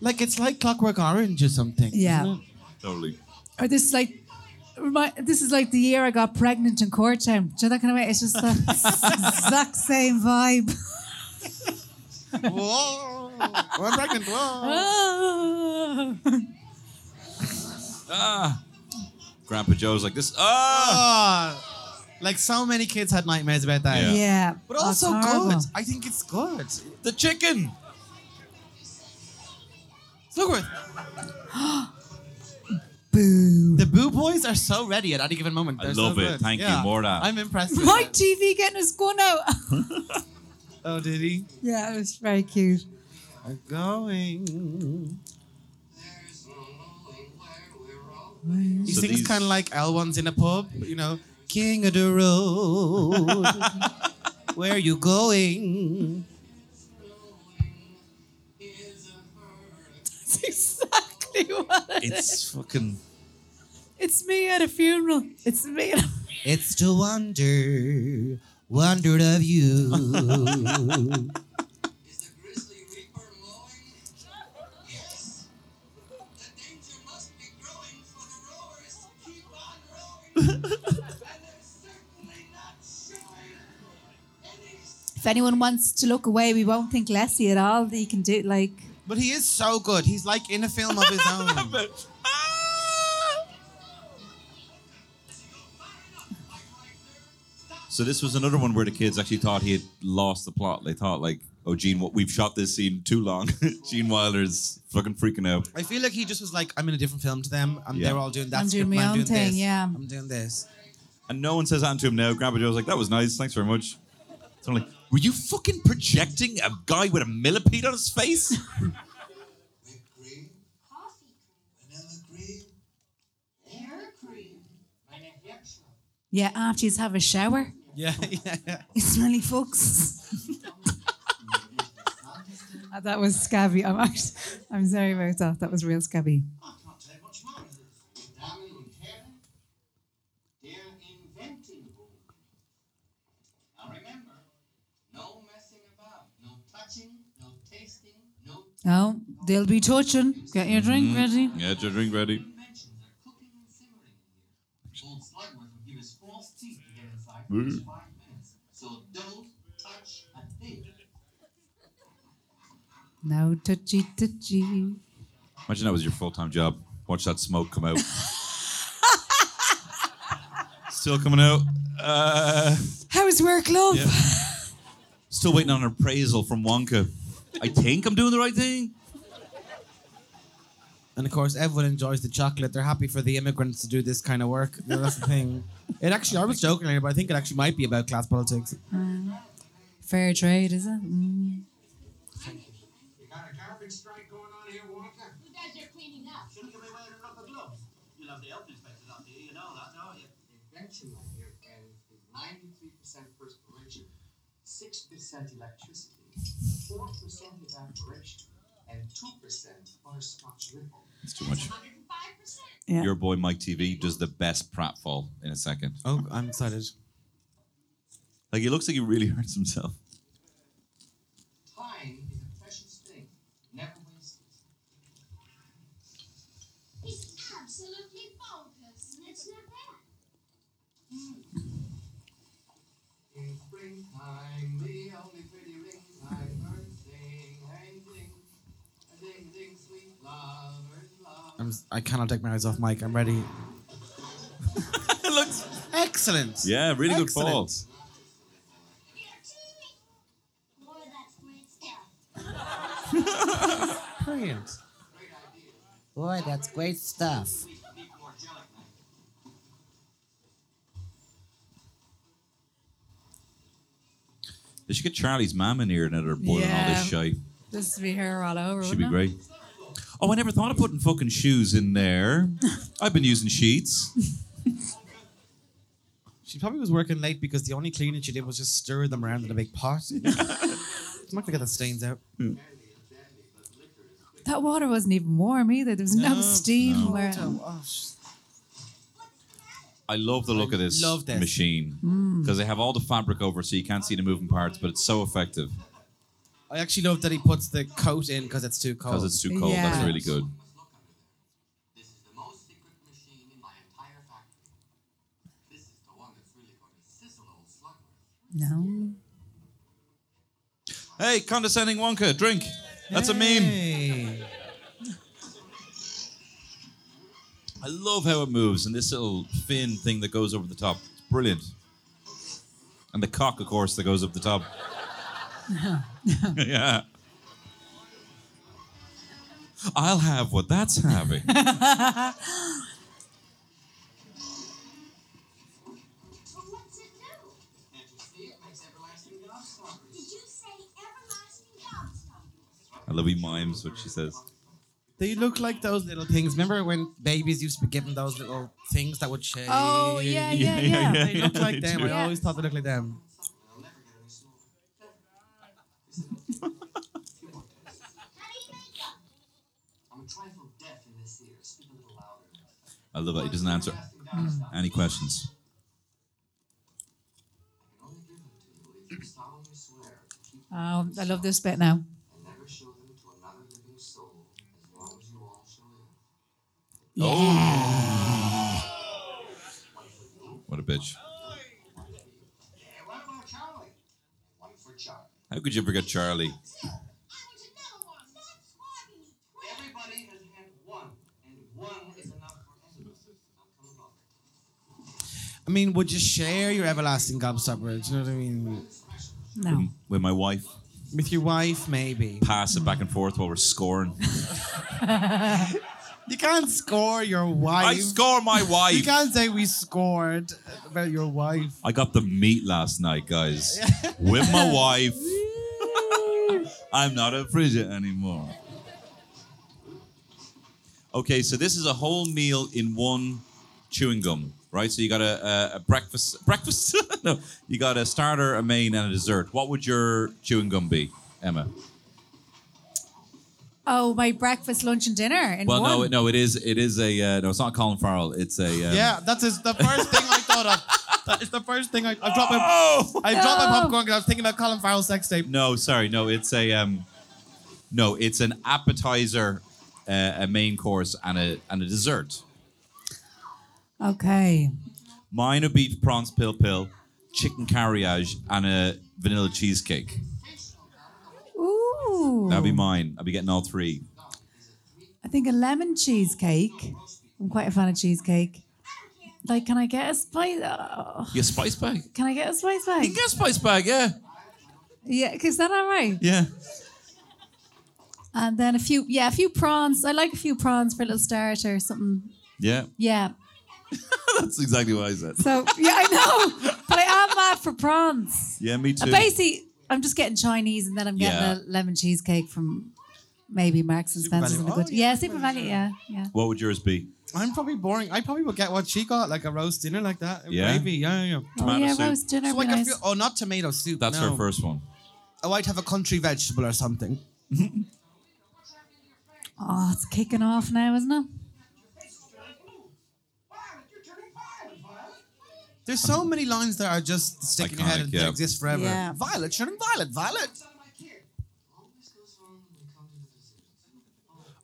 [SPEAKER 5] Like, it's like Clockwork Orange or something.
[SPEAKER 4] Yeah.
[SPEAKER 5] isn't it?
[SPEAKER 3] Totally.
[SPEAKER 4] Or this is like, remi- this is like the year I got pregnant in court time. Do you know that kind of way? It's just the exact same vibe.
[SPEAKER 5] Whoa. I'm pregnant. Whoa.
[SPEAKER 3] Grandpa Joe's like this. Ah,
[SPEAKER 5] Ah, like, so many kids had nightmares about that.
[SPEAKER 3] Yeah.
[SPEAKER 4] yeah.
[SPEAKER 5] But
[SPEAKER 4] Oh, it's
[SPEAKER 5] also good.
[SPEAKER 4] horrible.
[SPEAKER 5] I think it's good.
[SPEAKER 3] the chicken.
[SPEAKER 5] Slugworth,
[SPEAKER 4] Boo.
[SPEAKER 5] the Boo Boys are so ready at any given moment.
[SPEAKER 3] I
[SPEAKER 5] They're
[SPEAKER 3] love
[SPEAKER 5] so
[SPEAKER 3] it.
[SPEAKER 5] good.
[SPEAKER 3] Thank you.
[SPEAKER 5] Yeah.
[SPEAKER 3] More of that.
[SPEAKER 5] I'm impressed. with
[SPEAKER 4] My
[SPEAKER 5] it.
[SPEAKER 4] TV getting his gun out.
[SPEAKER 5] Oh, did he?
[SPEAKER 4] yeah, it was very cute.
[SPEAKER 5] I'm going.
[SPEAKER 6] There's no knowing where we're all.
[SPEAKER 5] He
[SPEAKER 3] So
[SPEAKER 5] sings
[SPEAKER 3] these-
[SPEAKER 5] kind of like L1's in a pub, you know. King of the road, where are you going?
[SPEAKER 6] Is a herd.
[SPEAKER 4] That's exactly what it is.
[SPEAKER 3] It's fucking.
[SPEAKER 4] It's me at a funeral. It's me at a
[SPEAKER 5] It's to wonder, wondered of you.
[SPEAKER 6] Is the grizzly reaper mowing? Yes. The danger must be growing for the rowers. Keep on rowing. and they're certainly not showing any
[SPEAKER 4] If anyone wants to look away, we won't think lessy at all. That you can do like
[SPEAKER 5] but he is so good. He's like in a film of his own.
[SPEAKER 3] So this was another one where the kids actually thought he had lost the plot. They thought like, "Oh, Gene, what we've shot this scene too long. Gene Wilder's fucking freaking out."
[SPEAKER 5] I feel like he just was like, I'm in a different film to them, and
[SPEAKER 3] Yeah.
[SPEAKER 5] they're all doing that.
[SPEAKER 4] I'm doing
[SPEAKER 5] script,
[SPEAKER 4] my
[SPEAKER 5] I'm
[SPEAKER 4] own
[SPEAKER 5] doing
[SPEAKER 4] thing,
[SPEAKER 5] This.
[SPEAKER 4] yeah.
[SPEAKER 5] I'm doing this.
[SPEAKER 3] And no one says that to him now. Grandpa Joe's like, "That was nice. Thanks very much." So I'm like, "Were you fucking projecting a guy with a millipede on his face?"
[SPEAKER 6] whipped cream,
[SPEAKER 8] Coffee cream.
[SPEAKER 6] vanilla cream, hair cream, and a hair shampoo.
[SPEAKER 4] yeah, after you have a shower,
[SPEAKER 5] Yeah, yeah, yeah.
[SPEAKER 4] you smelly fucks. Uh, that was scabby. I'm actually, I'm sorry about that. That was real scabby.
[SPEAKER 6] I can't say much more of this. Darling and Karen, they're inventing rules. Now remember, no messing about, no touching, no tasting, no
[SPEAKER 4] Oh, they'll be touching. Get your drink ready.
[SPEAKER 3] Mm-hmm. yeah, your drink ready.
[SPEAKER 6] inventions are cooking and simmering in here. Old Slugworth will give his false teeth to get inside for just five minutes. So don't touch a thing.
[SPEAKER 4] No touchy touchy.
[SPEAKER 3] Imagine that was your full-time job. Watch that smoke come out. Still coming out. Uh,
[SPEAKER 4] How's work, love?
[SPEAKER 3] Yeah. Still waiting on an appraisal from Wonka. I think I'm doing the right thing.
[SPEAKER 5] And of course, everyone enjoys the chocolate. They're happy for the immigrants to do this kind of work. You know, that's the thing. It actually, I was joking earlier, but I think it actually might be about class politics.
[SPEAKER 4] Fair trade, is it? Mm.
[SPEAKER 6] You got a garbage strike going on here, Walker?
[SPEAKER 8] Who does your cleaning up?
[SPEAKER 6] Shouldn't you be wearing rubber gloves? You'll have the health inspector up here, you know that, don't you? The invention, my dear friend, is 93% perspiration, 6% electricity, 4% evaporation, and 2% are Scotch Ripple.
[SPEAKER 3] It's too much.
[SPEAKER 8] 105%.
[SPEAKER 4] Yeah.
[SPEAKER 3] Your boy Mike TV does the best pratfall in a second.
[SPEAKER 5] Oh, I'm excited.
[SPEAKER 3] Like he looks like he really hurts himself.
[SPEAKER 6] Time is a precious thing, never wasted.
[SPEAKER 8] He's absolutely bonkers. And it's not bad.
[SPEAKER 6] In springtime, the only pretty rings I've heard sing, hang ding, a ding ding, sweet love, earth love.
[SPEAKER 5] I'm, s- I cannot take my eyes off Mike. I'm ready.
[SPEAKER 3] It looks.
[SPEAKER 5] Excellent.
[SPEAKER 3] Yeah, really good
[SPEAKER 5] Excellent.
[SPEAKER 3] ball.
[SPEAKER 8] You're teaming. Boy, that's great stuff.
[SPEAKER 5] Brilliant. Boy, that's great stuff.
[SPEAKER 3] They should get Charlie's mum in here now they're boiling all
[SPEAKER 4] Yeah. Uh-huh.
[SPEAKER 3] this shite.
[SPEAKER 4] This would be her all over.
[SPEAKER 3] Should
[SPEAKER 4] wouldn't
[SPEAKER 3] be
[SPEAKER 4] it?
[SPEAKER 3] great. Oh, I never thought of putting fucking shoes in there. I've been using sheets.
[SPEAKER 5] She probably was working late because the only cleaning she did was just stir them around in a big pot. I'm not gonna get the stains out.
[SPEAKER 4] That water wasn't even warm either. There was no,
[SPEAKER 5] No.
[SPEAKER 4] steam. Where,
[SPEAKER 3] I love the look of this,
[SPEAKER 5] love this.
[SPEAKER 3] machine because they have all the fabric over, so you can't see the moving parts, but it's so effective
[SPEAKER 5] I actually love that he puts the coat in because it's too cold.
[SPEAKER 3] because it's too cold.
[SPEAKER 4] Yeah.
[SPEAKER 3] That's really good.
[SPEAKER 6] This is the most secret machine in my entire factory. This is the one that's really going to sizzle old Slugworth.
[SPEAKER 4] No.
[SPEAKER 3] Hey, condescending Wonka, drink. That's a meme.
[SPEAKER 5] Hey.
[SPEAKER 3] I love how it moves and this little fin thing that goes over the top. It's brilliant. And the cock, of course, that goes up the top. yeah. I'll have what that's having.
[SPEAKER 8] So what's it do?
[SPEAKER 6] And you see, it makes everlasting gobstoppers.
[SPEAKER 8] Did you say everlasting gobstoppers?
[SPEAKER 3] I love he mimes what she says.
[SPEAKER 5] They look like those little things. Remember when babies used to be given those little things that would shake?
[SPEAKER 4] Oh, yeah, yeah, yeah.
[SPEAKER 5] They look like them. I
[SPEAKER 4] Yeah.
[SPEAKER 5] always thought they looked like them.
[SPEAKER 6] They'll never get any smaller.
[SPEAKER 8] How do you make them?
[SPEAKER 6] I'm a trifle deaf in this ear. Speak a little louder.
[SPEAKER 3] I love that he doesn't answer
[SPEAKER 6] Everlasting gobstoppers.
[SPEAKER 3] any questions.
[SPEAKER 6] I can only give them to you if you solemnly swear to keep them
[SPEAKER 4] Oh, I love this bit now.
[SPEAKER 6] and never show them to another living soul as long as you all shall live.
[SPEAKER 3] What a bitch.
[SPEAKER 6] Yeah, what about Charlie? One for Charlie.
[SPEAKER 3] How could you forget Charlie?
[SPEAKER 8] Two. I want another one. That's why we need three.
[SPEAKER 6] Everybody has had one, and one is enough for everyone. Now come along.
[SPEAKER 5] I mean, would you share your everlasting gobstopper? Do you know what I mean?
[SPEAKER 4] No.
[SPEAKER 3] With my wife,
[SPEAKER 5] With your wife, maybe.
[SPEAKER 3] pass it back and forth while we're scoring.
[SPEAKER 5] You can't score your wife.
[SPEAKER 3] I score my
[SPEAKER 5] You
[SPEAKER 3] wife.
[SPEAKER 5] can't say we scored about your wife.
[SPEAKER 3] I got the meat last night, guys, with my wife. I'm not a frigid anymore. Okay, so this is a whole meal in one chewing gum, right? So you got a, a, a breakfast, breakfast? no, you got a starter, a main, and a dessert. What would your chewing gum be, Emma?
[SPEAKER 4] Oh, my breakfast, lunch, and dinner in
[SPEAKER 3] Well,
[SPEAKER 4] one.
[SPEAKER 3] no, no, it is, it is a uh, no. It's not Colin Farrell. It's a um,
[SPEAKER 5] Yeah, that's his, the first thing I thought of. That is the first thing I, I dropped my
[SPEAKER 3] Oh
[SPEAKER 5] I dropped my
[SPEAKER 4] No.
[SPEAKER 5] popcorn because I was thinking about Colin Farrell's sex tape.
[SPEAKER 3] no, sorry, no. It's a um, no. It's an appetizer, uh, a main course, and a and a dessert.
[SPEAKER 4] Okay.
[SPEAKER 3] Mine would be prawns pill pill, chicken carriage, and a vanilla cheesecake.
[SPEAKER 4] Ooh.
[SPEAKER 3] That'd be mine. I'd be getting all three.
[SPEAKER 4] I think a lemon cheesecake. I'm quite a fan of cheesecake. Like, can I get a spice? Oh,
[SPEAKER 3] Yeah, spice bag.
[SPEAKER 4] can I get a spice
[SPEAKER 3] You
[SPEAKER 4] bag?
[SPEAKER 3] can get a spice bag, yeah.
[SPEAKER 4] Yeah, is that all right?
[SPEAKER 3] Yeah.
[SPEAKER 4] And then a few, yeah, a few prawns. I like a few prawns for a little starter or something.
[SPEAKER 3] Yeah.
[SPEAKER 4] Yeah.
[SPEAKER 3] That's exactly what I said.
[SPEAKER 4] So yeah, I know, but I am mad for prawns.
[SPEAKER 3] Yeah, me
[SPEAKER 4] Uh,
[SPEAKER 3] too.
[SPEAKER 4] Basically, I'm just getting Chinese, and then I'm getting
[SPEAKER 3] Yeah.
[SPEAKER 4] a lemon cheesecake from maybe Marks and
[SPEAKER 5] Super
[SPEAKER 4] Spencer's. and a
[SPEAKER 5] Value. Oh,
[SPEAKER 4] good,
[SPEAKER 5] yeah,
[SPEAKER 4] yeah, Super Value. Yeah, yeah.
[SPEAKER 3] What would yours be?
[SPEAKER 5] I'm probably boring. I probably would get what she got, like a roast dinner like that.
[SPEAKER 3] Yeah?
[SPEAKER 5] Maybe, yeah, yeah. yeah.
[SPEAKER 4] Oh
[SPEAKER 3] Tomato
[SPEAKER 4] yeah,
[SPEAKER 3] soup.
[SPEAKER 4] roast dinner.
[SPEAKER 5] So
[SPEAKER 4] would
[SPEAKER 5] like
[SPEAKER 4] be
[SPEAKER 5] a
[SPEAKER 4] nice.
[SPEAKER 5] few, oh, not tomato soup.
[SPEAKER 3] That's
[SPEAKER 5] no.
[SPEAKER 3] her first one.
[SPEAKER 5] Oh, I'd have a country vegetable or something.
[SPEAKER 4] Oh, it's kicking off now, isn't it?
[SPEAKER 5] There's so many lines that are just sticking in your head
[SPEAKER 3] Iconic,
[SPEAKER 5] and
[SPEAKER 3] yeah.
[SPEAKER 5] they exist forever.
[SPEAKER 11] Yeah.
[SPEAKER 5] Violet, shooting Violet, Violet.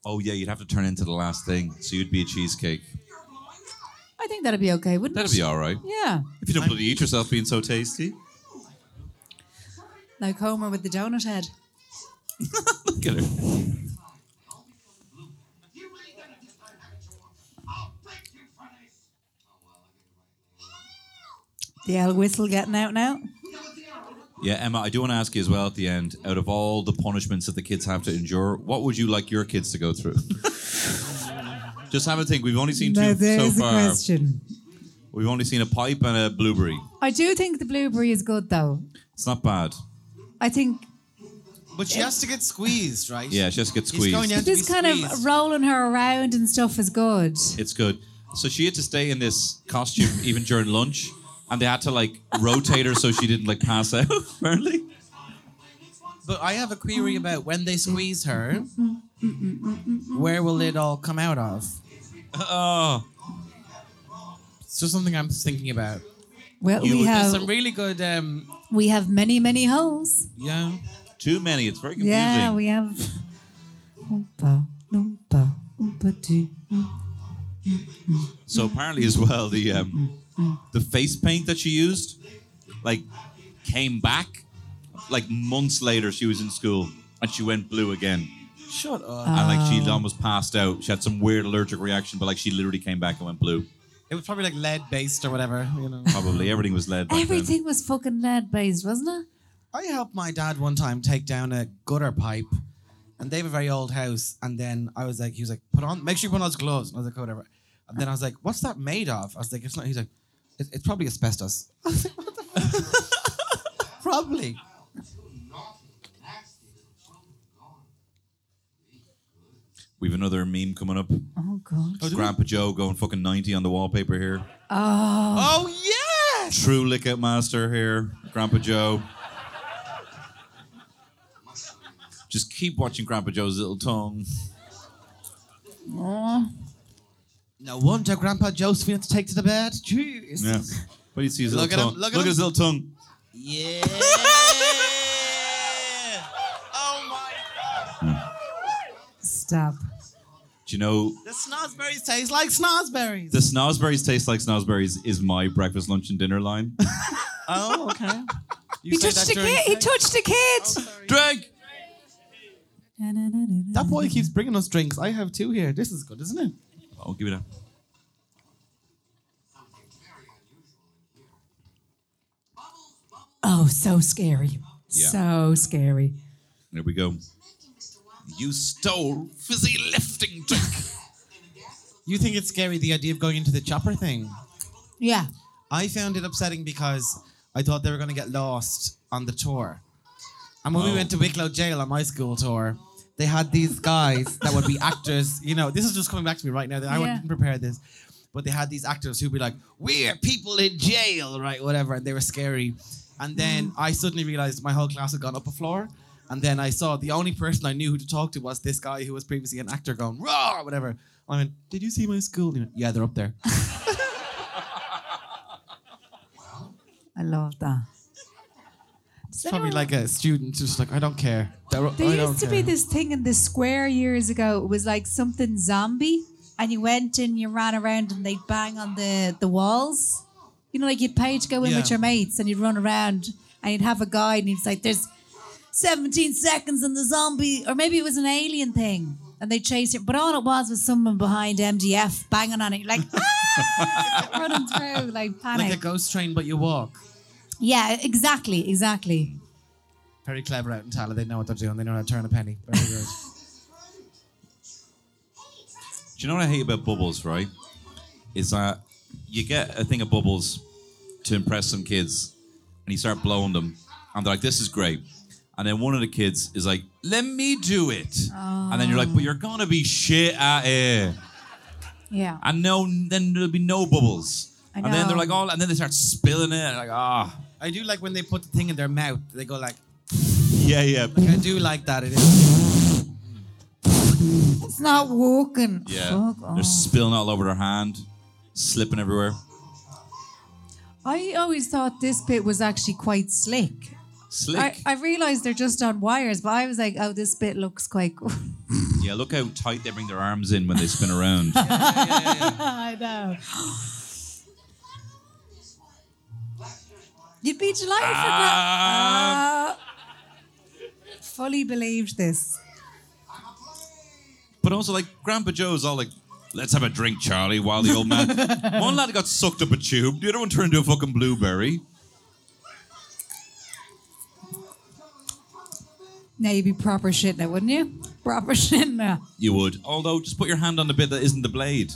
[SPEAKER 3] Oh yeah, you'd have to turn into the last thing, so you'd be a cheesecake.
[SPEAKER 4] I think that'd be okay, wouldn't
[SPEAKER 3] That'd
[SPEAKER 4] it?
[SPEAKER 3] be all right
[SPEAKER 4] Yeah.
[SPEAKER 3] if you don't bloody eat yourself being so tasty.
[SPEAKER 4] Like Homer with the donut head.
[SPEAKER 3] Look at her.
[SPEAKER 4] The L whistle getting out now.
[SPEAKER 3] Yeah, Emma, I do want to ask you as well at the end. Out of all the punishments that the kids have to endure, what would you like your kids to go through? Just have a think. We've only seen
[SPEAKER 4] Now
[SPEAKER 3] two
[SPEAKER 4] there
[SPEAKER 3] so
[SPEAKER 4] is a
[SPEAKER 3] far.
[SPEAKER 4] question.
[SPEAKER 3] We've only seen a pipe and a blueberry.
[SPEAKER 4] I do think the blueberry is good though.
[SPEAKER 3] It's not bad.
[SPEAKER 4] I think
[SPEAKER 5] But she has to get squeezed, right?
[SPEAKER 3] Yeah, she has to get
[SPEAKER 5] He's
[SPEAKER 3] squeezed.
[SPEAKER 5] going to have to
[SPEAKER 4] this
[SPEAKER 5] be
[SPEAKER 4] kind of
[SPEAKER 5] squeezed.
[SPEAKER 4] rolling her around and stuff is good.
[SPEAKER 3] It's good. So she had to stay in this costume even during lunch, and they had to like rotate her so she didn't like pass out. Apparently,
[SPEAKER 5] But I have a query about when they squeeze her, where will it all come out of?
[SPEAKER 3] oh,
[SPEAKER 5] It's just something I'm thinking about.
[SPEAKER 4] Well,
[SPEAKER 3] You
[SPEAKER 4] we
[SPEAKER 3] would-
[SPEAKER 5] There's
[SPEAKER 4] have
[SPEAKER 5] some really good, um,
[SPEAKER 4] we have many many holes.
[SPEAKER 5] yeah.
[SPEAKER 3] too many. It's very confusing.
[SPEAKER 4] Yeah, we have. Oompa, oompa, oompa doo.
[SPEAKER 3] So apparently, as well, the um, the face paint that she used, like, came back, like months later. She was in school and she went blue again,
[SPEAKER 5] Shut up.
[SPEAKER 3] and like she almost passed out. She had some weird allergic reaction, but like she literally came back and went blue.
[SPEAKER 5] It was probably like lead based or whatever, you know.
[SPEAKER 3] Probably everything was lead. Back then.
[SPEAKER 4] Everything was fucking lead based, wasn't it?
[SPEAKER 5] I helped my dad one time take down a gutter pipe, and they have a very old house. And then I was like, he was like, put on, make sure you put on those gloves. And I was like, whatever. And then I was like, what's that made of? I was like, it's not. He's like, it's, it's probably asbestos. I was like, what the? fuck? probably.
[SPEAKER 3] We've another meme coming up.
[SPEAKER 4] Oh god.
[SPEAKER 3] Grandpa Joe going fucking ninety on the wallpaper here.
[SPEAKER 4] Oh,
[SPEAKER 5] Oh yes.
[SPEAKER 3] True lick out master here, Grandpa Joe. Just keep watching Grandpa Joe's little tongue.
[SPEAKER 5] No wonder Grandpa Josephine had to take to the bed. Jeez.
[SPEAKER 3] Yeah. But you see his
[SPEAKER 5] Look
[SPEAKER 3] little
[SPEAKER 5] at him,
[SPEAKER 3] tongue.
[SPEAKER 5] look at
[SPEAKER 3] look at his little tongue.
[SPEAKER 5] Yeah. oh my god.
[SPEAKER 4] stop.
[SPEAKER 3] Do you know
[SPEAKER 5] The snozzberries taste like snozzberries.
[SPEAKER 3] the snozberries taste like snozberries is my breakfast, lunch, and dinner line?
[SPEAKER 5] oh okay. You
[SPEAKER 4] He
[SPEAKER 5] say
[SPEAKER 4] touched
[SPEAKER 5] that
[SPEAKER 4] a
[SPEAKER 5] during
[SPEAKER 4] kid. He
[SPEAKER 5] sex?
[SPEAKER 4] touched a
[SPEAKER 3] Oh,
[SPEAKER 4] kid.
[SPEAKER 3] Drink.
[SPEAKER 5] That boy keeps bringing us drinks. I have two here. This is good, isn't it?
[SPEAKER 3] Oh, give me that.
[SPEAKER 4] Oh, so scary.
[SPEAKER 3] Yeah.
[SPEAKER 4] So scary.
[SPEAKER 3] There we go. You stole fizzy lifting drink.
[SPEAKER 5] You think it's scary the idea of going into the chopper thing?
[SPEAKER 4] Yeah.
[SPEAKER 5] I found it upsetting because I thought they were going to get lost on the tour. And when we went to Wicklow Jail on my school tour, they had these guys that would be actors. You know, this is just coming back to me right now. I
[SPEAKER 4] Yeah.
[SPEAKER 5] didn't prepare this. But they had these actors who'd be like, We're people in jail, right? Whatever. And they were scary. And then I suddenly realized my whole class had gone up a floor. And then I saw the only person I knew who to talk to was this guy who was previously an actor going, Raw, whatever. I went, Did you see my school? And he went, yeah, they're up there.
[SPEAKER 4] I love that. Does
[SPEAKER 5] Probably
[SPEAKER 4] anyone-
[SPEAKER 5] like a student, just like I don't care. They're-
[SPEAKER 4] There
[SPEAKER 5] I don't
[SPEAKER 4] used to be
[SPEAKER 5] care."
[SPEAKER 4] this thing in the square years ago. It was like something zombie, and you went in, you ran around, and they'd bang on the the walls. You know, like you'd pay to go in
[SPEAKER 5] Yeah.
[SPEAKER 4] with your mates, and you'd run around, and you'd have a guide, and he'd like, "There's 17 seconds, and the zombie, or maybe it was an alien thing." And they chased it, but all it was was someone behind MDF banging on it, You're like ah! running through, like panic.
[SPEAKER 5] like a ghost train, but you walk.
[SPEAKER 4] yeah, exactly, exactly.
[SPEAKER 5] Very clever out in Tala. They know what they're doing. They know how to turn a penny. Very good.
[SPEAKER 3] Do you know what I hate about bubbles, right? Is that you get a thing of bubbles to impress some kids and you start blowing them and they're like, this is great. And then one of the kids is like, let me do it. And then you're like, but you're going to be shit at it.
[SPEAKER 4] Yeah.
[SPEAKER 3] And no, then there'll be no bubbles.
[SPEAKER 4] I
[SPEAKER 3] And then they're
[SPEAKER 4] know.
[SPEAKER 3] like, oh, and then they start spilling it. and Like, ah.
[SPEAKER 5] I do like when they put the thing in their mouth. They go like,
[SPEAKER 3] Yeah, yeah.
[SPEAKER 5] I do like that. It is.
[SPEAKER 4] It's not walking.
[SPEAKER 3] Yeah.
[SPEAKER 4] Fuck
[SPEAKER 3] They're
[SPEAKER 4] off.
[SPEAKER 3] spilling all over their hand, slipping everywhere.
[SPEAKER 4] I always thought this bit was actually quite slick.
[SPEAKER 3] Slick.
[SPEAKER 4] I, I realized they're just on wires, but I was like, oh, this bit looks quite cool.
[SPEAKER 3] yeah, look how tight they bring their arms in when they spin around.
[SPEAKER 4] I know. You'd be delighted for that. Ah. fully believed this.
[SPEAKER 3] But also, like, Grandpa Joe's all like, let's have a drink, Charlie, while the old man. one lad got sucked up a tube, the other one turned into a fucking blueberry.
[SPEAKER 4] Now you'd be proper shitting it, wouldn't you? Proper shitting it.
[SPEAKER 3] You would. Although, just put your hand on the bit that isn't the blade.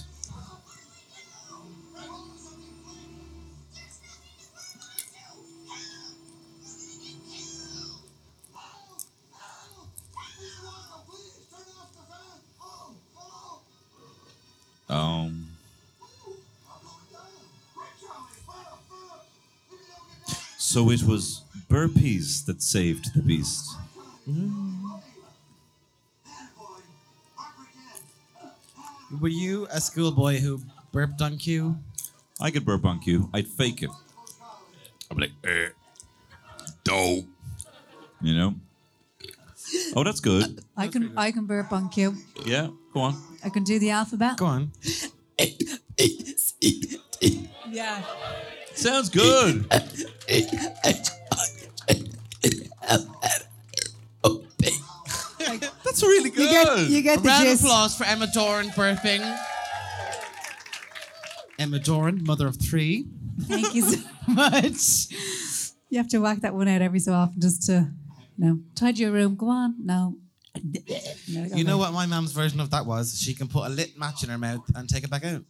[SPEAKER 3] Um. So it was burpees that saved the beast.
[SPEAKER 5] Were you a schoolboy who burped on cue?
[SPEAKER 3] I could burp on cue. I'd fake it. I'd be like, eh, dough. You know? Oh, that's good.
[SPEAKER 4] I can I can burp on cue.
[SPEAKER 3] Yeah, go on.
[SPEAKER 4] I can do the alphabet.
[SPEAKER 5] Go on.
[SPEAKER 4] Yeah.
[SPEAKER 3] Sounds good. That's really good.
[SPEAKER 4] You get you get the
[SPEAKER 5] Round of
[SPEAKER 4] gist.
[SPEAKER 5] applause for Emma Doran burping. Emma Doran, mother of three.
[SPEAKER 4] Thank you so much. You have to whack that one out every so often just to no. Tidy your room. Go on. No. No, go
[SPEAKER 5] You know
[SPEAKER 4] away.
[SPEAKER 5] what my mom's version of that was? She can put a lit match in her mouth and take it back out.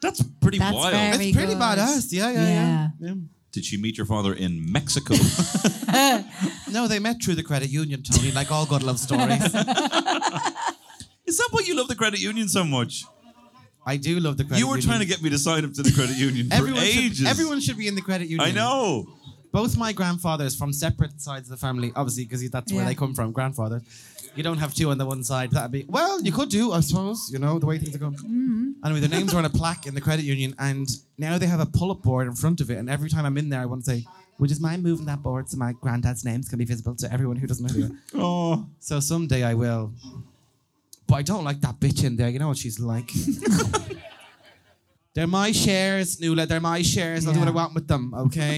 [SPEAKER 3] That's pretty
[SPEAKER 4] That's
[SPEAKER 3] wild.
[SPEAKER 4] very
[SPEAKER 5] It's pretty
[SPEAKER 4] good.
[SPEAKER 5] badass. Yeah, yeah, yeah, Yeah.
[SPEAKER 3] Did she meet your father in Mexico?
[SPEAKER 5] No, they met through the credit union, Tony, like all good love stories.
[SPEAKER 3] Is that why you love the credit union so much?
[SPEAKER 5] I do love the credit
[SPEAKER 3] You were
[SPEAKER 5] union.
[SPEAKER 3] trying to get me to sign up to the credit union for
[SPEAKER 5] everyone
[SPEAKER 3] ages.
[SPEAKER 5] Should, everyone should be in the credit union.
[SPEAKER 3] I know.
[SPEAKER 5] Both my grandfathers from separate sides of the family, obviously, because that's where
[SPEAKER 4] Yeah.
[SPEAKER 5] they come from, grandfathers. You don't have two on the one side. That'd be well, you could do, I suppose. You know the way things are going.
[SPEAKER 4] Mm-hmm.
[SPEAKER 5] Anyway, their names are on a plaque in the credit union, and now they have a pull-up board in front of it. And every time I'm in there, I want to say, "Would you just mind moving that board so my granddad's names can be visible to everyone who doesn't know who?" oh, so someday I will. But I don't like that bitch in there. You know what she's like. They're my shares, Nula. They're my shares. I'll do what I
[SPEAKER 4] Yeah.
[SPEAKER 5] want with them, okay?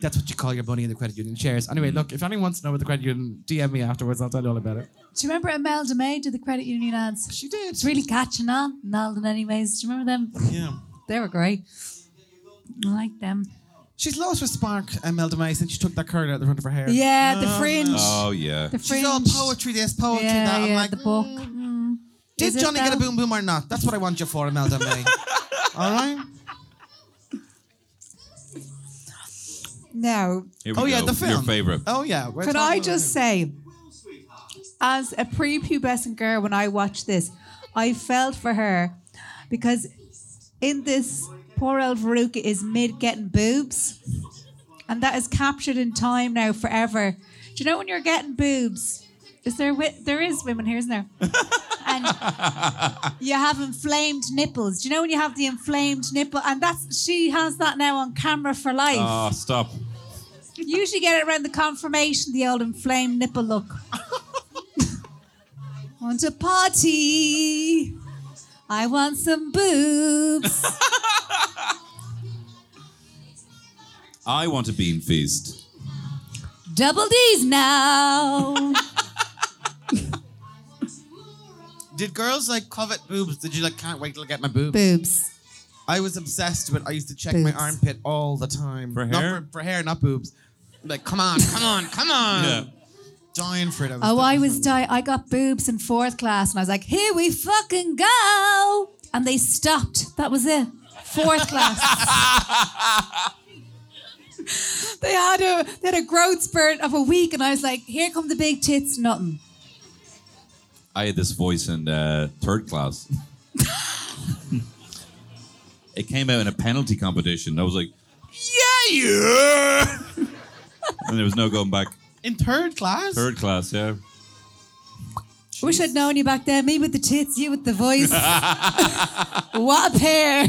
[SPEAKER 5] That's what you call your money in the credit union shares. Anyway, look, if anyone wants to know about the credit union, DM me afterwards. I'll tell you all about it.
[SPEAKER 4] Do you remember Imelda May did the credit union ads?
[SPEAKER 5] She did.
[SPEAKER 4] It's really catching on, Nalden anyways. Do you remember them?
[SPEAKER 5] Yeah.
[SPEAKER 4] They were great. I like them.
[SPEAKER 5] She's lost her spark, Imelda May, since she took that curl out the front of her hair.
[SPEAKER 4] Yeah, the fringe.
[SPEAKER 3] Oh yeah.
[SPEAKER 4] the fringe.
[SPEAKER 5] She's all poetry this, poetry
[SPEAKER 4] Yeah,
[SPEAKER 5] that. I'm
[SPEAKER 4] yeah,
[SPEAKER 5] like,
[SPEAKER 4] the book. Mm.
[SPEAKER 5] mm,
[SPEAKER 4] Is
[SPEAKER 5] did
[SPEAKER 4] it
[SPEAKER 5] Johnny get a
[SPEAKER 4] though?
[SPEAKER 5] boom boom or not? That's what I want you for, Imelda May. all right?
[SPEAKER 4] No.
[SPEAKER 3] Here we
[SPEAKER 5] Oh, yeah,
[SPEAKER 3] go.
[SPEAKER 5] the film.
[SPEAKER 3] Your favorite.
[SPEAKER 5] Oh, yeah. we're
[SPEAKER 4] Could
[SPEAKER 5] talking
[SPEAKER 4] I
[SPEAKER 5] about
[SPEAKER 4] just
[SPEAKER 5] it.
[SPEAKER 4] say, as a prepubescent girl, when I watched this, I felt for her because in this, poor old Veruca is mid getting boobs, and that is captured in time now forever. Do you know when you're getting boobs? Is there wi- there is women here, isn't there? and you have inflamed nipples. Do you know when you have the inflamed nipple? And that's she has that now on camera for life.
[SPEAKER 5] Oh,
[SPEAKER 3] Ah, stop.
[SPEAKER 4] You usually get it around the confirmation, the old inflamed nipple look. want a party. I want some boobs.
[SPEAKER 3] I want a bean feast.
[SPEAKER 4] Double D's now.
[SPEAKER 5] Did girls like covet boobs? Did you like can't wait till I get my boobs?
[SPEAKER 4] boobs.
[SPEAKER 5] I was obsessed with. I used to check my
[SPEAKER 4] Boobs.
[SPEAKER 5] armpit all the time.
[SPEAKER 3] For
[SPEAKER 5] Not
[SPEAKER 3] hair?
[SPEAKER 5] for, for hair, not boobs. Like, come on, come on, come on.
[SPEAKER 3] Yeah.
[SPEAKER 5] Dying for it. was
[SPEAKER 4] Oh, I
[SPEAKER 5] dying
[SPEAKER 4] was
[SPEAKER 5] for it.
[SPEAKER 4] di- I got boobs in fourth class, and I was like, "Here we fucking go!" And they stopped. That was it. Fourth class. they had a they had a growth spurt of a week, and I was like, "Here come the big tits." Nothing.
[SPEAKER 3] I had this voice in uh, third class. it came out in a penalty competition. I was like, yeah, yeah. and there was no going back.
[SPEAKER 5] in third class.
[SPEAKER 3] Third class, yeah.
[SPEAKER 4] I wish I'd known you back then. Me with the tits, you with the voice. what a pair.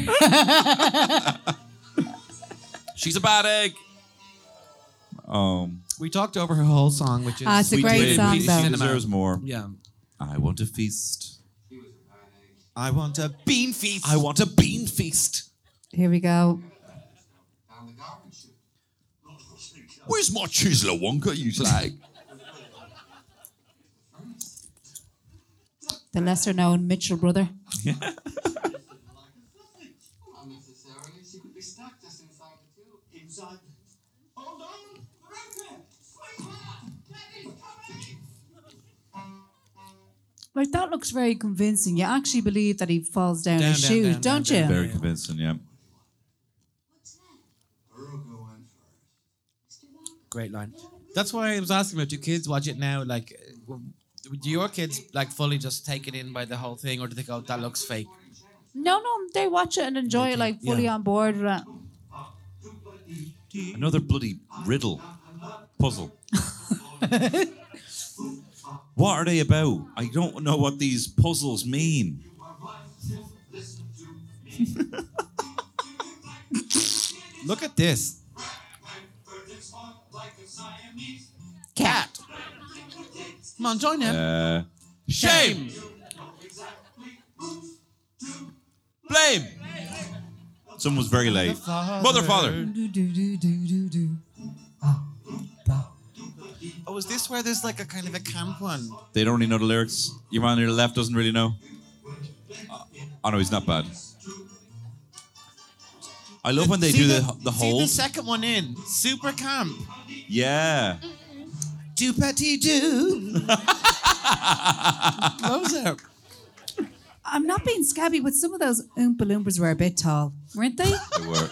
[SPEAKER 3] She's a bad egg. Um,
[SPEAKER 5] We talked over her whole song, which is
[SPEAKER 4] Ah, it's a
[SPEAKER 3] we
[SPEAKER 4] great
[SPEAKER 3] did.
[SPEAKER 4] song,
[SPEAKER 3] She
[SPEAKER 4] though.
[SPEAKER 3] deserves more.
[SPEAKER 5] yeah.
[SPEAKER 3] I want a feast.
[SPEAKER 5] I want a bean feast.
[SPEAKER 3] I want a bean feast.
[SPEAKER 4] Here we go.
[SPEAKER 6] Down the garbage chute.
[SPEAKER 3] Where's my chisel Wonka? You slag.
[SPEAKER 4] The lesser known Mitchell brother.
[SPEAKER 6] Unnecessarily, she could be stuck just inside the tube. Inside. Hold on! Rampant! Sweet Daddy's coming!
[SPEAKER 4] Like that looks very convincing. You actually believe that he falls down,
[SPEAKER 5] Down,
[SPEAKER 4] his
[SPEAKER 5] down,
[SPEAKER 4] shoes,
[SPEAKER 5] down,
[SPEAKER 4] don't
[SPEAKER 5] down,
[SPEAKER 4] you?
[SPEAKER 5] down.
[SPEAKER 3] Very convincing. Yeah.
[SPEAKER 8] What's that?
[SPEAKER 6] Urugo went
[SPEAKER 8] Mr.
[SPEAKER 6] first.
[SPEAKER 8] Walker?
[SPEAKER 5] Great line. That's why I was asking about do kids watch it now? Like, uh, do your kids like fully just take it in by the whole thing, or do they go, "That looks fake"?
[SPEAKER 4] No, no, they watch it and enjoy it like fully
[SPEAKER 5] yeah.
[SPEAKER 4] on board Uh, with it.
[SPEAKER 3] Another bloody riddle puzzle. what are they about? I don't know what these puzzles mean.
[SPEAKER 5] Look at this. Cat. Come on, join in.
[SPEAKER 3] Uh, shame. Blame. Someone was very late. Mother, father.
[SPEAKER 4] Do, do, do, do, do, do.
[SPEAKER 5] Oh, is this where there's like a kind of a camp one?
[SPEAKER 3] They don't really know the lyrics. Your man on your left doesn't really know. Oh no, he's not bad. I love when they
[SPEAKER 5] See
[SPEAKER 3] do the the
[SPEAKER 5] See the
[SPEAKER 3] hold.
[SPEAKER 5] second one in super camp.
[SPEAKER 3] Yeah.
[SPEAKER 5] Do patty do. Loves it.
[SPEAKER 4] I'm not being scabby, but some of those Oompa Loompas were a bit tall, weren't they?
[SPEAKER 3] They were.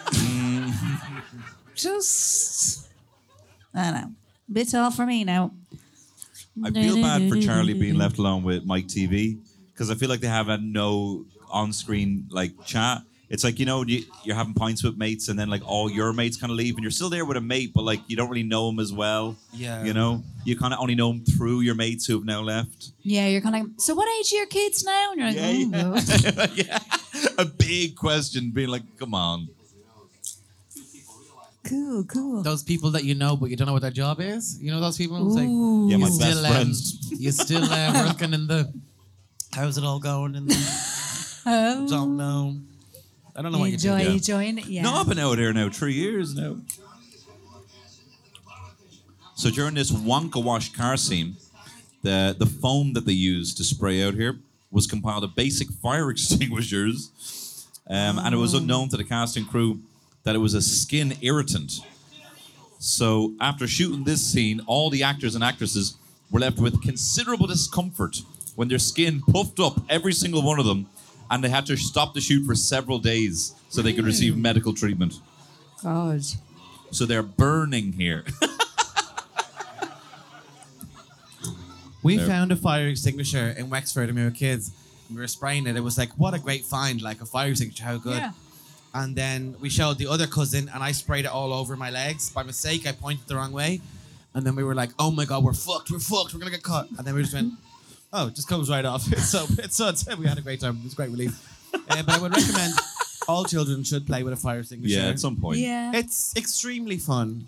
[SPEAKER 4] Just, I don't know. A bit tall for me now.
[SPEAKER 3] I feel bad for Charlie being left alone with Mike TV because I feel like they have had no on-screen like chat. It's like you know you, you're having pints with mates, and then like all your mates kind of leave, and you're still there with a mate, but like you don't really know him as well.
[SPEAKER 5] Yeah.
[SPEAKER 3] You know, you kind of only know him through your mates who have now left.
[SPEAKER 4] Yeah, you're kind of like, so what age are your kids now? And you're like,
[SPEAKER 3] Yeah,
[SPEAKER 4] oh,
[SPEAKER 3] yeah. A big question, being like, "Come on."
[SPEAKER 4] cool, cool.
[SPEAKER 5] Those people that you know, but you don't know what their job is. You know those people. It's like,
[SPEAKER 4] Ooh.
[SPEAKER 3] Yeah, my
[SPEAKER 5] you
[SPEAKER 3] best
[SPEAKER 5] still, um,
[SPEAKER 3] friends.
[SPEAKER 5] you still uh, working in the. How's it all going? And
[SPEAKER 4] Oh.
[SPEAKER 5] don't know. I don't know what you do.
[SPEAKER 4] enjoy,
[SPEAKER 3] yeah.
[SPEAKER 4] enjoying it. Yeah.
[SPEAKER 3] No, I've been out here now three years now. So during this Wonka Wash car scene, the the foam that they used to spray out here was compiled of basic fire extinguishers, um, and it was unknown to the cast and crew that it was a skin irritant. So after shooting this scene, all the actors and actresses were left with considerable discomfort when their skin puffed up, every single one of them, and they had to stop the shoot for several days so they could receive medical treatment.
[SPEAKER 4] God.
[SPEAKER 3] So they're burning here.
[SPEAKER 5] We
[SPEAKER 3] There.
[SPEAKER 5] found a fire extinguisher in Wexford when we were kids. We were spraying it. It was like, what a great find! Like a fire extinguisher, how good.
[SPEAKER 4] Yeah.
[SPEAKER 5] And then we showed the other cousin, and I sprayed it all over my legs by mistake. I pointed the wrong way, and then we were like, "Oh my god, we're fucked! We're fucked! We're gonna get caught!" And then we just went, "Oh, it just comes right off." It's so it's so. We had a great time. It was a great relief. Uh, but I would recommend all children should play with a fire extinguisher.
[SPEAKER 3] yeah, at some point.
[SPEAKER 4] Yeah.
[SPEAKER 5] It's extremely fun.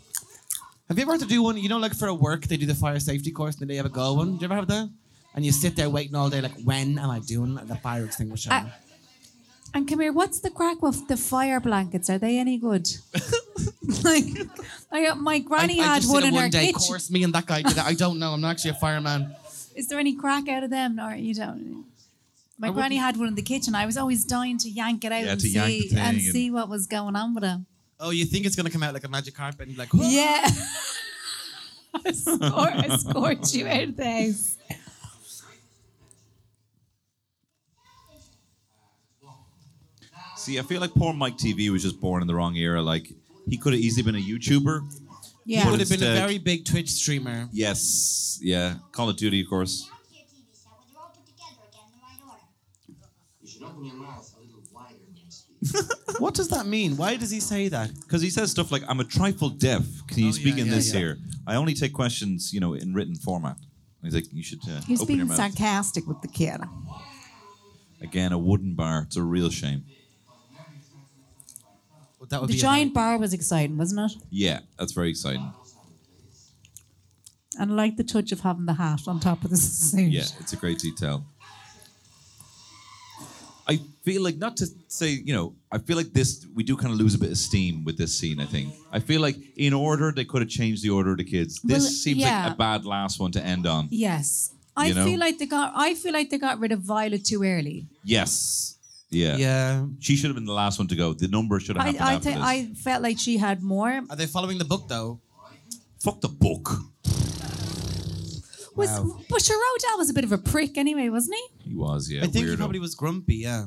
[SPEAKER 5] Have you ever had to do one? You know, like for a work, they do the fire safety course and then they have a go one. Do you ever have that? And you sit there waiting all day, like, when am I doing the fire extinguisher?
[SPEAKER 4] I- and come here, what's the crack with the fire blankets? Are they any good? like, I got, my granny had
[SPEAKER 5] just
[SPEAKER 4] one in
[SPEAKER 5] did a
[SPEAKER 4] her
[SPEAKER 5] one day
[SPEAKER 4] kitchen.
[SPEAKER 5] course. Me and that guy did it. I don't know. I'm not actually a fireman.
[SPEAKER 4] Is there any crack out of them? Or you don't? My
[SPEAKER 5] I
[SPEAKER 4] granny had one in the kitchen. I was always dying to yank it out
[SPEAKER 3] Yeah,
[SPEAKER 4] and,
[SPEAKER 3] to
[SPEAKER 4] see,
[SPEAKER 3] yank the thing
[SPEAKER 4] and
[SPEAKER 3] and-
[SPEAKER 4] see what was going on with it.
[SPEAKER 5] Oh, you think it's gonna come out like a magic carpet and be like, "Whoa."
[SPEAKER 4] Yeah. I scor- I scorched you out of the house.
[SPEAKER 3] See, I feel like poor Mike TV was just born in the wrong era. Like he could have easily been a YouTuber.
[SPEAKER 5] He
[SPEAKER 4] Yeah.
[SPEAKER 5] would have been a
[SPEAKER 3] Instead-
[SPEAKER 5] very big Twitch streamer.
[SPEAKER 3] Yes. Yeah. Call of Duty, of course.
[SPEAKER 8] Back to your TV set where they're all put together again in the right order.
[SPEAKER 6] You should open your mouth a little wider when you speak.
[SPEAKER 5] What does that mean? Why does he say that?
[SPEAKER 3] Because he says stuff like, "I'm a trifle deaf. Can you
[SPEAKER 5] Oh,
[SPEAKER 3] speak
[SPEAKER 5] yeah,
[SPEAKER 3] in
[SPEAKER 5] yeah,
[SPEAKER 3] this
[SPEAKER 5] yeah.
[SPEAKER 3] here? I only take questions, you know, in written format." He's like, you should uh,
[SPEAKER 11] He's
[SPEAKER 3] open your
[SPEAKER 11] being
[SPEAKER 3] mouth.
[SPEAKER 11] sarcastic with the kid.
[SPEAKER 3] Again, a wooden bar. It's a real shame.
[SPEAKER 5] That would
[SPEAKER 11] The
[SPEAKER 5] be
[SPEAKER 11] giant bar was exciting, wasn't it?
[SPEAKER 3] Yeah, that's very exciting.
[SPEAKER 11] And I like the touch of having the hat on top of the suit.
[SPEAKER 3] Yeah, it's a great detail. I feel like not to say, you know, I feel like this we do kind of lose a bit of steam with this scene, I think. I feel like in order they could have changed the order of the kids. This
[SPEAKER 4] Well,
[SPEAKER 3] seems
[SPEAKER 4] yeah.
[SPEAKER 3] like a bad last one to end on.
[SPEAKER 4] Yes. I
[SPEAKER 3] You know?
[SPEAKER 4] feel like they got I feel like they got rid of Violet too early.
[SPEAKER 3] Yes. Yeah.
[SPEAKER 5] Yeah.
[SPEAKER 3] She should have been the last one to go. The number should have
[SPEAKER 4] I
[SPEAKER 3] happened
[SPEAKER 4] I,
[SPEAKER 3] after
[SPEAKER 4] think
[SPEAKER 3] this.
[SPEAKER 4] I felt like she had more.
[SPEAKER 5] Are they following the book though?
[SPEAKER 3] Fuck the book.
[SPEAKER 4] Was
[SPEAKER 5] Wow.
[SPEAKER 4] but Sherrod Dahl was a bit of a prick anyway, wasn't he?
[SPEAKER 3] He was, yeah.
[SPEAKER 5] I think
[SPEAKER 3] weirdo.
[SPEAKER 5] he probably was grumpy. Yeah.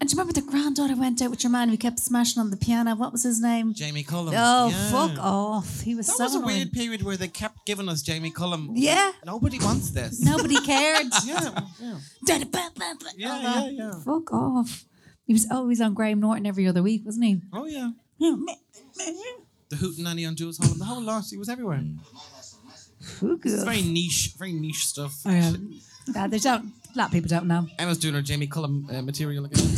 [SPEAKER 4] And do you remember the granddaughter went out with your man who kept smashing on the piano? What was his name?
[SPEAKER 5] Jamie Cullum.
[SPEAKER 4] oh,
[SPEAKER 5] Yeah.
[SPEAKER 4] fuck off. He was
[SPEAKER 5] That
[SPEAKER 4] so
[SPEAKER 5] was a
[SPEAKER 4] annoying.
[SPEAKER 5] weird period where they kept giving us Jamie Cullum.
[SPEAKER 4] Yeah.
[SPEAKER 5] Nobody wants this.
[SPEAKER 4] Nobody cared.
[SPEAKER 5] Yeah. Yeah. Yeah. Yeah.
[SPEAKER 4] yeah.
[SPEAKER 5] yeah.
[SPEAKER 4] Fuck off. He was always on Graham Norton every other week, wasn't he?
[SPEAKER 5] Oh yeah. The Hootenanny on Jules Holland, the whole lot. He was everywhere.
[SPEAKER 4] Fuck
[SPEAKER 5] It's
[SPEAKER 4] off.
[SPEAKER 5] very niche, very niche stuff.
[SPEAKER 4] Oh, yeah. Yeah, they don't. A lot of people don't know.
[SPEAKER 5] Emma's doing her Jamie Cullum uh, material again.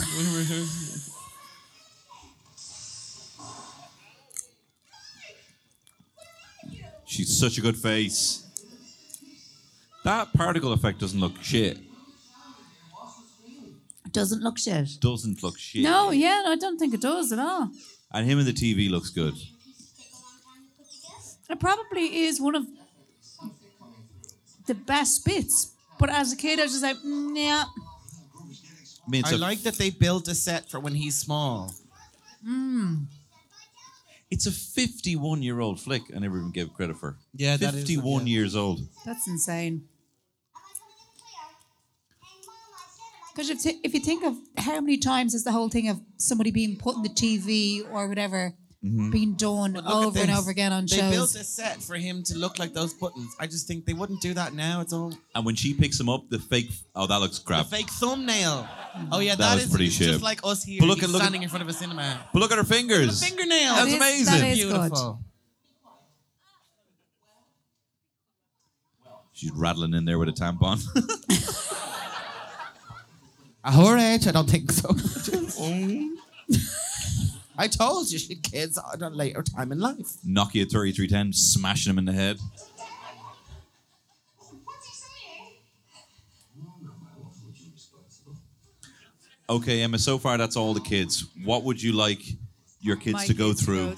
[SPEAKER 3] She's such a good face. That particle effect doesn't look shit.
[SPEAKER 4] It doesn't look shit.
[SPEAKER 3] Doesn't look shit.
[SPEAKER 4] No, yeah, I don't think it does at all.
[SPEAKER 3] And him and the TV looks good.
[SPEAKER 4] It probably is one of the best bits. But as a kid, I was just like, mm, yeah.
[SPEAKER 3] I mean, it's
[SPEAKER 5] I
[SPEAKER 3] a
[SPEAKER 5] like that they built a set for when he's small.
[SPEAKER 3] It's a 51 year old flick. I never even gave credit for.
[SPEAKER 5] Yeah, that is-
[SPEAKER 3] 51
[SPEAKER 5] yeah.
[SPEAKER 3] years old.
[SPEAKER 4] That's insane.
[SPEAKER 8] Am I coming in clear? Hey, Mom, I said it. I
[SPEAKER 4] Because if, t- if you think of how many times is the whole thing of somebody being put in the TV or whatever being done
[SPEAKER 5] Mm-hmm. Look at
[SPEAKER 4] over and
[SPEAKER 5] this.
[SPEAKER 4] over again on
[SPEAKER 5] they
[SPEAKER 4] shows.
[SPEAKER 5] built a set for him to look like those buttons. I just think they wouldn't do that now. It's all
[SPEAKER 3] And when she picks him up, the fake. Oh, that looks
[SPEAKER 5] a
[SPEAKER 3] crap.
[SPEAKER 5] fake thumbnail.
[SPEAKER 4] Mm.
[SPEAKER 5] Oh yeah,
[SPEAKER 3] That
[SPEAKER 5] that
[SPEAKER 3] was
[SPEAKER 5] is
[SPEAKER 3] pretty
[SPEAKER 5] it's
[SPEAKER 3] shit.
[SPEAKER 5] just like us here.
[SPEAKER 3] But look
[SPEAKER 5] he's
[SPEAKER 3] at- look at-
[SPEAKER 5] standing in front of a cinema.
[SPEAKER 3] But look at her fingers.
[SPEAKER 5] Fingernail.
[SPEAKER 3] That's
[SPEAKER 4] That is-
[SPEAKER 3] amazing.
[SPEAKER 4] that is good.
[SPEAKER 5] Beautiful.
[SPEAKER 3] She's rattling in there with a tampon.
[SPEAKER 5] At her age, I don't think so. I told you, she kids at a later time in life.
[SPEAKER 3] Nokia 3310, smashing him in the head.
[SPEAKER 8] What's he saying?
[SPEAKER 3] Okay, Emma, so far that's all the kids. What would you like your kids to go through?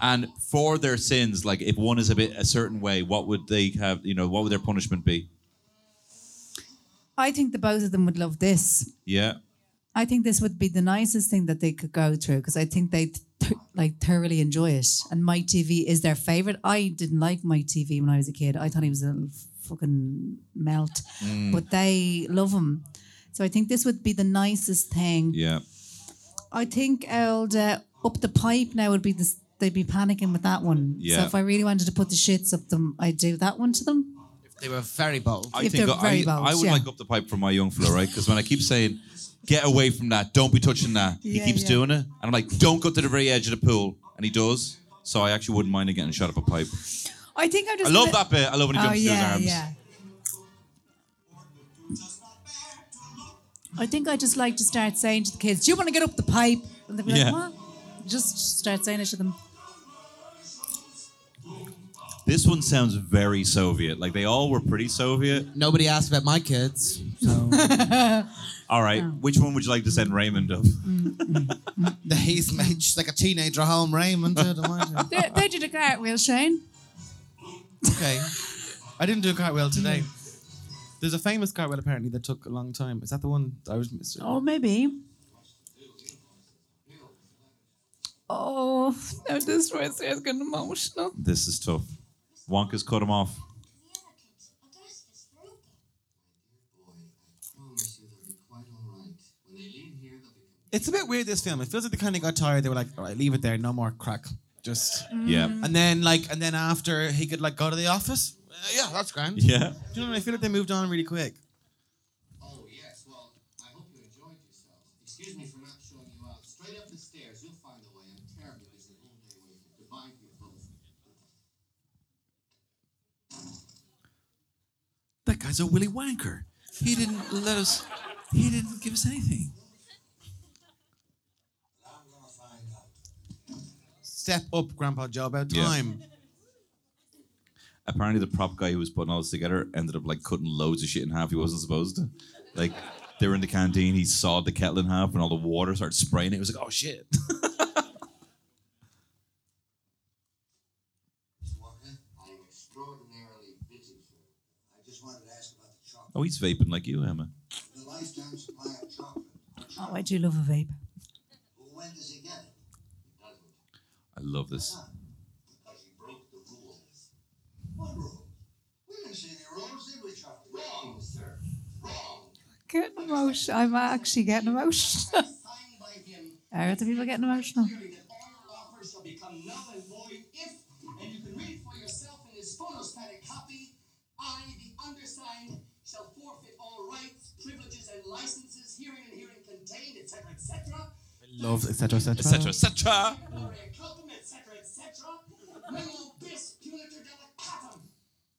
[SPEAKER 3] And for their sins, like if one is a bit a certain way, what would they have, you know, what would their punishment be?
[SPEAKER 4] I think the both of them would love this.
[SPEAKER 3] Yeah.
[SPEAKER 4] I think this would be the nicest thing that they could go through because I think they th- like thoroughly enjoy it. And My TV is their favorite. I didn't like My TV when I was a kid. I thought he was a little fucking melt,
[SPEAKER 3] Mm.
[SPEAKER 4] but they love him. So I think this would be the nicest thing.
[SPEAKER 3] Yeah.
[SPEAKER 4] I think old uh, up the pipe now would be this. They'd be panicking with that one.
[SPEAKER 3] Yeah.
[SPEAKER 4] So if I really wanted to put the shits up them, I'd do that one to them.
[SPEAKER 5] They were very bold.
[SPEAKER 3] I
[SPEAKER 4] If
[SPEAKER 3] think
[SPEAKER 4] they're
[SPEAKER 3] I,
[SPEAKER 4] very bold,
[SPEAKER 3] I would
[SPEAKER 4] yeah.
[SPEAKER 3] like up the pipe for my young fella, right? Because when I keep saying, get away from that, don't be touching that,
[SPEAKER 4] Yeah,
[SPEAKER 3] he keeps
[SPEAKER 4] yeah.
[SPEAKER 3] doing it. And I'm like, don't go to the very edge of the pool. And he does. So I actually wouldn't mind him getting shot up a pipe.
[SPEAKER 4] I think I'm
[SPEAKER 3] I
[SPEAKER 4] just.
[SPEAKER 3] love
[SPEAKER 4] gonna-
[SPEAKER 3] that bit. I love when he
[SPEAKER 4] Oh
[SPEAKER 3] jumps through his
[SPEAKER 4] yeah,
[SPEAKER 3] arms.
[SPEAKER 4] yeah. I think I just like to start saying to the kids, "Do you want to get up the pipe?" And they'll be
[SPEAKER 3] Yeah.
[SPEAKER 4] like, "What?" Just start saying it to them.
[SPEAKER 3] This one sounds very Soviet. Like they all were pretty Soviet.
[SPEAKER 5] Nobody asked about my kids.
[SPEAKER 3] All right, which one would you like to send Raymond up?
[SPEAKER 4] Mm.
[SPEAKER 5] The Heath made she's like a teenager home, Raymond. did, am I?
[SPEAKER 4] They, they did a cartwheel, Shane.
[SPEAKER 5] okay. I didn't do a cartwheel today. There's a famous cartwheel apparently that took a long time. Is that the one I was missing?
[SPEAKER 4] Oh, maybe. Oh, now this right there is getting emotional.
[SPEAKER 3] This is tough. Wonka's cut him off.
[SPEAKER 8] Augustus,
[SPEAKER 6] Promise you they'll be quite all right. When they leave here, they'll be
[SPEAKER 5] It's a bit weird this film. It feels like they kind of got tired. They were like, all right, leave it there, no more crack. Just
[SPEAKER 4] Mm.
[SPEAKER 3] Yeah.
[SPEAKER 5] and then like and then after he could like go to the office. Uh, yeah, that's grand.
[SPEAKER 3] Yeah.
[SPEAKER 5] Do you know what I feel like they moved on really quick.
[SPEAKER 6] Oh, yes. Well, I hope you enjoyed yourselves. Excuse me for not showing you out. Straight up the stairs. You'll find the way. I'm terribly busy all day waiting. Goodbye to you both.
[SPEAKER 12] guy's a willy wanker. He didn't let us. He didn't give us anything.
[SPEAKER 5] Step up, Grandpa Joe. About
[SPEAKER 3] Yeah.
[SPEAKER 5] time.
[SPEAKER 3] apparently the prop guy who was putting all this together ended up like cutting loads of shit in half he wasn't supposed to. Like they were in the canteen, he sawed the kettle in half and all the water started spraying it. It was like, oh shit.
[SPEAKER 6] I'm extraordinarily busy, sir. I just wanted to ask about the chocolate.
[SPEAKER 3] Oh, he's vaping like you, Emma.
[SPEAKER 6] The lifetime supply of chocolate.
[SPEAKER 11] Oh, I do love a vape.
[SPEAKER 6] When does he get it?
[SPEAKER 3] I love this.
[SPEAKER 6] Because he broke the rules. What rules? We didn't see any rules, did we, Charlie? Wrong, sir. Wrong.
[SPEAKER 4] Getting emotional. I'm actually getting emotional. Are other people getting emotional?
[SPEAKER 6] Offers shall become null and void if, and you can read for yourself in this phonostatic copy, I, the undersigned, shall forfeit all rights, privileges, and licenses herein and herein contained, etc., etc.,
[SPEAKER 5] Love, etc., etc.
[SPEAKER 3] Etc., etc.
[SPEAKER 6] etc., etc. Nemo bis punitor delicatum.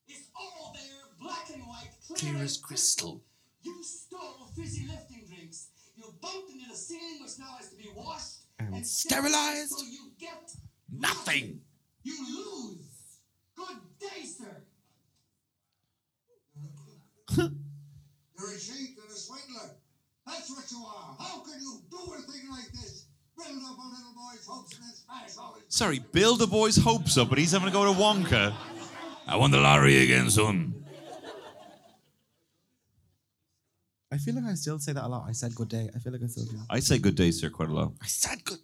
[SPEAKER 6] It's all there, black and white, clear,
[SPEAKER 12] Clear
[SPEAKER 6] and
[SPEAKER 12] as crystal.
[SPEAKER 6] You stole fizzy lifting drinks. You bumped into the sin which now has to be washed
[SPEAKER 12] And sterilized.
[SPEAKER 6] sterilized. So you get
[SPEAKER 12] Nothing.
[SPEAKER 6] you lose. Good day, sir. You're a cheat and a swindler. That's what you are. How can you do a thing like this? Build up a little boy's hopes and then smash all his.
[SPEAKER 3] Sorry, build a boy's hopes up, but he's having to go to Wonka. I won the lottery again, son.
[SPEAKER 5] I feel like I still say that a lot. I said good day. I feel like I still do.
[SPEAKER 3] I say good day, sir, quite a lot.
[SPEAKER 5] I said good.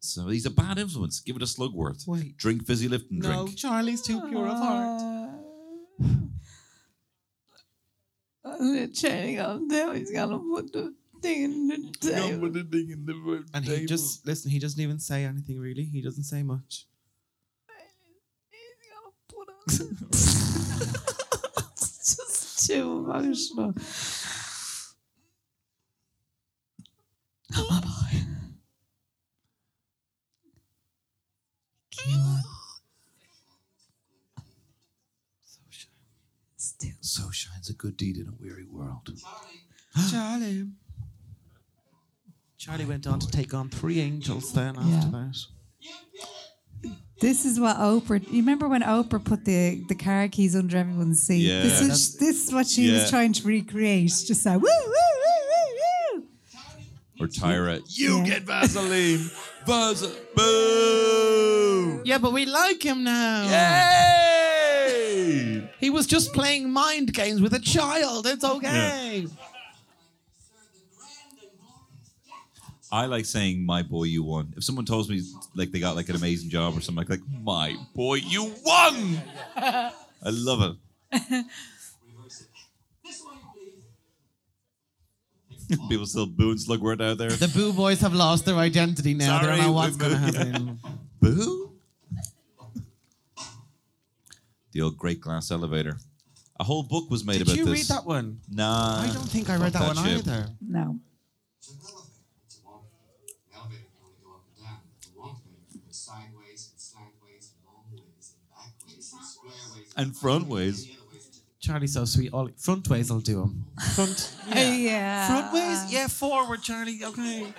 [SPEAKER 3] So he's a bad influence. Give it a slug worth.
[SPEAKER 5] Wait.
[SPEAKER 3] Drink fizzy Lipton
[SPEAKER 5] No,
[SPEAKER 3] drink.
[SPEAKER 5] Charlie's too pure of heart.
[SPEAKER 2] I'm chaining on there. He's gonna put the thing in the table.
[SPEAKER 5] And he just listen. He doesn't even say anything really. He doesn't say much.
[SPEAKER 2] It's just too emotional.
[SPEAKER 12] So shines a good deed in a weary world.
[SPEAKER 5] Charlie. Charlie went on to take on three angels then after that.
[SPEAKER 4] This is what Oprah. You remember when Oprah put the, the car keys under everyone's seat?
[SPEAKER 3] Yeah.
[SPEAKER 4] This is this is what she
[SPEAKER 3] Yeah.
[SPEAKER 4] was trying to recreate. Just like woo woo woo woo woo.
[SPEAKER 3] Or Tyra. You
[SPEAKER 4] Yeah.
[SPEAKER 3] get Vaseline. Vas- Boo!
[SPEAKER 5] Yeah, but we like him now.
[SPEAKER 3] Yay!
[SPEAKER 5] He was just playing mind games with a child. It's okay.
[SPEAKER 3] I like saying "my boy, you won." If someone tells me like they got like an amazing job or something, like, like "my boy, you won," I love it. People still booing slug word out there.
[SPEAKER 5] The Boo Boys have lost their identity now. they don't
[SPEAKER 3] Sorry,
[SPEAKER 5] know what's
[SPEAKER 3] we
[SPEAKER 5] going to
[SPEAKER 3] moved-
[SPEAKER 5] happen.
[SPEAKER 3] Boo. The old great glass elevator. A whole book was made
[SPEAKER 5] Did
[SPEAKER 3] about
[SPEAKER 5] you
[SPEAKER 3] this.
[SPEAKER 5] read that one?
[SPEAKER 3] Nah.
[SPEAKER 5] I don't think I read
[SPEAKER 3] fuck
[SPEAKER 5] that, one
[SPEAKER 3] shit.
[SPEAKER 5] either.
[SPEAKER 4] No.
[SPEAKER 6] The elevator can only go up and down. The walk it goes sideways and slantways and long ways and back ways and square ways.
[SPEAKER 3] And front ways.
[SPEAKER 5] Charlie's so sweet. All front ways, I'll do him. Front. Ah.
[SPEAKER 4] Yeah.
[SPEAKER 5] Front ways? Yeah, forward, Charlie. Okay.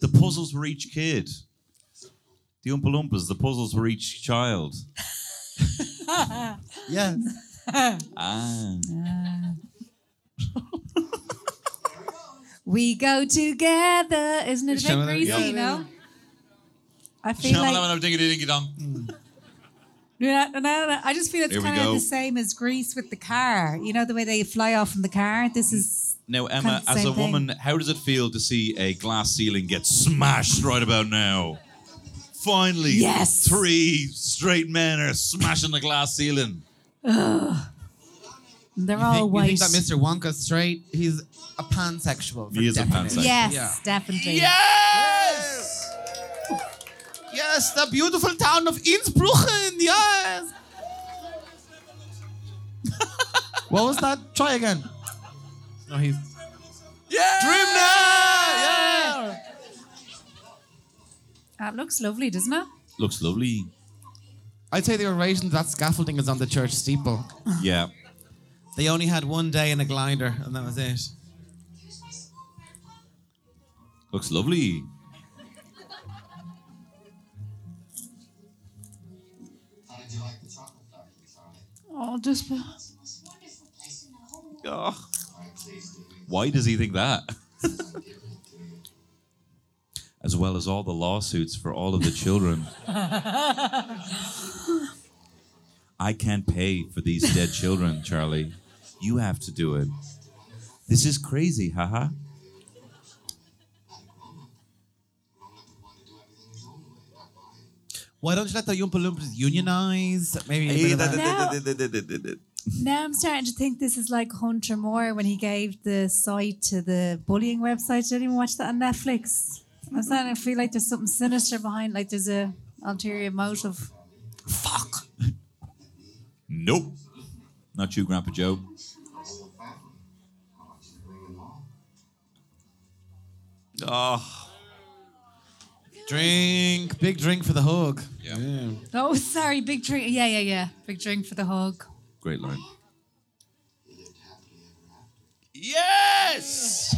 [SPEAKER 3] The puzzles were each kid. The Oompa Loompas, the puzzles were each child.
[SPEAKER 5] Yeah.
[SPEAKER 3] Ah.
[SPEAKER 4] We go together. Isn't it a
[SPEAKER 5] Shaman-
[SPEAKER 4] bit greasy?
[SPEAKER 5] yeah.
[SPEAKER 4] You know. I feel like
[SPEAKER 3] Shamalama-ding-a-ding-a-dong.
[SPEAKER 4] No, no, no, no. I just feel it's
[SPEAKER 3] Here we
[SPEAKER 4] kind of
[SPEAKER 3] go.
[SPEAKER 4] the same as Greece with the car. You know the way they fly off in the car. This is
[SPEAKER 3] Now,
[SPEAKER 4] Kind
[SPEAKER 3] Emma,
[SPEAKER 4] of the
[SPEAKER 3] as
[SPEAKER 4] same
[SPEAKER 3] a woman, how does it feel to see a glass ceiling get smashed right about now? Finally,
[SPEAKER 4] Yes.
[SPEAKER 3] three straight men are smashing the glass ceiling.
[SPEAKER 4] they're
[SPEAKER 5] You
[SPEAKER 4] all
[SPEAKER 5] think,
[SPEAKER 4] white.
[SPEAKER 5] you think that Mr. Wonka's straight? He's a pansexual. for
[SPEAKER 3] He is a
[SPEAKER 5] definite.
[SPEAKER 3] pansexual.
[SPEAKER 4] yes,
[SPEAKER 5] Yeah.
[SPEAKER 4] definitely.
[SPEAKER 5] Yes! Yes, the beautiful town of Innsbrucken, yes! what was that? Try again. No, he's. Yeah! Dream now! Yeah!
[SPEAKER 4] That looks lovely, doesn't it?
[SPEAKER 3] Looks lovely.
[SPEAKER 5] I'd say the oration of that scaffolding is on the church steeple.
[SPEAKER 3] Yeah.
[SPEAKER 5] They only had one day in a glider, and that was it.
[SPEAKER 3] Looks lovely.
[SPEAKER 6] How did you like the chocolate factory, Charlie?
[SPEAKER 11] Oh, just.
[SPEAKER 6] It's the most wonderful place in the whole world.
[SPEAKER 3] Oh.
[SPEAKER 6] Alright, please do.
[SPEAKER 3] Why does he think that? as well as all the lawsuits for all of the children. I can't pay for these dead children, Charlie. You have to do it. This is crazy, haha.
[SPEAKER 5] Why don't you let the Oompa Loompas unionize? Maybe. a bit of that.
[SPEAKER 4] Now I'm starting to think this is like Hunter Moore when he gave the site to the bullying website. Did anyone watch that on Netflix? I'm starting to feel like there's something sinister behind, like there's a ulterior motive. Fuck.
[SPEAKER 3] Nope. Not you, Grandpa Joe. Oh.
[SPEAKER 5] Drink, big drink for the hug.
[SPEAKER 3] Yeah.
[SPEAKER 4] Oh, sorry, big drink. Yeah, yeah, yeah. Big drink for the hug.
[SPEAKER 3] Great line.
[SPEAKER 2] Yes!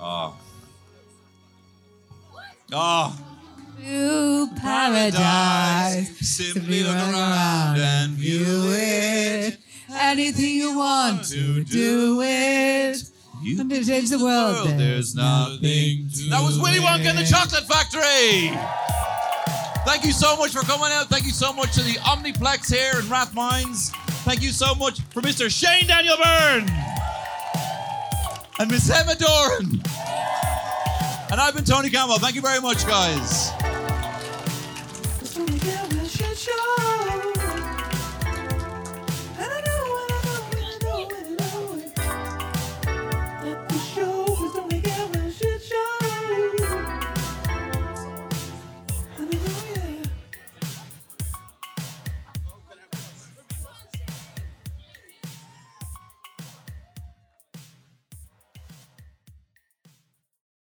[SPEAKER 3] Oh. Oh.
[SPEAKER 4] Ooh, paradise.
[SPEAKER 3] Simply look around and view it.
[SPEAKER 4] Anything you want to do it.
[SPEAKER 3] You
[SPEAKER 4] and it change the world. then.
[SPEAKER 3] There's nothing to That was Willy Wonka and the Chocolate Factory. Thank you so much for coming out. Thank you so much to the Omniplex here in Rathmines. Thank you so much for Mr. Shane Daniel Byrne and Miss Emma Doran. And I've been Tony Campbell. Thank you very much, guys.
[SPEAKER 2] Just wanna get well